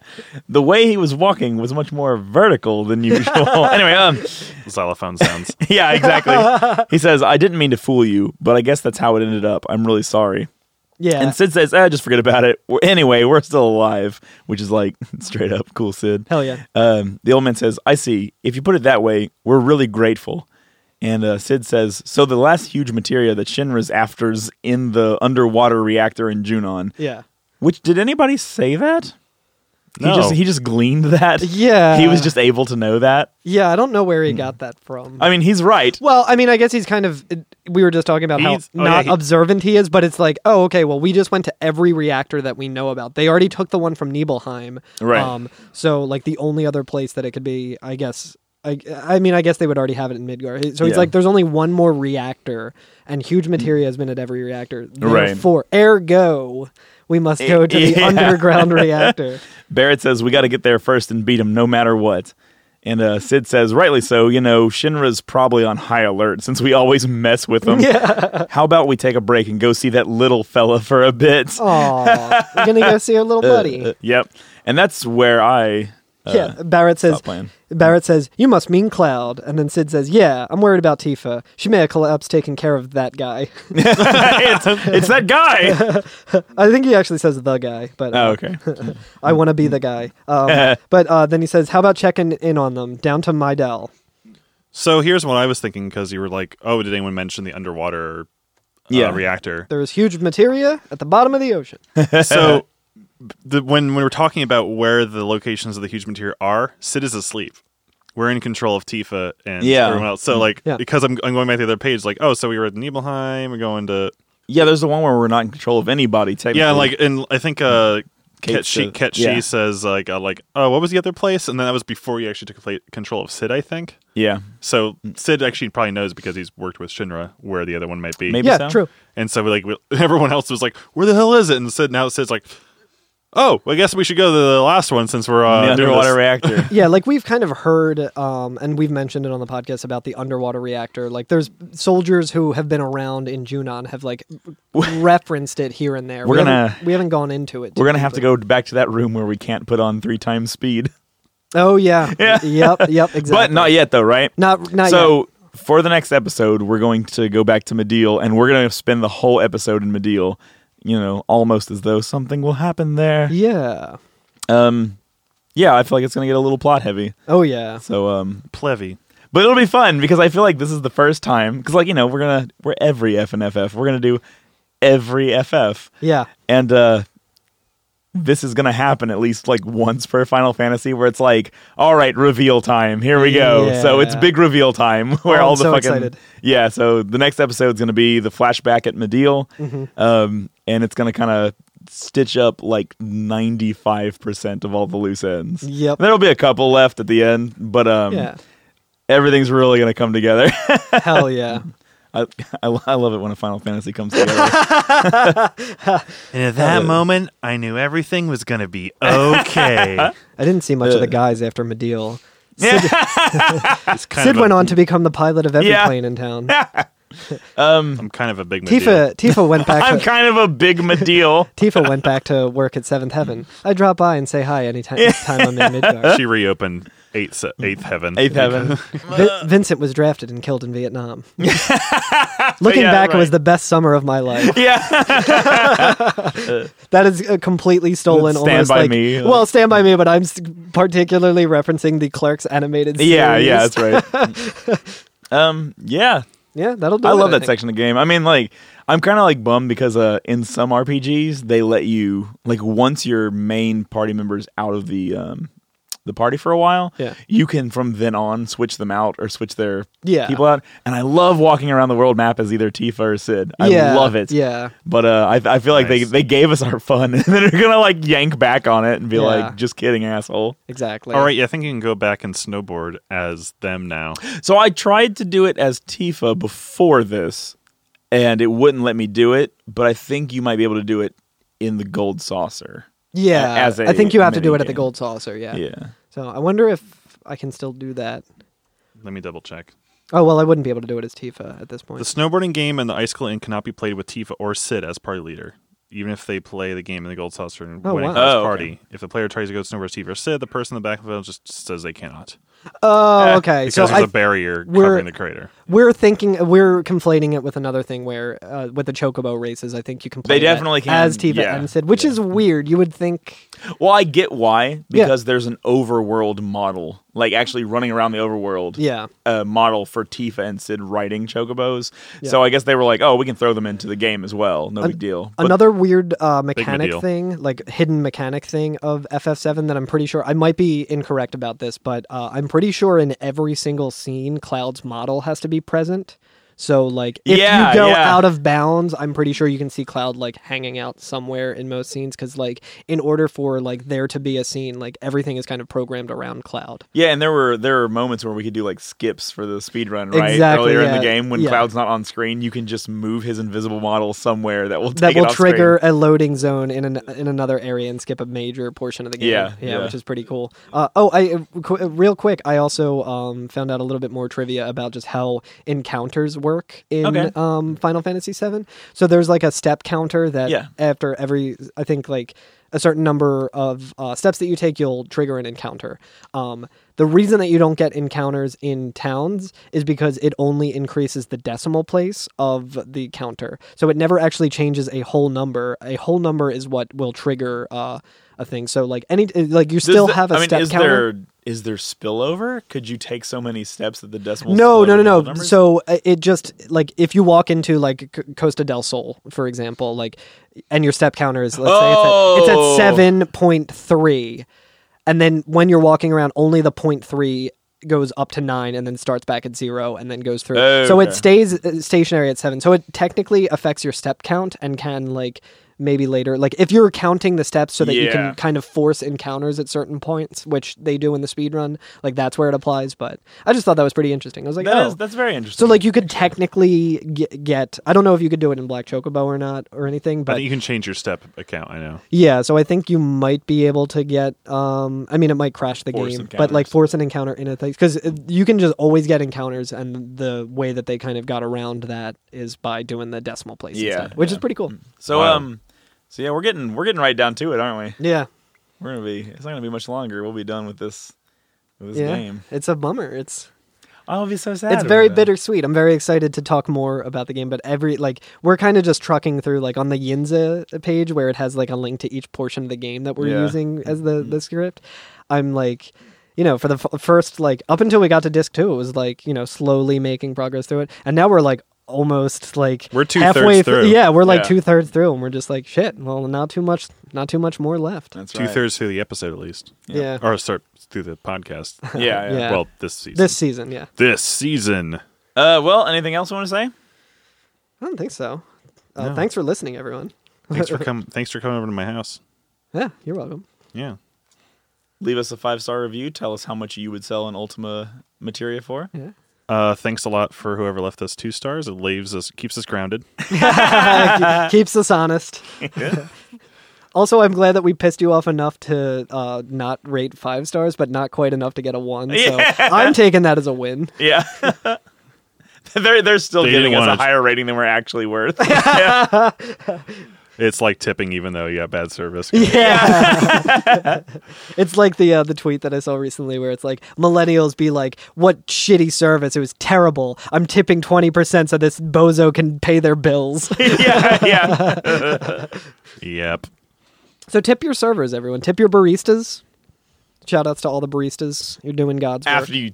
Speaker 2: the way he was walking was much more vertical than usual. anyway, um,
Speaker 3: Xylophone sounds.
Speaker 2: yeah, exactly. he says, "I didn't mean to fool you, but I guess that's how it ended up. I'm really sorry."
Speaker 1: Yeah.
Speaker 2: And Sid says, "Ah, just forget about it. We're, anyway, we're still alive," which is like straight up cool, Sid.
Speaker 1: Hell yeah.
Speaker 2: Um, the old man says, "I see. If you put it that way, we're really grateful." And uh, Sid says, "So the last huge materia that Shinra's after's in the underwater reactor in Junon.
Speaker 1: yeah.
Speaker 2: Which did anybody say that?
Speaker 3: No.
Speaker 2: He just he just gleaned that.
Speaker 1: Yeah.
Speaker 2: He was just able to know that.
Speaker 1: Yeah. I don't know where he got that from.
Speaker 2: I mean, he's right.
Speaker 1: well, I mean, I guess he's kind of. uh, We were just talking about how
Speaker 3: He's- oh, yeah,
Speaker 1: not
Speaker 3: he-
Speaker 1: observant he is, but it's like, oh, okay, well, we just went to every reactor that we know about. They already took the one from Nibelheim. Um,
Speaker 2: Right.
Speaker 1: so, like, the only other place that it could be, I guess. I, I mean, I guess they would already have it in Midgar. So he's
Speaker 2: Yeah.
Speaker 1: like, there's only one more reactor, and huge materia has been at every reactor.
Speaker 2: Right.
Speaker 1: Therefore, ergo, we must go to the
Speaker 2: Yeah.
Speaker 1: underground reactor.
Speaker 2: Barrett says we got to get there first and beat him no matter what. And uh, Sid says, rightly so. You know, Shinra's probably on high alert since we always mess with him. Yeah. How about we take a break and go see that little fella for a bit?
Speaker 1: Oh, Aw, we're gonna go see our little buddy.
Speaker 2: Uh, yep. And that's where I. Uh,
Speaker 1: yeah, Barrett says.
Speaker 2: stop playing.
Speaker 1: Barrett says, "You must mean Cloud," and then Sid says, "Yeah, I'm worried about Tifa. She may have collapsed taking care of that guy.
Speaker 2: it's, it's that guy.
Speaker 1: I think he actually says the guy, but
Speaker 2: Oh,
Speaker 1: uh,
Speaker 2: okay.
Speaker 1: I want to be the guy." Um, but uh, then he says, "How about checking in on them down to Mydell?"
Speaker 3: So here's what I was thinking because you were like, "Oh, did anyone mention the underwater uh,
Speaker 2: Yeah.
Speaker 3: reactor?"
Speaker 1: There is huge materia at the bottom of the ocean.
Speaker 3: so the, when when we're talking about where the locations of the huge material are, Sid is asleep. We're in control of Tifa and
Speaker 2: Yeah.
Speaker 3: everyone else. So like
Speaker 1: Yeah.
Speaker 3: because I'm, I'm going back to the other page, like oh, so we were at Nibelheim, we're going to
Speaker 2: Yeah, there's the one where we're not in control of anybody, technically.
Speaker 3: yeah, like and I think uh,
Speaker 2: Kate
Speaker 3: Ketchi
Speaker 2: said- yeah.
Speaker 3: Ketchi says like uh, like oh, what was the other place? And then that was before you actually took pla- control of Sid, I think.
Speaker 2: Yeah.
Speaker 3: So
Speaker 2: Mm.
Speaker 3: Sid actually probably knows because he's worked with Shinra where the other one might be.
Speaker 2: Maybe
Speaker 1: yeah,
Speaker 2: so.
Speaker 1: true.
Speaker 3: And so like we- everyone else was like, "Where the hell is it?" And Sid now Sid's like, "Oh, I guess we should go to the last one since we're uh,
Speaker 2: the
Speaker 3: doing
Speaker 2: underwater
Speaker 3: this."
Speaker 2: reactor.
Speaker 1: Yeah, like we've kind of heard, um, and we've mentioned it on the podcast about the underwater reactor. Like, there's soldiers who have been around in Junon have like referenced it here and there.
Speaker 2: We're
Speaker 1: We
Speaker 2: gonna-
Speaker 1: haven't- we haven't gone into it.
Speaker 2: We're
Speaker 1: too
Speaker 2: gonna have to
Speaker 1: deeply.
Speaker 2: go back to that room where we can't put on three times speed.
Speaker 1: Oh yeah.
Speaker 2: Yeah.
Speaker 1: Yep. Yep. Exactly.
Speaker 2: But not yet, though, right?
Speaker 1: Not. Not
Speaker 2: so
Speaker 1: yet.
Speaker 2: for the next episode, we're going to go back to Medeal, and we're gonna spend the whole episode in Medeal. You know, almost as though something will happen there.
Speaker 1: Yeah.
Speaker 2: Um, yeah, I feel like it's gonna get a little plot heavy.
Speaker 1: Oh yeah.
Speaker 2: So, um,
Speaker 3: Plevy.
Speaker 2: but it'll be fun because I feel like this is the first time because, like, you know, we're gonna we're every F and FF. We're gonna do every FF.
Speaker 1: Yeah.
Speaker 2: and uh this is gonna happen at least like once per Final Fantasy, where it's like, all right, reveal time. Here we go. So it's
Speaker 1: Yeah.
Speaker 2: big reveal time, where
Speaker 1: Oh, I'm
Speaker 2: all the
Speaker 1: so
Speaker 2: fucking
Speaker 1: excited.
Speaker 2: yeah. So the next episode's gonna be the flashback at Medeal,
Speaker 1: Mm-hmm.
Speaker 2: um, and it's gonna kind of stitch up like ninety five percent of all the loose ends.
Speaker 1: Yep.
Speaker 2: there'll be a couple left at the end, but um,
Speaker 1: Yeah.
Speaker 2: everything's really gonna come together.
Speaker 1: Hell yeah.
Speaker 2: I, I I love it when a Final Fantasy comes together.
Speaker 3: And at that moment, I knew everything was going to be okay.
Speaker 1: I didn't see much
Speaker 2: Uh,
Speaker 1: of the guys after Medeal.
Speaker 3: it's kind
Speaker 1: Sid
Speaker 3: of a-
Speaker 1: went on to become the pilot of every
Speaker 2: Yeah.
Speaker 1: plane in town.
Speaker 3: I'm kind of a big Medea.
Speaker 1: Tifa. Tifa went
Speaker 2: I'm
Speaker 1: back. To,
Speaker 2: kind of a big Medeal.
Speaker 1: Tifa went back to work at Seventh Heaven. I drop by and say hi anytime time I'm in Midgar.
Speaker 3: She reopened eighth se- eighth heaven.
Speaker 2: Eighth heaven.
Speaker 1: Vin- Vincent was drafted and killed in Vietnam. Looking
Speaker 2: Yeah,
Speaker 1: back, it was
Speaker 2: right.
Speaker 1: the best summer of my life.
Speaker 2: yeah.
Speaker 1: That is uh, completely stolen.
Speaker 2: Stand
Speaker 1: almost
Speaker 2: By
Speaker 1: like,
Speaker 2: Me, like-
Speaker 1: Well, Stand by Me, but I'm s- particularly referencing the Clerks animated series.
Speaker 2: Yeah, yeah, that's right. um, yeah.
Speaker 1: yeah. That'll do.
Speaker 2: I
Speaker 1: it,
Speaker 2: love that
Speaker 1: think.
Speaker 2: section of the game. I mean, like, I'm kind of like bummed because uh, in some RPGs they let you like once your main party members out of the um, the party for a while,
Speaker 1: Yeah.
Speaker 2: you can from then on switch them out or switch their
Speaker 1: Yeah.
Speaker 2: people out. And I love walking around the world map as either Tifa or Sid. I
Speaker 1: yeah,
Speaker 2: love it.
Speaker 1: Yeah.
Speaker 2: But uh, I I feel like
Speaker 3: Nice.
Speaker 2: they they gave us our fun and then they're gonna like yank back on it and be
Speaker 1: Yeah.
Speaker 2: like, just kidding, asshole.
Speaker 1: Exactly.
Speaker 3: All right, yeah, I think you can go back and snowboard as them now.
Speaker 2: So I tried to do it as Tifa before this, and it wouldn't let me do it. But I think you might be able to do it in the gold saucer.
Speaker 1: Yeah,
Speaker 2: as a
Speaker 1: I think you have to do it at the
Speaker 2: minigame.
Speaker 1: gold saucer. Yeah.
Speaker 2: Yeah.
Speaker 1: So I wonder if I can still do that.
Speaker 3: Let me double check.
Speaker 1: Oh well, I wouldn't be able to do it as Tifa at this
Speaker 3: The
Speaker 1: point.
Speaker 3: snowboarding game and the icicle inn cannot be played with Tifa or Sid as party leader, even if they play the game in the gold saucer and
Speaker 1: Oh,
Speaker 3: win
Speaker 1: wow.
Speaker 3: it as
Speaker 2: Oh, okay.
Speaker 3: party. If the player tries to go snowboard with Tifa or Sid, the person in the back of the field just says they cannot
Speaker 2: Eh,
Speaker 1: Oh, okay.
Speaker 3: because
Speaker 1: So
Speaker 3: there's a
Speaker 1: I,
Speaker 3: barrier
Speaker 1: we're-
Speaker 3: covering the crater.
Speaker 1: we're thinking we're conflating it with another thing where uh, with the chocobo races, I think you can. Play
Speaker 2: They
Speaker 1: that
Speaker 2: definitely can,
Speaker 1: as Tifa
Speaker 2: yeah,
Speaker 1: and Sid, which is weird. You would think
Speaker 2: Well, I get why
Speaker 1: Yeah.
Speaker 2: because there's an overworld model, like actually running around the overworld.
Speaker 1: Yeah.
Speaker 2: uh, model for Tifa and Sid riding chocobos. So I guess they were like, oh, we can throw them into the game as well. No big deal. But
Speaker 1: Another weird uh, mechanic
Speaker 3: deal.
Speaker 1: thing, like hidden mechanic thing of FF7 that I'm pretty sure, I might be incorrect about this, but uh, I'm pretty sure in every single scene, Cloud's model has to be present. So, like, if
Speaker 2: Yeah,
Speaker 1: you go
Speaker 2: yeah.
Speaker 1: out of bounds, I'm pretty sure you can see Cloud, like, hanging out somewhere in most scenes. Cause, like, in order for, like, there to be a scene, like, everything is kind of programmed around Cloud.
Speaker 2: yeah, and there were there were moments where we could do like skips for the speed run, right?
Speaker 1: Exactly,
Speaker 2: Earlier in
Speaker 1: yeah,
Speaker 2: the game, when
Speaker 1: yeah.
Speaker 2: Cloud's not on screen, you can just move his invisible model somewhere that will take
Speaker 1: That
Speaker 2: it
Speaker 1: will
Speaker 2: off
Speaker 1: trigger a loading zone in an, in another area and skip a major portion of the game.
Speaker 2: Yeah,
Speaker 1: yeah,
Speaker 2: yeah.
Speaker 1: which is pretty cool. Uh, oh, I qu- real quick, I also um, found out a little bit more trivia about just how encounters work in
Speaker 2: Okay.
Speaker 1: um, Final Fantasy VII. So there's like a step counter that
Speaker 2: Yeah.
Speaker 1: after every, I think like a certain number of uh, steps that you take, you'll trigger an encounter. Um, the reason that you don't get encounters in towns is because it only increases the decimal place of the counter. So it never actually changes a whole number. A whole number is what will trigger uh, a thing. So like any like you
Speaker 2: Does
Speaker 1: still
Speaker 2: the-
Speaker 1: have a
Speaker 2: I mean,
Speaker 1: step
Speaker 2: is
Speaker 1: counter.
Speaker 2: there is there spillover? Could you take so many steps that the decimal?
Speaker 1: No,
Speaker 2: spill
Speaker 1: no,
Speaker 2: over
Speaker 1: no,
Speaker 2: whole
Speaker 1: no.
Speaker 2: numbers?
Speaker 1: So uh, it just like if you walk into like C- Costa del Sol, for example, like, and your step counter is let's say it's at,
Speaker 2: Oh!
Speaker 1: it's at seven point three, and then when you're walking around, only the point three goes up to nine and then starts back at zero and then goes through. So
Speaker 2: Oh, Okay.
Speaker 1: it stays uh, stationary at seven. So it technically affects your step count and can like maybe later like if you're counting the steps so that you
Speaker 2: Yeah.
Speaker 1: can kind of force encounters at certain points which they do in the speed run like that's where it applies but i just thought that was pretty interesting i was like
Speaker 2: That
Speaker 1: oh.
Speaker 2: is- that's very interesting.
Speaker 1: So like you could technically get, get I don't know if you could do it in Black Chocobo or not or anything,
Speaker 3: I
Speaker 1: but
Speaker 3: think you can change your step account. I know.
Speaker 1: yeah, so I think you might be able to get um I mean it might crash the
Speaker 2: Force
Speaker 1: game, but
Speaker 2: encounters.
Speaker 1: like force an encounter in a thing cuz you can just always get encounters and the way that they kind of got around that is by doing the decimal place
Speaker 2: Yeah,
Speaker 1: instead, which
Speaker 2: yeah.
Speaker 1: is pretty cool.
Speaker 2: so
Speaker 3: Wow.
Speaker 2: um, so yeah, we're getting we're getting right down to it, aren't we?
Speaker 1: Yeah.
Speaker 2: We're gonna be. It's not gonna be much longer. We'll be done with this. With this
Speaker 1: Yeah.
Speaker 2: game.
Speaker 1: It's a bummer. It's
Speaker 2: I'll Oh, be so sad.
Speaker 1: it's very bittersweet. I'm very excited to talk more about the game, but every like we're kind of just trucking through like on the Yinza page where it has like a link to each portion of the game that we're
Speaker 2: Yeah.
Speaker 1: using as the the script. I'm like, you know, for the f- first like up until we got to disc two, it was like you know slowly making progress through it, and now we're like almost like
Speaker 3: We're two-thirds
Speaker 1: halfway thr-
Speaker 3: through.
Speaker 1: Yeah, we're like
Speaker 2: Yeah.
Speaker 1: two thirds through, and we're just like shit. Well, not too much, not too much more left.
Speaker 2: That's
Speaker 3: Two thirds through the episode, at least.
Speaker 1: Yeah.
Speaker 3: Or start through the podcast.
Speaker 2: Right. Yeah. yeah.
Speaker 1: Yeah.
Speaker 3: Well, this season.
Speaker 1: This season, yeah,
Speaker 3: This season.
Speaker 2: Uh, well, anything else you want to say?
Speaker 1: I don't think so. Uh, Thanks for listening, everyone.
Speaker 3: Thanks for coming. Thanks for coming over to my house.
Speaker 1: Yeah, you're welcome.
Speaker 3: Yeah.
Speaker 2: Leave us a five star review. Tell us how much you would sell an Ultima Materia for.
Speaker 1: Yeah.
Speaker 3: Uh, thanks a lot for whoever left us two stars. It leaves us, keeps us grounded.
Speaker 1: keeps us honest. also, I'm glad that we pissed you off enough to uh, not rate five stars, but not quite enough to get a one.
Speaker 2: Yeah.
Speaker 1: So I'm taking that as a win.
Speaker 2: Yeah. they're they're still
Speaker 3: They
Speaker 2: giving
Speaker 3: didn't
Speaker 2: us a
Speaker 3: want us-
Speaker 2: higher rating than we're actually worth.
Speaker 3: It's like tipping, even though you have bad service.
Speaker 1: Yeah, it's like the uh, the tweet that I saw recently where it's like millennials be like, "What shitty service! It was terrible. I'm tipping twenty percent so this bozo can pay their bills."
Speaker 2: yeah. Yeah.
Speaker 3: Yep.
Speaker 1: so tip your servers, everyone. Tip your baristas. Shout outs to all the baristas. You're doing God's work.
Speaker 2: After you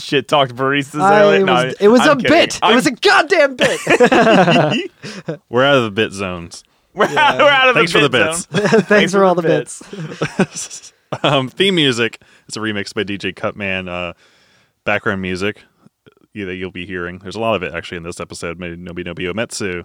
Speaker 2: shit talked baristas.
Speaker 1: I
Speaker 2: earlier. No,
Speaker 1: was- it was
Speaker 2: I'm
Speaker 1: a
Speaker 2: kidding.
Speaker 1: bit.
Speaker 2: I'm-
Speaker 1: It was a goddamn bit.
Speaker 3: We're out of the bit zones.
Speaker 2: we're, out, we're out of
Speaker 3: Thanks for the
Speaker 2: the bit
Speaker 3: bits.
Speaker 2: zone.
Speaker 1: Thanks for all the bits.
Speaker 3: um, theme music. It's a remix by DJ Cutman. Uh, background music. you- that you'll be hearing. There's a lot of it actually in this episode. Made Nobi Nobi Ometsu.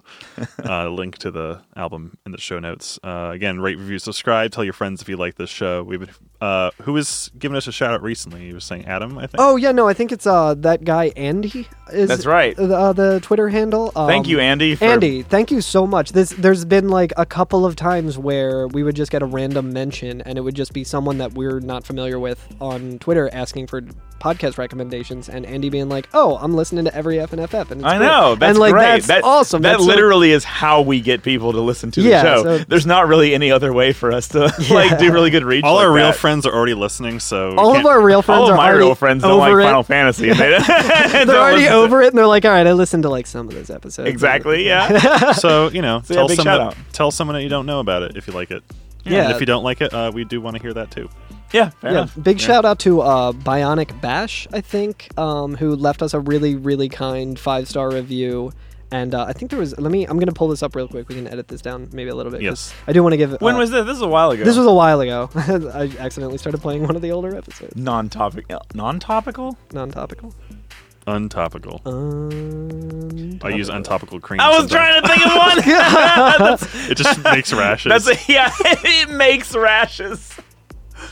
Speaker 3: uh, link to the album in the show notes. Uh, again, rate, review, subscribe. Tell your friends if you like this show. We've been, uh, who was giving us a shout out recently? He was saying Adam, I think.
Speaker 1: Oh yeah, no, I think it's uh that guy Andy. Is
Speaker 2: That's right.
Speaker 1: The, uh, the Twitter handle. Um,
Speaker 2: Thank you, Andy. For,
Speaker 1: Andy, thank you so much. This there's been like a couple of times where we would just get a random mention, and it would just be someone that we're not familiar with on Twitter asking for podcast recommendations, and Andy being like, "Oh, I'm listening to every FNFF," and FF." And
Speaker 2: I know. That's
Speaker 1: and like
Speaker 2: great.
Speaker 1: that's
Speaker 2: That-
Speaker 1: awesome.
Speaker 2: That
Speaker 1: That's so-
Speaker 2: literally is how we get people to listen to the
Speaker 1: Yeah,
Speaker 2: show.
Speaker 1: so-
Speaker 2: There's not really any other way for us to like do really good reach.
Speaker 3: All
Speaker 2: like
Speaker 3: our real
Speaker 2: that.
Speaker 3: friends are already listening, so we
Speaker 1: all of
Speaker 3: can't-
Speaker 1: our real friends
Speaker 2: all
Speaker 1: are
Speaker 2: of my
Speaker 1: already
Speaker 2: real friends don't
Speaker 1: over
Speaker 2: like
Speaker 1: it.
Speaker 2: Final Fantasy. And they don't
Speaker 1: They're already
Speaker 2: listen to-
Speaker 1: over it, and they're like, "All right, I listened to like some of those episodes."
Speaker 2: Exactly. Yeah.
Speaker 3: so you know,
Speaker 2: So, yeah,
Speaker 3: tell
Speaker 2: big
Speaker 3: someone
Speaker 2: shout-out.
Speaker 3: tell someone that you don't know about it if you like it.
Speaker 1: Yeah.
Speaker 3: And if you don't like it, uh, we do want to hear that too.
Speaker 2: yeah.
Speaker 1: yeah,
Speaker 2: Fair enough.
Speaker 1: big shout out to uh, Bionic Bash, I think, um, who left us a really, really kind five star review. And uh, I think there was. Let me. I'm gonna pull this up real quick. We can edit this down maybe a little bit. 'cause
Speaker 3: Yes.
Speaker 1: I do want to give.
Speaker 2: When
Speaker 1: uh,
Speaker 2: was this? This was a while ago.
Speaker 1: this? Was a while ago. I accidentally started playing one of the older episodes.
Speaker 2: non-topic, non-topical.
Speaker 1: Non-topical.
Speaker 3: Untopical.
Speaker 1: Um,
Speaker 3: I use untopical cream.
Speaker 2: I was
Speaker 3: sometimes.
Speaker 2: trying to think of one.
Speaker 3: It just makes rashes.
Speaker 2: That's a, yeah. It makes rashes.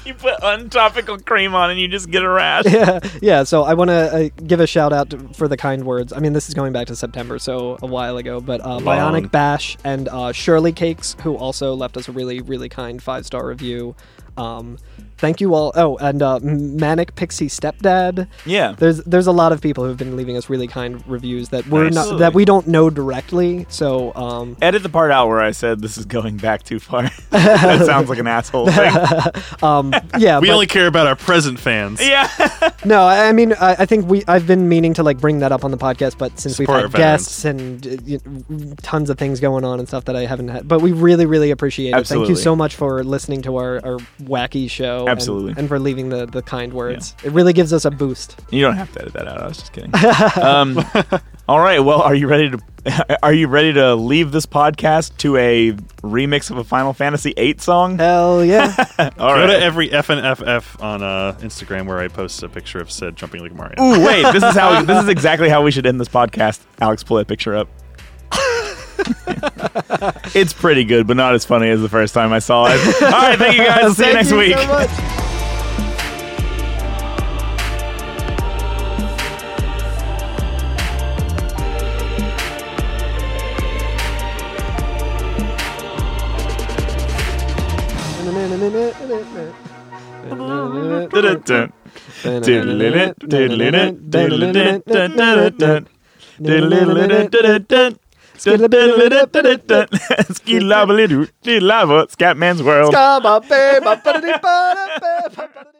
Speaker 2: You put untopical cream on and you just get a rash.
Speaker 1: yeah, yeah. So I want to uh, give a shout out to, for the kind words. I mean, this is going back to September, so a while ago. But uh,
Speaker 3: Long.
Speaker 1: Bionic Bash and uh, Shirley Cakes, who also left us a really, really kind five star review. Um, thank you all. Oh, and uh, Manic Pixie Stepdad.
Speaker 2: Yeah.
Speaker 1: There's there's a lot of people who've been leaving us really kind reviews that we're not
Speaker 2: Absolutely.
Speaker 1: that we don't know directly. So um,
Speaker 2: Edit the part out where I said this is going back too far. that sounds like an asshole thing.
Speaker 1: yeah,
Speaker 3: we
Speaker 1: but-
Speaker 3: only care about our present fans.
Speaker 2: Yeah.
Speaker 1: No, I I mean, I, I think we. I've been meaning to like bring that up on the podcast, but since
Speaker 3: Support
Speaker 1: we've had
Speaker 3: veterans.
Speaker 1: guests and uh, you know, tons of things going on and stuff that I haven't had, but we really, really appreciate it.
Speaker 2: Absolutely.
Speaker 1: Thank you so much for listening to our, our wacky show. and-
Speaker 2: Absolutely.
Speaker 1: and, for leaving the the kind words. It really gives us a boost.
Speaker 2: You don't have to edit that out. I was just kidding. um, all right. Well, are you ready to are you ready to leave this podcast to a remix of a Final Fantasy VIII song?
Speaker 1: Hell yeah!
Speaker 2: All
Speaker 3: Go to
Speaker 2: right.
Speaker 3: every FNFF on uh, Instagram where I post a picture of Sid jumping like Mario.
Speaker 2: Ooh, wait. This is how. This is exactly how we should end this podcast. Alex, pull that picture up. it's pretty good, but not as funny as the first time I saw it. All right. Thank you guys. See you
Speaker 1: Thank
Speaker 2: next
Speaker 1: you
Speaker 2: week.
Speaker 1: So much.
Speaker 2: Dun-dun-dun. Diddle-in-it, diddle-in-it, diddle-in-it, dun-dun-dun-dun. Diddle-in-it-dun-dun-dun. Diddle-in-it-dun-dun-dun. Ski-lobble-doo, diddle-lobble, Scatman's world.
Speaker 1: Come up, babe, up, ba-da-dee, ba-da, babe, up, ba-da-dee.